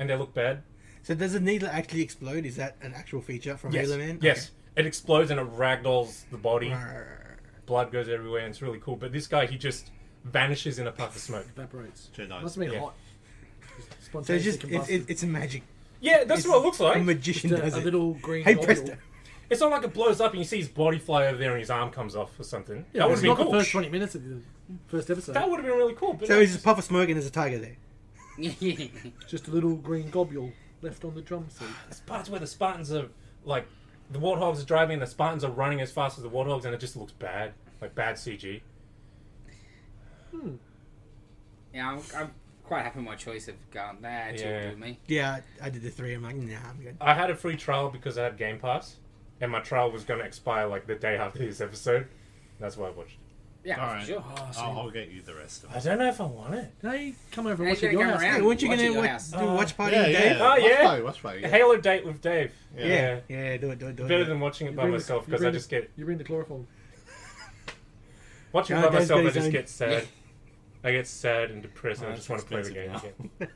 S1: And they look bad.
S5: So does the needle actually explode? Is that an actual feature from
S1: Yes.
S5: Halo Man?
S1: Yes. It explodes and it ragdolls the body.
S5: Okay. Arr.
S1: Blood goes everywhere and it's really cool. But this guy, he just vanishes in a puff of smoke.
S6: Evaporates.
S3: Jedi.
S6: Must have been
S1: Yeah.
S6: hot.
S5: So it's
S6: Spontaneously
S5: just it, it,
S6: combusted.
S5: it's a magic.
S1: Yeah, that's
S5: it's
S1: what it looks
S5: A
S1: like.
S5: magician
S6: Just
S5: does
S6: a, a
S5: it.
S6: little green.
S5: Hey,
S6: ball.
S5: Presto.
S1: It's not like it blows up and you see his body fly over there and his arm comes off or something. that
S6: Yeah, it
S1: would
S6: was
S1: have been
S6: not
S1: cool.
S6: the first 20 minutes of the first episode.
S1: That would have been really cool. But
S5: So
S1: no,
S5: it's just a puff of smoke and there's a tiger there.
S6: Just a little green gobule left on the drum seat.
S1: there's parts where the Spartans are like the warthogs are driving and the Spartans are running as fast as the warthogs and it just looks bad, like bad CG.
S4: yeah, I'm, I'm quite happy with my choice of gun. That chilled
S1: Yeah.
S4: with me.
S5: Yeah, I, I did the three. I'm like, nah, I'm good.
S1: I had a free trial because I had Game Pass, and my trial was going to expire like the day after this episode. That's why I watched. it.
S4: Yeah,
S3: All
S4: for
S3: right.
S4: sure.
S6: Oh, so
S3: I'll, I'll get you the rest of
S1: I
S3: it.
S1: don't know if I want it.
S6: Hey, come over
S4: Hey,
S6: and watch
S4: you
S6: it at
S4: gotta
S6: your
S4: come
S6: house.
S4: around.
S5: Hey, weren't you
S4: watch it
S5: gonna
S4: at your
S5: watch,
S4: house.
S5: do a watch party
S3: Yeah,
S5: with Dave?
S3: yeah.
S1: Oh, yeah.
S3: Watch play, watch play. Yeah.
S1: Halo date with Dave.
S3: Yeah.
S1: yeah.
S5: Yeah, do it, do it, do
S1: Better
S5: it. do it.
S1: than watching it
S6: You
S1: by
S6: bring the-
S1: myself
S6: you
S1: because I
S6: bring the-
S1: just get
S6: You bring the chloroform.
S1: watching it
S5: No,
S1: by
S5: Dave's
S1: myself.
S5: got
S1: I
S5: his
S1: just
S5: own-
S1: get sad. I get sad and depressed, and
S3: Oh,
S1: I
S3: that's
S1: just want to play the game
S3: expensive
S1: again.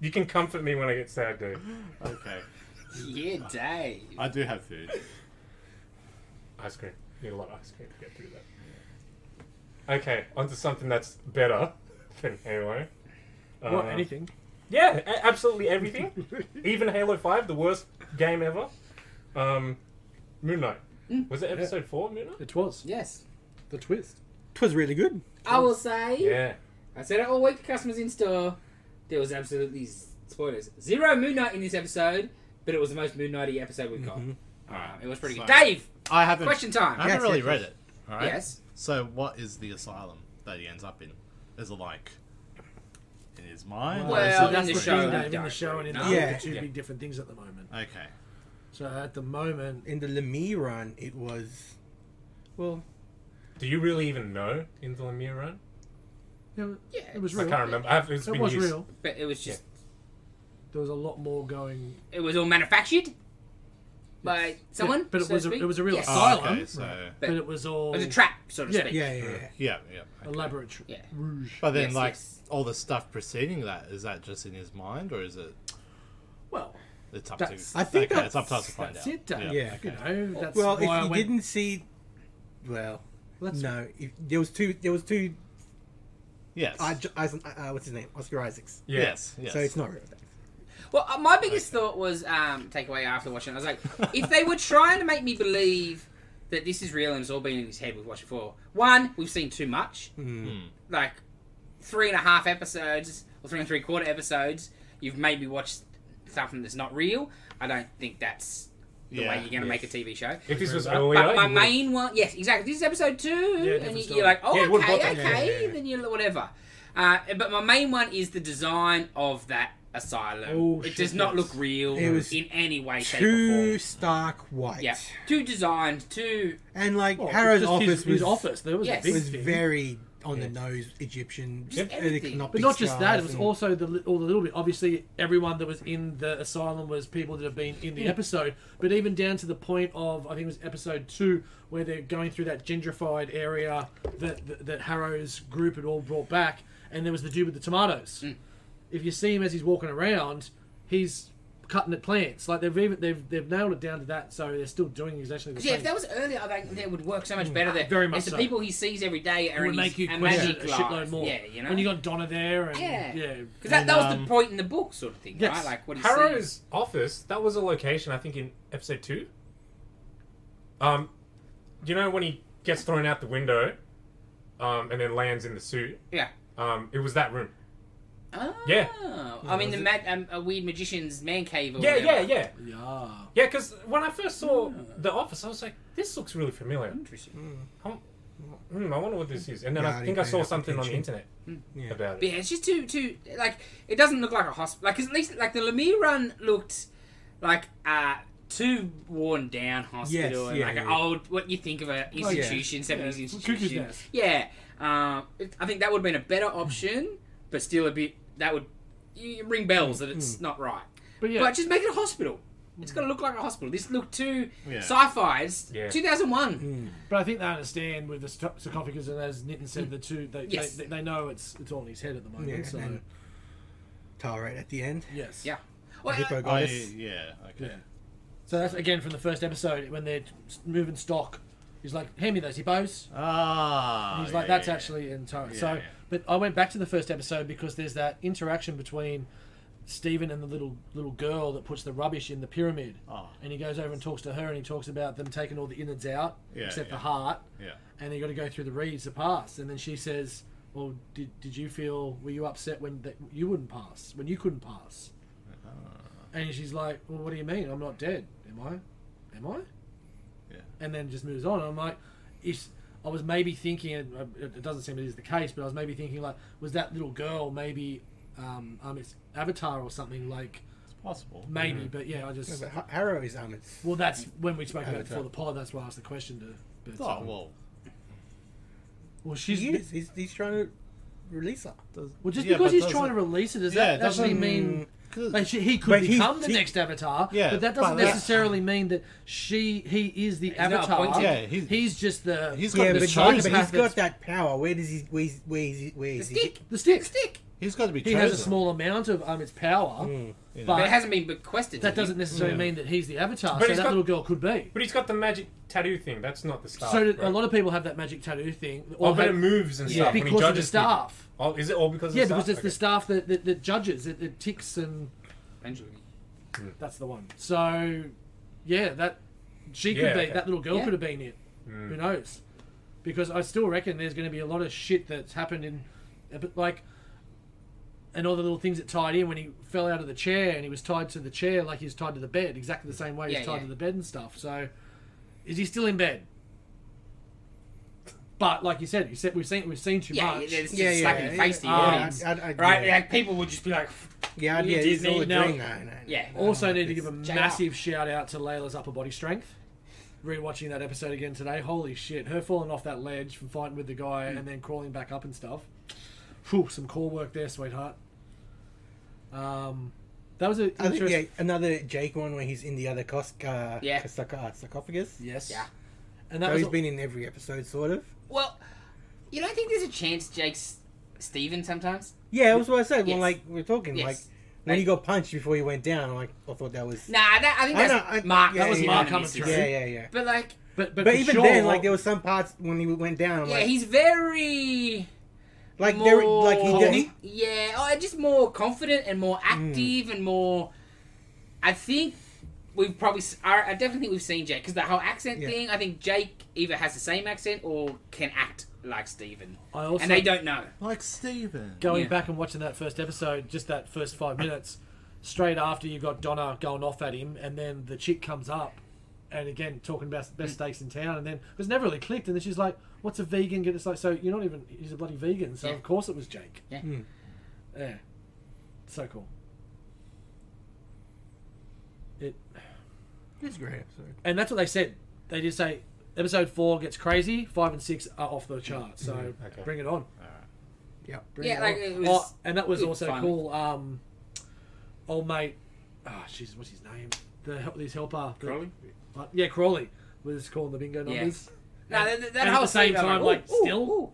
S1: You can comfort me when I get sad, Dave.
S3: Okay.
S4: Yeah, Dave.
S3: I do have food.
S1: Ice cream. Need a lot of ice cream to get through that. Okay, onto something that's better than Halo. Uh,
S6: What, anything?
S1: Yeah, a- absolutely everything. Even Halo Five, the worst game ever. Um, Moon Knight.
S6: Mm.
S1: Was it episode four? Moon Knight.
S6: It was.
S4: Yes.
S6: The twist.
S5: Twas really good.
S4: I will say.
S1: Yeah.
S4: I said it all week to customers in store. There was absolutely z- spoilers. Zero Moon Knight in this episode, but it was the most Moon Knighty episode we've got.
S6: Mm-hmm.
S3: All right.
S4: It was pretty good.
S3: So-
S4: Dave,
S3: I haven't.
S4: question
S3: I
S4: time.
S3: haven't
S5: Yes,
S3: really
S5: yes,
S3: read it. All right.
S4: Yes.
S3: So what is the asylum that he ends up in? Is it like in his mind? or is
S4: Well,
S3: it-
S4: in the
S6: the
S4: show,
S6: big
S4: we
S6: name in
S4: don't
S6: the show and
S4: really
S6: in
S4: know.
S6: the
S5: Yeah.
S6: yeah. two
S1: Yeah.
S6: big different things at the moment.
S3: okay.
S6: So at the moment,
S5: In the Lemmy run, it was. Well,
S1: Do you really even know in the Lemire run?
S6: you know,
S4: Yeah.
S6: it was
S1: I
S6: real.
S1: can't remember. I've, it's
S6: It
S1: been
S6: was
S1: years.
S6: real.
S4: But it was just,
S6: There was a lot more going.
S4: it was all manufactured by someone.
S6: but it
S4: so
S6: was
S4: to
S6: a-
S4: speak.
S6: it was a real
S4: Yes.
S6: asylum.
S3: Oh, okay. So
S6: But it was all
S4: It was a trap, so to
S6: Yeah.
S4: speak.
S5: yeah, yeah, yeah.
S3: yeah, yeah. okay.
S6: elaborate tr-
S4: Yeah.
S6: rouge.
S3: But then,
S4: Yes,
S3: like
S4: yes.
S3: all the stuff preceding that, is that just in his mind, or is it?
S6: Well,
S3: It's up
S6: That's-
S3: to.
S5: I think
S3: okay, it's up to us
S5: that's-
S3: to find
S6: that's
S3: out.
S6: it. Dave.
S5: Yeah.
S6: you know that's
S5: well,
S6: why I
S5: if you
S6: went,
S5: didn't see, well,
S6: Let's-
S5: no, if, there was two. There was two.
S3: Yes.
S5: Uh, J- Eisen- uh, uh, what's his name? Oscar Isaacs.
S1: Yeah.
S3: Yes. Yes.
S5: So it's not real.
S4: Well, uh, my biggest thought was um, takeaway after watching. it. I was like, if they were trying to make me believe that this is real and it's all been in his head, we've watched it before. One, we've seen too much, like three and a half episodes or three and three quarter episodes. You've made me watch something that's not real. I don't think that's the way
S3: Yeah,
S4: you're going to
S1: yeah.
S4: make a TV show.
S1: If this was
S6: But
S1: earlier,
S4: But my
S1: you would've-
S4: main one, yes, exactly. This is episode two, and
S6: different
S4: you,
S6: story.
S4: you're like, oh,
S1: Yeah, it would've
S4: okay,
S1: got that.
S4: okay,
S1: Yeah, yeah, yeah.
S4: then you whatever. Uh, but my main one is the design of that asylum.
S6: Oh,
S4: it
S6: shit,
S4: does not
S6: yes.
S4: look real
S5: It was
S4: in any way, shape, or
S5: Too
S4: form.
S5: stark white.
S4: Yeah, too designed, too.
S5: And like
S6: Well,
S5: Harrow's
S6: just
S5: office
S6: his,
S5: was
S6: his office. There was
S4: Yes.
S6: a big
S5: was
S6: thing.
S5: very on the nose Egyptian.
S4: Just
S5: uh,
S4: everything.
S5: canopic
S6: But not just that; it
S5: stars
S6: was
S5: and-
S6: also the li- all the little bit. Obviously, everyone that was in the asylum was people that have been in the episode. But even down to the point of, I think it was episode two, where they're going through that gentrified area that that, that Harrow's group had all brought back, and there was the dude with the tomatoes.
S4: Mm.
S6: If you see him as he's walking around, he's cutting at plants. Like they've even they've they've nailed it down to that. So they're still doing exactly the
S4: Yeah,
S6: same.
S4: if that was earlier, I think that would work so much better. There,
S6: Mm, Very much
S4: It's the
S6: so.
S4: people he sees every day
S6: it
S4: are
S6: would
S4: in
S6: make
S4: his
S6: you
S4: a
S6: question it
S4: magic
S6: a
S4: life.
S6: shitload more.
S4: Yeah, you know.
S6: And you got Donna there, and
S4: Yeah.
S6: yeah.
S4: because that,
S3: And,
S4: that was the
S3: um,
S4: point in the book, sort of thing,
S6: Yes.
S4: right? Like what he sees.
S1: Harrow's office, that was a location, I think, in episode two. Um, you know when he gets thrown out the window, um, and then lands in the suit.
S4: Yeah,
S1: Um, it was that room.
S4: Oh.
S1: Yeah.
S4: I mean, the mad, um, a weird magician's man cave. Or
S1: Yeah,
S4: whatever.
S1: yeah, yeah.
S6: Yeah.
S1: Yeah, because when I first saw The Office, I was like, this looks really familiar.
S4: Interesting.
S1: Hmm, I wonder what this is. And then
S5: Yeah, I
S1: I
S5: didn't
S1: think I
S5: pay
S1: saw
S5: enough
S1: something on the
S5: attention.
S1: internet
S5: Yeah.
S1: about
S4: But
S1: it.
S4: yeah, it's just too, too. Like, it doesn't look like a hospital. Like, 'cause at least, like, the Lemire run looked like uh, too worn down hospital.
S5: Yes,
S4: and
S5: yeah,
S4: like,
S5: yeah,
S4: an
S5: yeah.
S4: old, what you think of an institution, 70s
S6: Yeah, Cuckoo's
S4: institution.
S6: Nest.
S4: Yeah. Um, it, I think that would have been a better option, but still a bit. That would you, you ring bells that it's not right.
S6: But yeah,
S4: But just make it a hospital. It's got to look like a hospital. This looked too
S3: Yeah.
S4: sci-fi. It's
S1: Yeah.
S4: 2001.
S6: But I think they understand with the sarco- sarcophagus, and as Nitin said, the two they,
S4: Mm. Yes.
S6: they, they know it's it's all in his head at the moment.
S5: Yeah,
S6: so
S5: and- Tarot at the end.
S6: yes,
S4: Yeah.
S5: The
S4: Well,
S5: hippo
S4: uh,
S3: I,
S5: goddess.
S3: yeah, okay.
S6: Yeah. So that's again from the first episode when they're s- moving stock. He's like, "Hand me those hippos."
S3: Ah.
S6: And he's
S3: yeah,
S6: like, "That's
S3: yeah, yeah.
S6: actually in Tar-
S3: Yeah,
S6: So,
S3: yeah.
S6: but I went back to the first episode because there's that interaction between Stephen and the little little girl that puts the rubbish in the pyramid,
S3: Oh.
S6: and he goes over and talks to her, and he talks about them taking all the innards out
S3: Yeah,
S6: except
S3: yeah.
S6: the heart,
S3: Yeah.
S6: and they got to go through the reeds to pass. And then she says, "Well, did, did you feel were you upset when that you wouldn't pass when you couldn't pass?"
S3: Uh-huh.
S6: And she's like, "Well, what do you mean? I'm not dead, am I? Am I?"
S3: Yeah.
S6: And then just moves on. I'm like, "Is I was maybe thinking and uh, it it doesn't seem it is the case, but I was maybe thinking like, was that little girl maybe um, um its avatar or something like
S3: It's possible.
S6: maybe? But yeah, I just
S5: No, but Ha- Harrow is um, it's
S6: well, that's when we spoke about it
S5: Avatar.
S6: before the pod. That's why I asked the question to. But,
S3: Oh,
S6: um,
S3: well.
S6: well,
S5: he
S6: she's
S5: is. He's, he's trying to release her.
S6: Well, just
S3: Yeah,
S6: because
S3: but
S6: he's
S3: does
S6: trying
S3: it-
S6: to release it, does
S3: Yeah,
S6: that
S3: it
S6: actually
S3: doesn't-
S6: mean
S3: Cause,
S6: like, she, he could
S5: But he's-
S6: become the
S5: he-
S6: next Avatar?
S3: Yeah,
S6: but that
S3: but
S6: doesn't
S3: that-
S6: necessarily mean that she he is the
S4: not
S6: Avatar.
S4: appointed.
S3: Yeah, he's-
S6: just the
S3: he's got
S5: Yeah,
S3: to
S5: but,
S3: be
S5: he's
S6: chosen.
S5: but
S3: chosen.
S5: he's
S6: Path that's-
S5: got that power. Where does he? Where is? Where is? Where
S4: the
S5: is he?
S4: stick.
S6: the stick.
S4: Stick.
S3: He's got to be
S6: He
S3: chosen. Mm,
S6: has a small amount of um its power,
S3: Yeah.
S4: But it
S6: but
S4: hasn't been bequested.
S6: that
S4: to you.
S6: doesn't necessarily mean that he's the Avatar.
S1: But
S6: so
S1: he's
S6: that
S1: got-
S6: little girl could be.
S1: But he's got the magic tattoo thing. That's not the staff.
S6: So did-
S1: right?
S6: a lot of people have that magic tattoo thing, or
S1: Oh, but it
S6: have-
S1: moves and
S4: Yeah,
S1: stuff. when he
S6: because of the
S1: judges people.
S6: staff.
S1: Oh, is it all because of
S6: Yeah,
S1: the
S6: because
S1: staff?
S6: it's the staff that, that, that judges, it, it ticks and
S4: Eventually.
S6: That's the one. So, yeah, that she could
S1: Yeah,
S6: be
S1: okay. Mm.
S6: that little girl
S4: Yeah.
S6: could have been it. Who knows? Because I still reckon there's going to be a lot of shit that's happened in, a bit like, and all the little things that tied in when he fell out of the chair and he was tied to the chair like he was tied to the bed exactly the same way he
S4: Yeah,
S6: was tied
S4: yeah.
S6: to the bed and stuff. So, is he still in bed? But like you said, you said we've seen we've seen too
S4: Yeah,
S6: much.
S4: yeah, it's just
S5: Yeah, yeah,
S4: slapping the
S5: yeah.
S4: face to the
S6: Ah,
S4: audience.
S5: I'd- I'd-
S4: right?
S5: yeah.
S4: Like, people would just be like,
S5: Yeah,
S6: You
S5: yeah, he's
S6: Disney,
S5: all
S6: no.
S5: agreeing. No, no, no,
S4: Yeah.
S5: no,
S6: Also,
S5: no,
S6: need to give
S5: it's-
S6: a
S4: Jay
S6: massive shout out to Layla's upper body strength. Rewatching that episode again today, holy shit! Her falling off that ledge from fighting with the guy
S5: Hmm.
S6: and then crawling back up and stuff. Whew, some core work there, sweetheart. Um, that was a
S5: I think yeah,
S6: interesting.
S5: another Jake one where he's in the other cos- uh,
S4: Yeah.
S5: sarco- uh, sarcophagus.
S6: Yes.
S4: Yeah.
S6: And that
S5: So
S6: was
S5: he's been in every episode, sort of.
S4: well, you don't think there's a chance Jake's Steven sometimes?
S5: Yeah, that's what I said.
S4: Yes.
S5: Well, like we are talking,
S4: Yes.
S5: like when he got punched before he went down, like I thought that was.
S4: Nah, that, I think
S5: I
S4: that's
S5: know, I-
S4: Mark.
S5: yeah, That was yeah,
S6: Mark
S4: Mark
S6: coming
S4: coming
S6: through.
S5: Yeah, yeah, yeah.
S4: But like,
S6: but but,
S5: But
S6: for
S5: even
S6: sure,
S5: then, like there were some parts when he went down,
S4: yeah,
S5: like
S4: he's very
S5: like
S4: more,
S5: there, like Oh, he did.
S4: yeah, oh, just more confident and more
S5: Mm.
S4: active and more. I think we've probably, s- I I definitely think we've seen Jake because the whole accent
S5: Yeah.
S4: thing. I think Jake either has the same accent or can act like Steven.
S6: I also
S4: and they don't know.
S3: Like Steven.
S6: going
S4: Yeah.
S6: back and watching that first episode, just that first five minutes, straight after you got Donna going off at him, and then the chick comes up, and again talking about best steaks in town, and then it was never really clicked, and then she's like, "What's a vegan?" It's like, so you're not even he's a bloody vegan, so
S4: Yeah.
S6: of course it was Jake.
S4: Yeah.
S6: yeah, so cool. It
S5: It's a great episode.
S6: and that's what they said. They just say episode four gets crazy, five and six are off the chart, so
S1: okay.
S6: bring it on.
S5: Yeah.
S6: Bring
S4: Yeah,
S6: it
S4: like,
S6: on.
S4: it was-
S6: oh, and that was
S4: it was
S6: also
S4: fun.
S6: cool. Um, old mate, ah, jeez, what's his name? The help, his helper, the- uh, yeah, Crawley was calling the bingo
S4: Yeah.
S6: numbers.
S4: No,
S6: And-
S4: that, that
S6: and
S4: whole
S6: at the same
S4: scene, I'm
S6: time,
S4: "Ooh,
S6: like
S4: ooh,
S6: still
S4: ooh."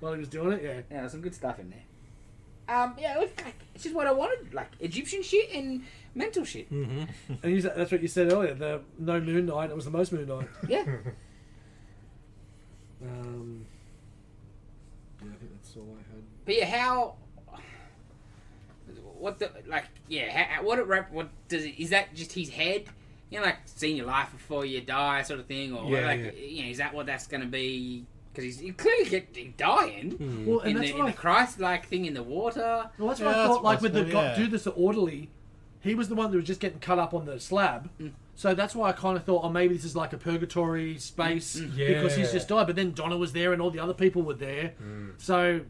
S6: while he was doing it, yeah.
S4: Yeah, there's some good stuff in there. Um, yeah, look, like, it's just what I wanted, like Egyptian shit and mental shit.
S6: Hmm. And you, said- that's what you said earlier. The no moon night. It was the most moon night.
S4: Yeah,
S6: Um, yeah, I think that's all I had.
S4: but yeah, how? What the like? Yeah, how, what it rep? What does it? Is that just his head? You know, like seeing your life before you die, sort of thing, or
S5: Yeah,
S4: like
S5: yeah.
S4: you know, is that what that's going to be because he's he clearly get he dying
S6: Well, Hmm. and
S4: in,
S6: that's
S4: the,
S6: what
S4: in
S6: I
S4: the Christ-like thing in the water.
S6: Well, that's
S3: Yeah,
S6: what I
S3: that's
S6: thought. Like with the
S3: possible,
S6: guy
S3: yeah.
S6: dude that's the orderly, he was the one that was just getting cut up on the slab. So that's why I kind of thought, oh, maybe this is like a purgatory space because he's
S1: Yeah.
S6: just died. But then Donna was there, and all the other people were there.
S3: Mm.
S6: So,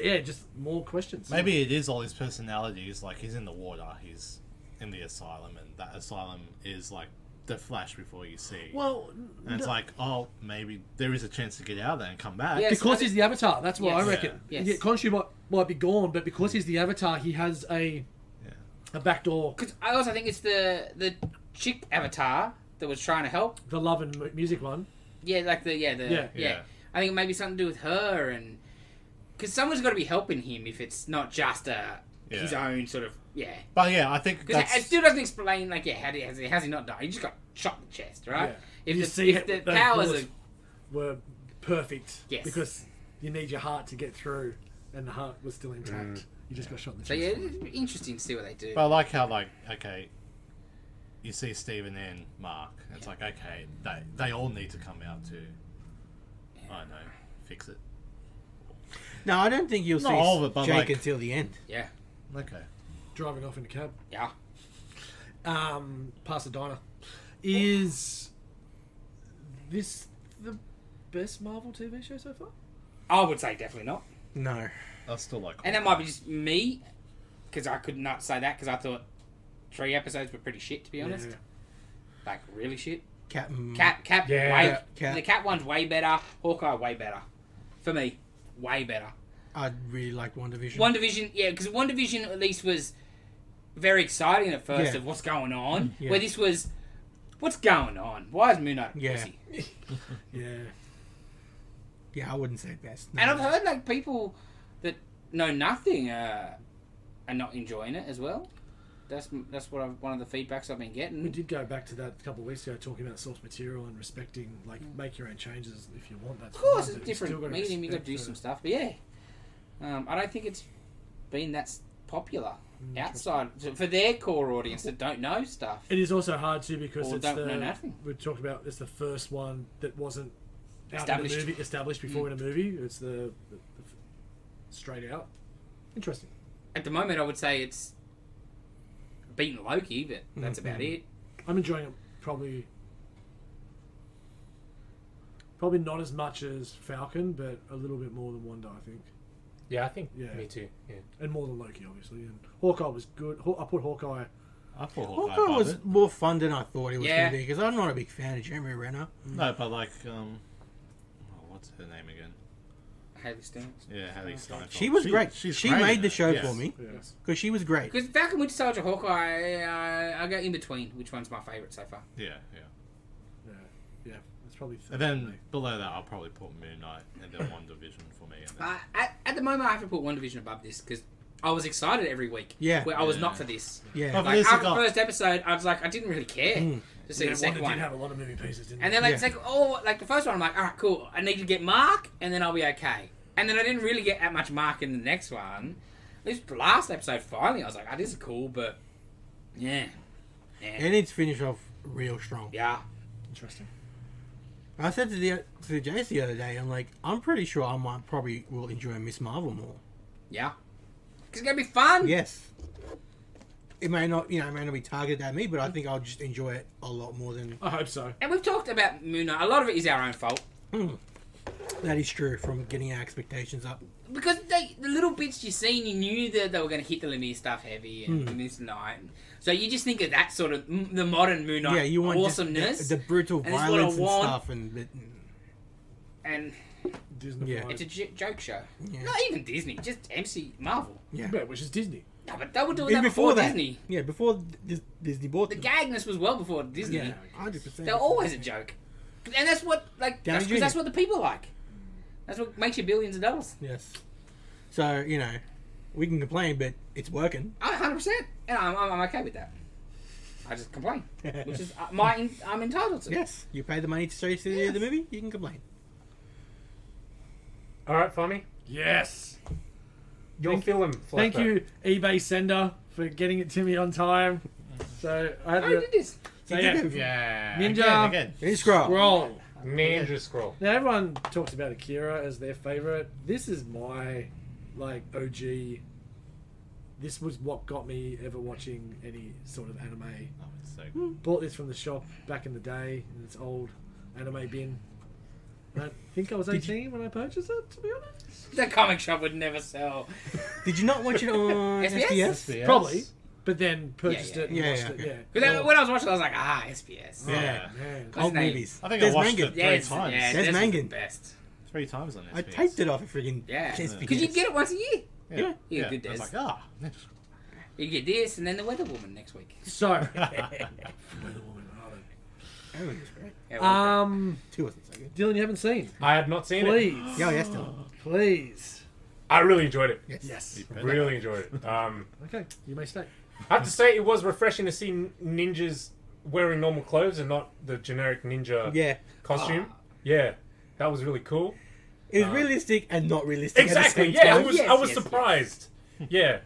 S6: yeah, just more questions.
S3: Maybe it is all his personalities. Like he's in the water, he's in the asylum, and that asylum is like the flash before you see.
S6: Well,
S3: and it's
S6: no-
S3: like, oh, maybe there is a chance to get out of there and come back.
S4: Yes.
S6: because he's the avatar. That's what
S4: Yes.
S6: I reckon.
S4: Yeah. Yes.
S6: Yeah, Khonshu might might be gone, but because he's the avatar, he has a
S3: Yeah.
S6: a backdoor.
S4: Because I also think it's the the chick avatar that was trying to help.
S6: The love and mu- music one.
S4: Yeah, like the yeah the yeah.
S6: Yeah.
S3: Yeah.
S4: I think it may be something to do with her and because someone's got to be helping him if it's not just a his
S3: Yeah.
S4: own sort of yeah.
S3: But yeah, I think
S4: Because it
S3: that's
S4: still doesn't explain like yeah how did, has he has he not died? He just got shot in the chest, right?
S6: Yeah.
S4: If
S6: You
S4: the,
S6: see
S4: if
S6: it
S4: the
S6: with those
S4: powers
S6: bullets.
S4: are
S6: were perfect.
S4: Yes.
S6: Because you need your heart to get through, and the heart was still intact. You just got shot in the
S4: so yeah,
S6: chest.
S4: it'd be interesting to see what they do.
S3: But I like how like okay, you see Stephen and Mark. and It's like okay, they they all need to come out to. I don't know, fix it.
S5: No, I don't think you'll
S3: Not
S5: see
S3: all of it, but,
S5: Jake
S3: like-
S5: until the end.
S4: yeah,
S3: Okay.
S6: Driving off in a cab,
S4: yeah.
S6: um, past the diner. Is this the best Marvel TV show so far?
S4: I would say definitely not.
S5: No.
S3: That's still like.
S4: And that might be just me, because I could not say that because I thought three episodes were pretty shit to be honest.
S6: Yeah.
S4: Like really shit.
S5: Captain.
S4: Cap, cap,
S1: Yeah.
S4: way,
S5: Yeah, Cap.
S4: the cap one's way better. Hawkeye way better, for me, way better.
S5: I really liked One Division.
S4: One division, yeah, because one division at least was very exciting at first
S5: Yeah.
S4: of what's going on.
S5: Yeah.
S4: Where this was, what's going on? Why is Moon Knight a
S5: Yeah.
S4: pussy?
S6: Yeah.
S5: Yeah, I wouldn't say best. No.
S4: And I've heard like people that know nothing uh, are not enjoying it as well. That's that's what I've, one of the feedbacks I've been
S6: We
S4: getting.
S6: did go back to that a couple of weeks ago, talking about source material and respecting, like, make your own changes if you want. That's
S4: Mm. Of course,
S6: fine,
S4: it's
S6: but you still
S4: different
S6: gotta
S4: medium. You got to
S6: respect
S4: do
S6: the-
S4: some stuff, but yeah, um, I don't think it's been that s- popular outside for their core audience that don't know stuff.
S6: It is also hard too because
S4: Or
S6: it's
S4: don't
S6: the,
S4: know nothing.
S6: we talked about it's the first one that wasn't out
S4: Established. Mm.
S6: in a movie, established before in a movie. It's the, the, the f- straight out. Interesting.
S4: At the moment, I would say it's beaten Loki, but that's about it.
S6: I'm enjoying it probably probably not as much as Falcon, but a little bit more than Wanda, I think,
S1: Yeah, I think
S6: Yeah.
S1: me too. Yeah.
S6: and more than Loki, obviously. And Hawkeye was good. Haw- I put Hawkeye.
S3: I thought Hawkeye,
S5: Hawkeye
S3: was
S5: was more fun than I thought it was
S4: Yeah.
S5: going to be because I'm not a big fan of Jeremy Renner.
S3: no, but like um, oh, what's her name again?
S4: Haley Stern.
S3: Yeah, Haley Steinfeld.
S5: She was great. She
S3: great
S5: made
S3: in
S5: the
S3: it,
S5: show
S3: yes.
S5: for me
S6: Yes.
S5: because she was great.
S4: Because Falcon Winter Soldier, Hawkeye, uh, I go in between. Which one's my favourite so far?
S3: Yeah, yeah.
S6: Yeah. Yeah. It's probably. th-
S3: And then below that, I'll probably put Moon Knight and then One Division for me. And then,
S4: Uh, at, at the moment, I have to put One Division above this because I was excited every week.
S5: Yeah.
S4: where I was
S3: Yeah.
S4: not for this.
S5: Yeah.
S3: But
S4: Like
S3: this
S4: after
S3: got-
S4: the first episode, I was like, I didn't really care to see
S6: yeah,
S4: the
S6: Wanda
S4: second
S6: did
S4: one.
S6: have a lot of moving pieces, didn't
S4: And
S6: it?
S4: then like
S5: Yeah.
S4: it's like oh like the first one I'm like alright cool I need to get Mark and then I'll be okay. And then I didn't really get that much Mark in the next one. This last episode finally I was like oh this is cool but yeah yeah
S5: And it's finished off real strong.
S4: yeah
S6: Interesting.
S5: I said to the to Jace the other day, I'm like, I'm pretty sure I might probably will enjoy Miss Marvel more.
S4: yeah. 'Cause it's gonna be fun.
S5: Yes. It may not, you know, it may not be targeted at me, but I think I'll just enjoy it a lot more than
S6: I hope so.
S4: And we've talked about Moon Knight. A lot of it is our own fault
S5: that is true from getting our expectations up.
S4: because they, the little bits you seen, you knew that they were going to hit the Lemire stuff heavy and
S5: Hmm.
S4: Moon Knight. So you just think of that sort of m- the modern Moon Knight
S5: yeah, you want just
S4: awesomeness
S5: the, the brutal
S4: and it's what I
S5: violence and
S4: want.
S5: stuff, and but,
S4: and
S6: Disney.
S5: Yeah.
S4: it's a j- joke show.
S5: Yeah.
S4: Not even Disney, just MC Marvel.
S5: yeah.
S6: Yeah, which is Disney.
S4: No, but they were doing
S5: Even
S4: that before, Disney.
S5: yeah, before Dis- Disney bought
S4: The
S5: them.
S4: gagness was well before Disney.
S6: Yeah.
S5: hundred percent.
S4: They're always a joke, and that's what like
S5: Downey
S4: that's, 'cause that's
S5: Jr.
S4: what the people like. That's what makes you billions of dollars.
S5: Yes. So you know, we can complain, but it's working.
S4: I 100, percent and I'm, I'm, I'm okay with that. I just complain, which is uh, my I'm entitled to.
S5: Yes, you pay the money to show see the
S4: Yes.
S5: the movie. You can complain.
S1: All right, Tommy.
S6: Yes.
S1: Your film.
S6: Thank
S1: flashback.
S6: you, eBay sender, for getting it to me on time. So I had
S4: I
S6: to.
S4: did this.
S6: So
S5: You
S6: yeah,
S5: did have-
S3: yeah.
S6: Ninja.
S3: Again, again.
S5: Hey, scroll.
S6: roll.
S1: Ninja Scroll.
S6: Now everyone talks about Akira as their favorite. This is my like OG. This was what got me ever watching any sort of anime.
S3: I would say.
S6: Bought this from the shop back in the day in its old anime bin. And I think I was 18 when I purchased it, to be honest.
S4: The comic shop would never sell.
S5: Did you not watch it on
S4: SBS?
S5: SBS?
S3: SBS?
S6: Probably. But then purchased
S4: Yeah,
S6: it and
S5: yeah.
S6: watched
S5: Yeah,
S6: it,
S5: yeah,
S6: yeah.
S4: Because
S6: Oh,
S4: when I was watching, I was like, ah, SBS.
S3: Yeah.
S6: man.
S5: Old
S4: What's his
S5: movies.
S3: I think
S5: There's
S3: I watched
S5: manga.
S3: it three
S4: it's-
S3: times.
S4: Yeah,
S5: There's
S4: this is
S5: Mangan.
S4: the best.
S3: Three times on SBS.
S5: I taped it off a freaking
S4: Yeah.
S5: SBS.
S4: Because you get it once a year.
S5: Yeah.
S4: Yeah,
S3: yeah.
S4: good
S3: I was
S4: days.
S3: like, ah.
S4: You get this, and then the Weather Woman next week.
S6: So,
S5: Oh, that's right.
S4: Yeah, well,
S6: um,
S5: Two wasn't so good.
S6: Dylan, you haven't seen.
S1: I have not seen it.
S6: Please,
S5: Yeah, yes, still.
S6: please.
S1: I really enjoyed it.
S5: Yes.
S6: Yes.
S1: Really enjoyed it. Um,
S6: Okay, you may stay.
S1: I have to say, it was refreshing to see n- ninjas wearing normal clothes and not the generic ninja
S5: Yeah.
S6: Ah.
S1: costume. Yeah, that was really cool.
S5: It was
S3: Uh,
S5: realistic and not realistic. at the
S1: Exactly.
S5: same
S1: Yeah, I
S5: time.
S1: was.
S4: Yes,
S1: I was
S4: yes, yes.
S1: surprised. Yeah,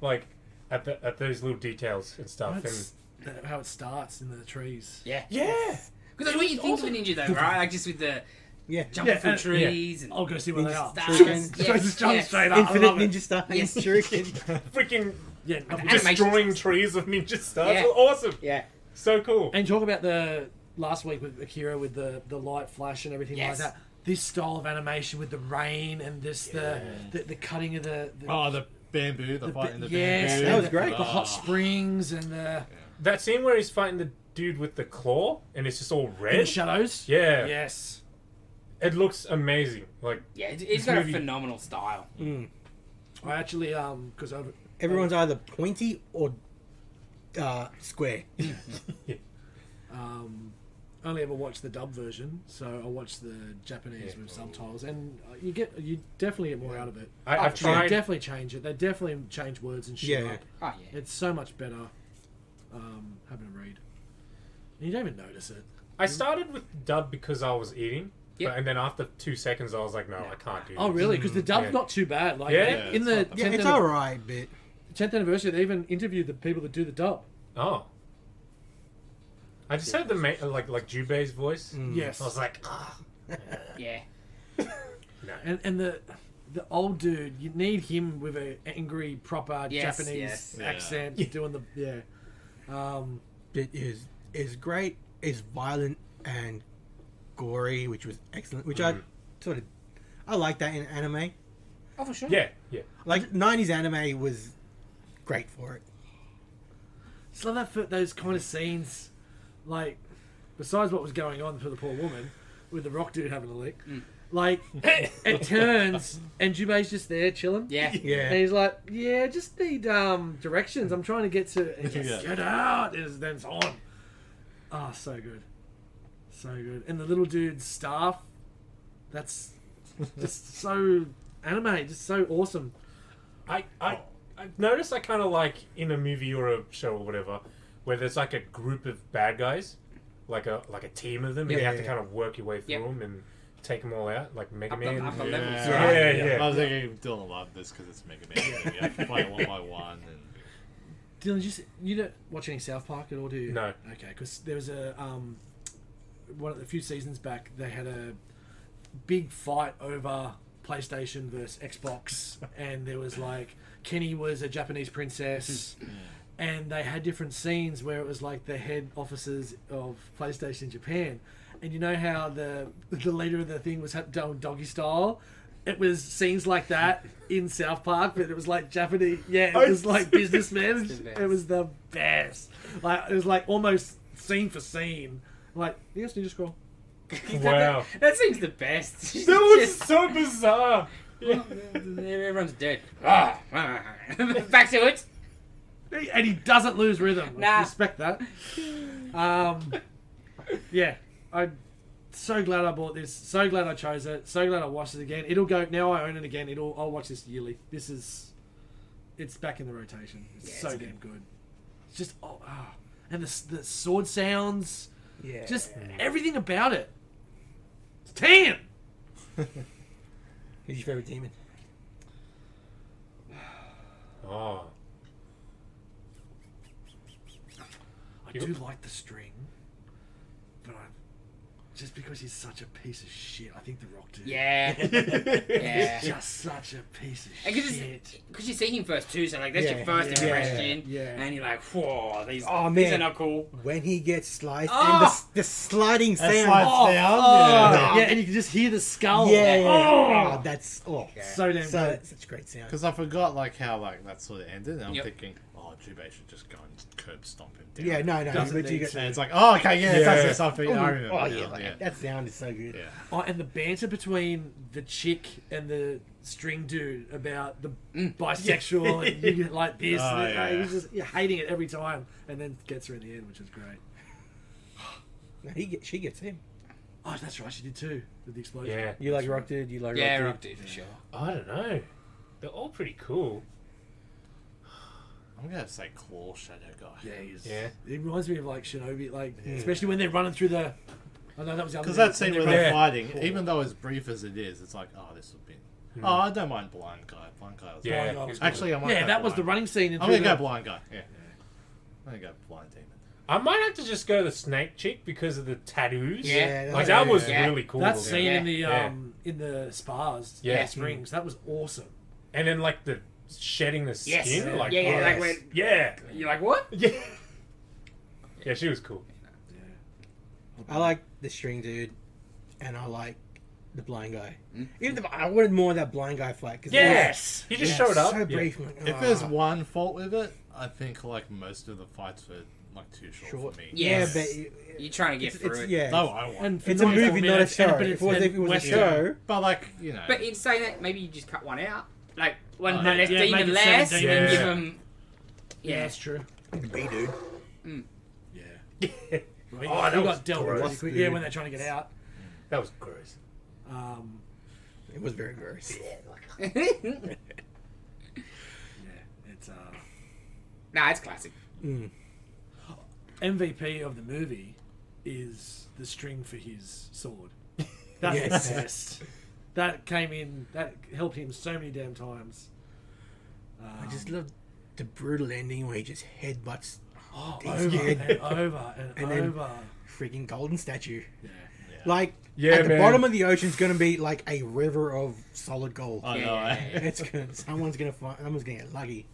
S1: like at the, at those little details and stuff. And
S6: That's that- how it starts in the trees.
S4: Oh, yeah.
S1: yeah,
S4: Because that's what you think of a ninja, though, right? Like just with the
S5: Yeah.
S4: jumping
S6: Yeah,
S4: through
S6: and-
S4: trees and
S6: I'll go see where they are.
S4: stars.
S5: Shuriken.
S4: Yes,
S6: So just jump
S4: yes.
S6: straight up.
S5: Infinite
S6: I love it.
S5: Ninja Star.
S4: Yes.
S5: Shuriken.
S1: freaking
S6: Yeah, no,
S4: And-
S6: just-
S4: Animations.
S1: destroying trees of ninja stars.
S4: Yeah.
S1: Awesome.
S4: Yeah.
S1: So cool.
S6: and talk about the last week with Akira with the, the light flash and everything
S4: Yes.
S6: like that. This style of animation with the rain and this the, the the cutting of the, the
S3: Oh, the bamboo, the, fight in the
S6: yes,
S3: bamboo.
S5: that was great.
S6: The hot
S3: Ah.
S6: springs and the,
S1: That scene where he's fighting the dude with the claw and it's just all
S6: and the
S1: red.
S6: shadows.
S1: Yeah.
S6: Yes.
S1: It looks amazing. Like
S4: Yeah, it- it's
S1: This
S4: got a
S1: movie-
S4: phenomenal style. Oh,
S6: I actually um because I
S5: Everyone's either pointy or uh, square.
S6: um only ever watched the dub version, so I watched the Japanese
S1: Yeah.
S6: with subtitles, and uh, you get you definitely get more out of it.
S1: I, I've
S6: They
S1: tried.
S6: definitely change it. They definitely change words and shit
S5: Yeah.
S6: up.
S4: Oh, yeah.
S6: It's so much better um, having to read. And you don't even notice it.
S1: I started with dub because I was eating,
S4: Yep.
S1: but- and then after two seconds, I was like, no, I can't do.
S6: Oh,
S1: this.
S6: really? Because the dub's
S1: Mm, yeah.
S6: not too bad. Like
S1: Yeah?
S6: they-
S1: Yeah,
S6: in
S3: it's
S6: the
S3: not that
S5: Yeah,
S6: 10th,
S5: it's
S6: anniv-
S5: alright, but
S6: 10th anniversary, they even interviewed the people that do the dub.
S1: Oh. I just heard the ma- like like Jubei's voice.
S5: mm,
S6: Yes,
S1: I was like, ah,
S4: Yeah.
S6: and and the the old dude, you need him with a angry proper
S4: Yes,
S6: Japanese
S4: yes.
S3: Yeah.
S6: accent doing the yeah. Um,
S5: it is is great, is violent and gory, which was excellent. Which
S3: Mm.
S5: I sort of I like that in anime.
S4: Oh, for sure.
S1: yeah, yeah.
S5: Like nineties anime was great for it.
S6: Just love that for those kind of scenes, like besides what was going on for the poor woman with the rock dude having a lick, like it turns and Jubei's just there chilling.
S4: Yeah.
S6: And
S5: Yeah,
S6: he's like, yeah, just need um, directions. I'm trying to get to. And he's like,
S3: Yeah.
S6: Get out! And then it's on. Ah, so good, so good. And the little dude's staff, that's just so anime, just so awesome.
S1: I I I noticed I kind of like in a movie or a show or whatever, where there's like a group of bad guys, like a like a team of them, and you
S5: Yeah.
S1: have to kind of work your way through
S4: Yep.
S1: them and take them all out, like Mega
S4: Up the-
S1: Man.
S4: up the
S3: Yeah,
S4: levels,
S1: Yeah,
S4: right?
S1: yeah, yeah.
S3: I was thinking Dylan will love this because it's Mega Man. yeah, play it one by one. And...
S6: Dylan, just you don't watch any South Park at all, do you?
S1: No.
S6: Okay, because there was a um, one a few seasons back they had a big fight over PlayStation versus Xbox, and there was like Kenny was a Japanese princess. And they had different scenes where it was like the head officers of PlayStation Japan, and you know how the the leader of the thing was ha- doing doggy style. It was scenes like that in South Park, but it was like Japanese. Yeah, it was like businessmen.
S4: best.
S6: It was the best. Like it was like almost scene for scene. Like yes, Ninja Scroll.
S1: Wow.
S4: That, that seems the best.
S1: That was so bizarre. Yeah.
S4: Everyone's dead. Ah. Back to it.
S6: and he doesn't lose rhythm.
S4: Nah.
S6: I respect that. Um, yeah, I'm so glad I bought this. So glad I chose it. So glad I watched it again. It'll go now. I own it again. It'll. I'll watch this yearly. This is. It's back in the rotation. It's
S4: Yeah,
S6: so
S4: it's
S6: damn good. It's just oh, ah. and the s- the sword sounds.
S5: yeah.
S6: Just everything about it. It's tan.
S5: who's your favorite demon?
S1: Oh,
S6: I
S1: Yep.
S6: do like the string, but I just because he's such a piece of shit. I think The Rock did.
S4: Yeah.
S6: He's
S4: yeah.
S6: just such a piece of shit.
S4: Because you see him first too, so like that's
S5: Yeah,
S4: your first
S5: yeah,
S4: impression,
S6: yeah, yeah.
S4: and you're like, whoa, these,
S5: Oh,
S4: these
S5: man.
S4: are not cool.
S5: When he gets sliced
S4: Ah!
S5: and the, s- the sliding
S3: That
S5: sound.
S3: slides
S5: oh,
S3: down.
S5: oh.
S6: Yeah, and you can just hear the skull.
S5: yeah, yeah.
S6: Oh!
S5: Oh, that's oh,
S6: So damn
S5: so
S6: good.
S5: such great sound.
S3: Because I forgot like how like that sort of ended, and I'm
S4: Yep.
S3: thinking, oh, Jubei should just go and curb stomp him down.
S5: Yeah, no, no,
S6: Doesn't
S5: but you
S6: need
S5: get,
S6: to.
S3: And it's like, oh, okay, yeah,
S5: Yeah.
S3: that's something. I remember.
S5: oh
S3: now,
S5: yeah, like, that sound is so good.
S3: yeah.
S6: Oh, and the banter between the chick and the string dude about the
S5: Mm.
S6: bisexual and you get like this.
S3: Oh,
S6: and that,
S3: yeah,
S6: like,
S3: yeah.
S6: He's just you're hating it every time, and then gets her in the end, which is great.
S5: No, he get, she gets him.
S6: Oh, that's right, she did too with the explosion.
S1: Yeah.
S5: You like rock dude. You like
S4: Yeah,
S5: rock
S4: Rock Dude for sure.
S1: I don't know. They're all pretty cool.
S3: I'm gonna say Claw Shadow Guy.
S6: Yeah, he's,
S1: Yeah.
S6: It reminds me of like Shinobi, like especially when they're running through the. I know that was the other
S3: Because
S6: thing,
S3: that scene where
S6: when they're
S3: they're
S1: Yeah.
S3: fighting, even though as brief as it is, it's like, oh, this would be. Oh, I don't mind Blind Guy. Blind Guy. Was
S1: Yeah.
S6: running- oh, God, it was good.
S3: Actually, I might.
S6: yeah,
S3: go
S6: that was the
S3: blind.
S6: running scene. in
S3: I'm
S6: through
S3: gonna
S6: the-
S3: go Blind Guy. Yeah. I'm gonna go Blind Demon.
S1: I might have to just go the snake chick because of the tattoos.
S4: Yeah.
S5: that's
S1: Like that was
S4: Yeah.
S1: really cool.
S6: That
S1: looking.
S6: scene in the
S1: Yeah.
S6: um in the spas,
S1: Yeah.
S6: yeah, springs. That was awesome.
S1: And then like the shedding the skin.
S4: Yes.
S1: Like,
S4: yeah, yeah,
S5: oh,
S4: like
S5: yes.
S4: when
S1: yeah.
S4: you're like, what?
S1: Yeah. Yeah, she was cool.
S5: I like the string dude, and I like the blind guy. Even the, I wanted more of that blind guy fight. Cause
S1: Yes. He just
S5: it was
S1: showed up.
S5: So
S1: Yeah.
S5: brief. I'm like,
S3: If there's
S5: "Ah."
S3: one fault with it, I think like most of the fights were like too short,
S5: Short.
S3: for me.
S4: Yeah. Yes.
S5: Yeah, but it-
S4: You're trying to get
S5: it's,
S4: through
S5: it's,
S4: it.
S5: yeah.
S3: No, I want.
S6: And for
S5: It's a
S6: 94
S5: movie, not a
S6: minutes,
S5: show.
S6: and- but
S5: If it
S6: it's
S5: was,
S6: been
S5: if it was a
S6: Western.
S5: show,
S3: But like you know,
S4: But in saying that, maybe you just cut one out, like one
S3: Oh,
S4: no,
S3: yeah.
S4: less
S6: Yeah,
S4: demon
S6: make it
S4: less, and
S6: 17.
S4: then give
S1: Yeah.
S4: them.
S6: Yeah,
S4: Yeah,
S6: that's true.
S5: B dude.
S6: Yeah.
S1: that
S6: Right?
S1: Oh, that
S6: you
S1: was
S6: got dealt with
S1: gross,
S6: really quick. Yeah, when they're trying to get out.
S1: was gross.
S6: Um,
S5: It was very gross.
S6: yeah, it's uh,
S4: nah, it's classic.
S6: MVP of the movie is the string for his sword. That's
S5: Yes.
S6: the best. That came in. That helped him so many damn times.
S5: I just love the brutal ending where he just headbutts
S6: Oh,
S5: He's
S6: over
S5: good.
S6: and over and,
S5: And then-
S6: over.
S5: freaking golden statue.
S6: Yeah.
S5: Like
S1: Yeah,
S5: at the
S1: man.
S5: bottom of the ocean's gonna be like a river of solid gold.
S3: I
S4: Oh, Yeah,
S3: know.
S4: yeah,
S3: eh?
S4: yeah,
S5: It's gonna, someone's gonna find, someone's gonna get lucky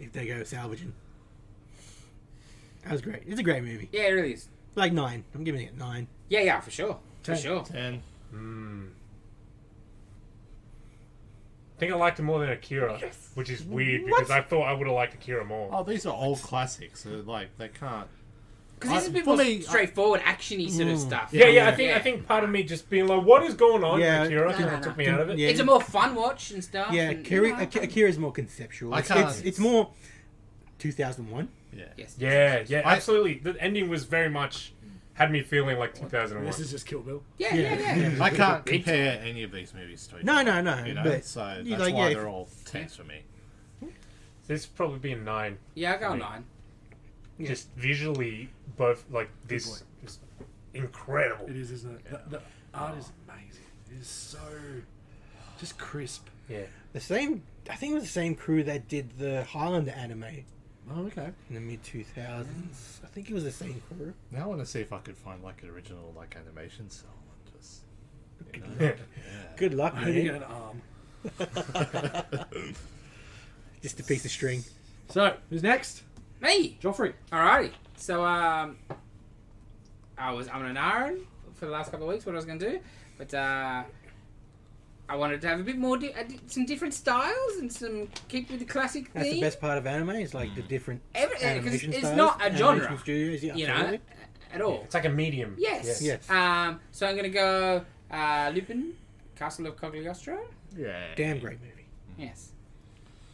S5: if they go salvaging. That was great. It's a great movie.
S4: Yeah, it really is.
S5: Like nine. I'm giving it nine.
S4: Yeah, yeah, for sure, for
S5: Ten.
S4: sure.
S3: Ten.
S1: I think I liked him more than Akira, which is weird because I thought I would have liked Akira more.
S3: Oh, these are all classics. So like they can't.
S4: Because this is a
S3: I-
S4: bit
S3: for
S4: more
S3: me, I-
S4: straightforward, actiony sort of stuff.
S1: yeah, yeah, I think
S4: Yeah.
S1: I think part of me just being like, what is going on?
S5: Yeah.
S1: Akira
S4: No,
S1: kind
S4: no,
S1: of
S4: no.
S1: took me out of it.
S5: Yeah.
S4: It's a more fun watch and stuff.
S5: Yeah, uh,
S4: and,
S5: Akira,
S4: Yeah, I
S5: Ak-
S4: can't-
S5: Akira's more conceptual.
S3: I
S5: It's,
S3: can't-
S5: it's, it's more 2001.
S3: Yeah.
S4: Yes.
S1: Yeah, yeah,
S3: I-
S1: absolutely. The ending was very much had me feeling like 2001.
S6: This is just Kill Bill.
S4: Yeah, yeah, yeah.
S3: I can't
S4: Big
S3: compare any of these movies to each
S5: No,
S3: other,
S5: no, no,
S3: You know,
S5: but
S3: so that's
S5: you like,
S3: why
S5: yeah,
S3: they're
S5: if-
S3: all tens for me.
S1: this would probably be a nine.
S4: Yeah, I go nine.
S5: Yeah.
S1: Just visually, both like this is incredible.
S6: It is, isn't it? The, the art is amazing. It is so just crisp.
S1: Yeah,
S5: The same, I think it was the same crew that did the Highlander anime in
S6: Oh, okay.
S5: the mid 2000s. I think it was the same crew.
S3: Now I want to see if I could find like an original like animation cell and just. You know,
S1: Yeah.
S5: Good luck,
S6: I think I got an
S5: man.
S6: arm.
S5: Just a piece of string.
S6: So who's next?
S4: Me.
S6: Joffrey.
S4: Alrighty. So um, I was I'm an Aaron for the last couple of weeks. What I was going to do, but uh, I wanted to have a bit more di- uh, di- some different styles and some keep with the classic
S5: That's the
S4: theme.
S5: best part of anime. It's like the different
S4: Every- 'cause
S5: animation
S4: it's
S5: styles,
S4: not a
S5: animation
S4: genre,
S5: Studios, yeah,
S4: you know,
S5: absolutely.
S4: at all.
S1: Oh, it's like a medium.
S4: Yes.
S5: Yes. Yes.
S4: Um. So I'm going to go uh, Lupin, Castle of Cagliostro.
S3: yeah.
S5: Damn great movie.
S4: Yes.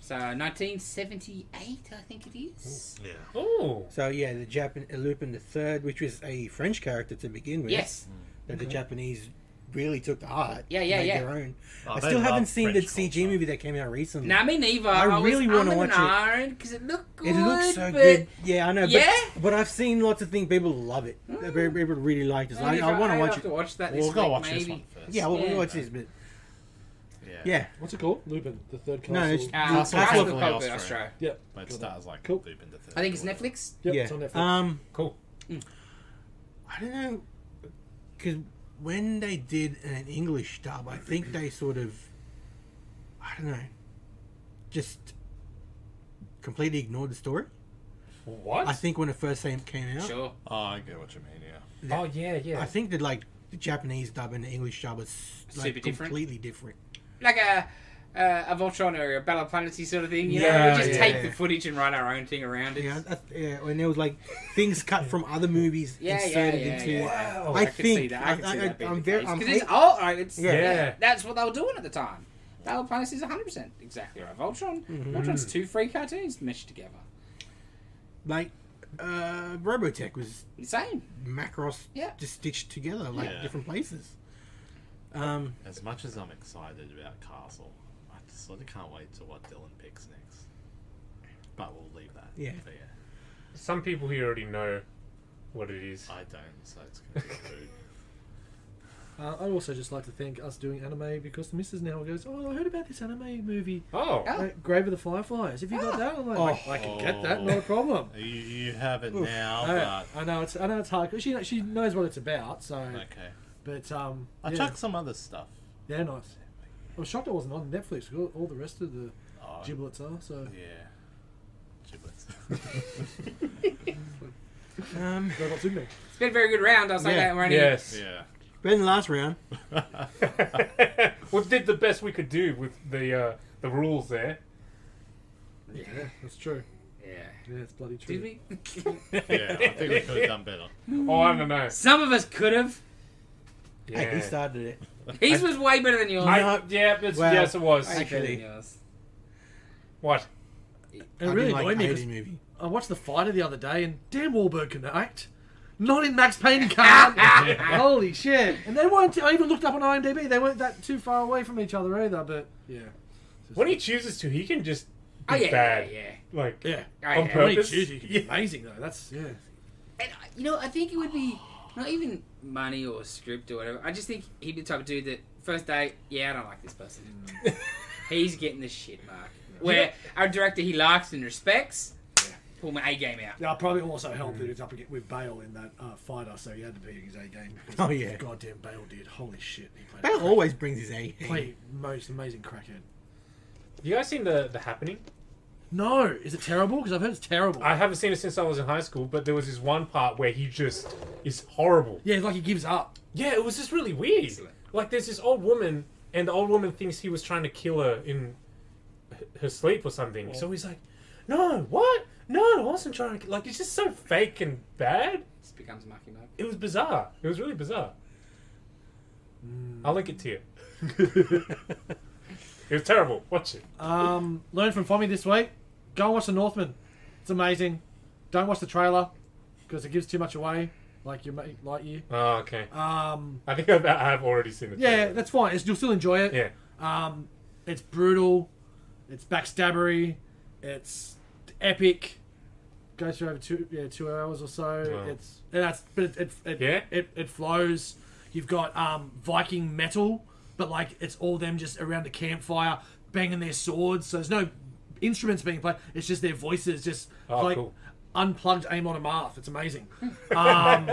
S4: So 1978, I think it is.
S3: Yeah.
S1: Oh,
S5: So yeah, the Japan Lupin the Third, which was a French character to begin with,
S4: Yes.
S5: that the Japanese really took to heart.
S4: Yeah, yeah,
S5: made
S4: yeah.
S5: Their own.
S3: Oh,
S5: I
S3: they
S5: still haven't
S3: love
S5: seen
S3: French
S5: the CG
S3: culture.
S5: movie that came out recently.
S4: Nah, me neither.
S5: I
S4: I,
S5: really
S4: was
S5: wanna
S4: umming and
S5: watch
S4: because it looked good.
S5: It looks so
S4: but
S5: good. Yeah, I know. But,
S4: Yeah?
S5: but I've seen lots of things. People love it. People people really like it. So
S4: Maybe if
S5: I, I want to
S4: I'll
S5: watch
S4: have
S5: it.
S4: to watch that this
S3: We'll go
S4: week,
S3: watch
S4: maybe.
S3: this one first.
S5: Yeah, we'll,
S4: Yeah.
S5: we'll watch this. But
S3: Yeah.
S5: yeah,
S6: What's it called? Lupin, the third castle.
S5: No, it's-
S4: Uh,
S3: Castle
S4: Castle
S5: of
S4: of
S3: Cagliostro.
S4: Cagliostro. Australia.
S6: Yep.
S3: But it stars like
S6: Cool.
S3: Lupin the Third.
S4: I think it's
S3: or whatever.
S4: Netflix.
S6: Yep,
S5: yeah.
S6: It's on Netflix.
S5: Um,
S1: cool.
S5: I don't know, because when they did an English dub, I think they sort of, I don't know, just completely ignored the story.
S1: What?
S5: I think when it first came came out,
S4: Sure.
S3: Oh, I get what you mean. Yeah.
S1: Oh yeah, yeah.
S5: I think that like the Japanese dub and the English dub was like,
S4: Super different?
S5: completely different.
S4: Like a. Uh, a Voltron or a Battle of Planety sort of thing, you know.
S1: Yeah,
S4: We just
S1: yeah,
S4: take
S5: yeah.
S4: the footage and write our own thing around it.
S5: Yeah, I- yeah, and there was like things cut from other movies
S4: Yeah, yeah,
S5: inserted
S4: yeah,
S5: into.
S4: yeah.
S1: Wow.
S5: I,
S4: I, can
S5: think
S4: see that. I can see that being
S5: am
S4: the
S5: very.
S4: case.
S5: I'm
S4: 'Cause it's
S5: hate-
S4: all. Like, it's,
S5: Yeah.
S4: yeah.
S1: Yeah.
S4: that's what they were doing at the time. Battle Planets is 100 percent exactly right. Voltron, Voltron's two free cartoons meshed together.
S5: like uh, Robotech was
S4: Insane.
S5: Macross
S4: Yeah.
S5: just stitched together like
S3: Yeah.
S5: different places. Um,
S3: As much as I'm excited about Castle, I just sort of can't wait to what Dylan picks next. But we'll leave that.
S5: Yeah.
S3: But yeah.
S1: Some people here already know what it is.
S3: I don't, so it's gonna be rude.
S6: Uh, I'd also just like to thank us doing anime because the missus now goes, Oh, I heard about this anime movie,
S1: Oh,
S4: Oh.
S6: uh, Grave of the Fireflies. Have you got that? I'm like,
S5: Oh.
S6: I can get that, not a problem.
S3: Oh, You, you have it now,
S6: I, I know it's I know it's hard 'cause she, she knows what it's about, so.
S3: but okay.
S6: But, um.
S3: I
S6: yeah,
S3: chucked some other stuff.
S6: yeah, nice. I was shocked it wasn't on Netflix. All, all the rest of the
S3: Oh,
S6: giblets are, so.
S3: yeah. Giblets.
S5: um,
S6: Robots in me.
S4: It's been a very good round. I was like,
S5: Yeah.
S4: that we're only
S1: yes.
S3: yeah.
S5: but in the last round,
S1: we did the best we could do with the uh, the rules there.
S6: Yeah, that's true.
S4: Yeah.
S6: Yeah, it's bloody true.
S4: Did we?
S3: yeah, I think we could have done better.
S1: Oh, I don't know.
S4: Some of us could have.
S1: Yeah.
S5: hey, he started it.
S4: His was way better than yours.
S1: I,
S5: No.
S1: yeah, it's,
S5: Well,
S1: yes, it was.
S4: Way better than
S5: actually.
S4: yours.
S1: What?
S6: It
S5: I
S6: really
S5: didn't
S6: annoyed me
S5: like
S6: 'cause
S5: Hayden movie.
S6: I watched the fighter the other day, and Dan Wahlberg can act. Not in Max Payne, he can't. Holy shit! And they weren't. I even looked up on IMDb. They weren't that too far away from each other either. But yeah,
S1: When he chooses to, he can just be
S4: Oh yeah,
S1: bad.
S4: yeah, yeah.
S1: Like,
S6: yeah.
S1: On
S4: yeah.
S1: purpose.
S6: When he chooses, he can be
S1: Yeah.
S6: amazing though. That's yeah.
S4: And, uh, you know, I think it would be not even money or script or whatever. I just think he'd be the type of dude that first day, yeah, I don't like this person. He's getting the shit mark. Where our director he likes and respects, pull my A game out.
S8: Now, probably also helped that he was up against, with Bale in that uh, fighter, so he had to be in his A game.
S5: Oh, yeah.
S8: Goddamn Bale did. Holy shit. He played,
S5: Bale always brings his A.
S8: played most amazing crackhead.
S1: you guys seen the the happening?
S6: No, is it terrible? Because I've heard it's terrible.
S1: I haven't seen it since I was in high school, but there was this one part where he just is horrible.
S6: yeah, it's like he gives up.
S1: Yeah, it was just really weird. Like, there's this old woman, and the old woman thinks he was trying to kill her in h- her sleep or something. So he's like, "No, what? No, I wasn't trying to." ki-" Like, it's just so fake and bad.
S4: This becomes Marky Mark.
S1: It was bizarre. It was really bizarre.
S6: Hmm.
S1: I'll link it to you. it was terrible. Watch it.
S6: Um, learn from Fommy this week. Go and watch The Northman. It's amazing. Don't watch the trailer because it gives too much away. Like your mate, like you.
S1: Oh, okay.
S6: Um,
S1: I think I've, I've already seen it.
S6: Yeah, that's fine. It's, you'll still enjoy it.
S1: yeah.
S6: Um, it's brutal. It's backstabbery. It's epic. Goes for over two yeah two hours or so.
S1: Wow.
S6: It's and that's but it it it,
S1: Yeah?
S6: it it flows. You've got um Viking metal, but like it's all them just around the campfire banging their swords. So there's no instruments being played. It's just their voices just
S1: Oh,
S6: like
S1: cool.
S6: unplugged aim on a marth. It's amazing. Um,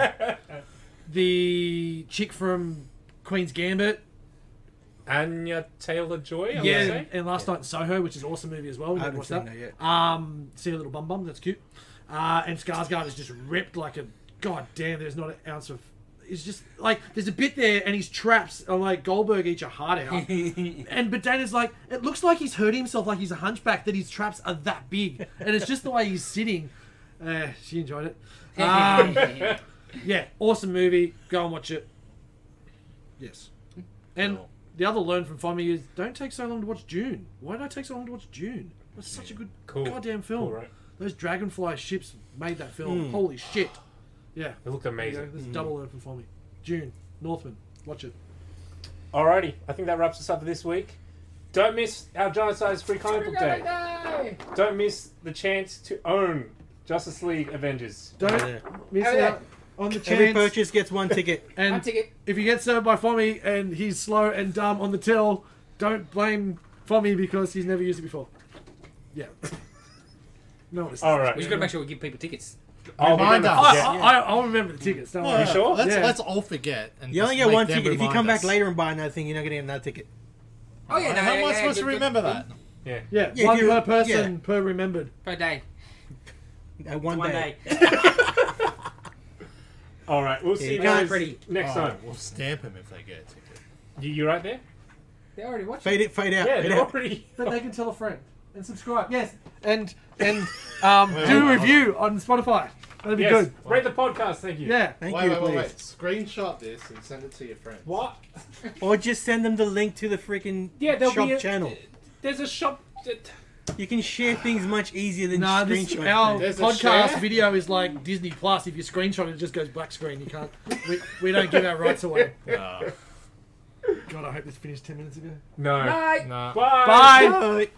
S6: the chick from Queen's Gambit
S1: Anya Taylor Joy. I
S6: yeah,
S1: yeah. Say.
S6: and last night in Soho, which is an awesome movie as well. We
S5: I
S6: haven't
S5: haven't
S6: watched
S5: seen
S6: that.
S5: that yet.
S6: Um, see a little bum bum. That's cute. Uh, and Skarsgård is just ripped like a god damn. There's not an ounce of. It's just like there's a bit there, and his traps are like Goldberg eat your heart out. and but Dana's like, it looks like he's hurt himself, like he's a hunchback. That his traps are that big, and it's just the way he's sitting. Uh, she enjoyed it. Um, yeah, awesome movie. Go and watch it. Yes. And
S3: Cool.
S6: the other learn from Fommy is don't take so long to watch June. Why did I take so long to watch June? That's such a good
S1: Cool.
S6: goddamn film.
S1: Cool, right?
S6: Those dragonfly ships made that film. Holy shit. Yeah.
S1: It looked
S6: There you go.
S1: amazing. Hmm. Oh,
S6: This is double learn from Fommy. June, Northman. Watch it.
S1: Alrighty, I think that wraps us up for this week. Don't miss our giant size free comic book day. Don't miss the chance to own Justice League Avengers.
S6: Don't
S5: Yeah.
S6: miss
S4: Have
S6: out on the
S5: Every
S6: chance.
S5: purchase gets one ticket.
S4: One
S6: and
S4: ticket.
S6: if you get served by Fommy and he's slow and dumb on the till, don't blame Fommy because he's never used it before. Yeah. no one
S1: All right.
S4: We just gotta make sure we give people tickets.
S1: Oh, we're
S3: Remind
S1: gonna
S3: us.
S1: forget.
S6: I, I, I'll remember the tickets. Don't worry.
S1: You sure?
S3: Let's
S6: Yeah.
S3: let's all forget. And
S5: You
S3: just
S5: only get
S3: make
S5: one
S3: them
S5: ticket. If you
S3: remind
S5: come back
S3: us.
S5: later and buy another thing, you're not going to get another ticket.
S4: Oh yeah, no,
S3: How am
S4: yeah,
S3: I
S4: yeah,
S3: supposed to
S4: good, good,
S3: remember
S4: good.
S3: that?
S1: Yeah.
S6: Yeah,
S5: Yeah, if
S6: one
S5: you-
S6: per person
S5: yeah.
S6: per remembered.
S4: Per day,
S5: Uh, one,
S4: one
S5: day.
S4: day.
S1: All right. We'll see you
S5: Yeah,
S1: guys
S4: pretty.
S1: next
S3: Oh,
S1: time.
S3: we'll stamp him if they get a ticket.
S1: You, you right there?
S4: They already watched. it.
S5: Fade it, fade out.
S1: Yeah,
S5: fade
S1: they're all
S5: out.
S1: pretty.
S6: But they can tell a friend and subscribe. Yes, and and um, do a
S3: wait,
S6: review on Spotify. That'd be
S1: Yes.
S6: good.
S1: Rate the podcast. Thank you.
S6: Yeah.
S5: Thank you, please.
S3: Screenshot this and send it to your friends.
S1: What?
S5: Or just send them the link to the freaking
S1: Yeah, there'll
S5: shop
S1: be a-
S5: channel.
S1: There's a shop. that-
S5: You can share things much easier than
S6: Nah, this,
S5: screenshot.
S6: our
S3: There's a
S6: podcast
S3: share.
S6: video is like Disney Plus. If you screenshot it, it just goes black screen. You can't. We, we don't give our rights away. God, I hope this finished ten minutes ago.
S1: No.
S4: Night.
S1: Bye.
S6: Bye.
S5: Bye.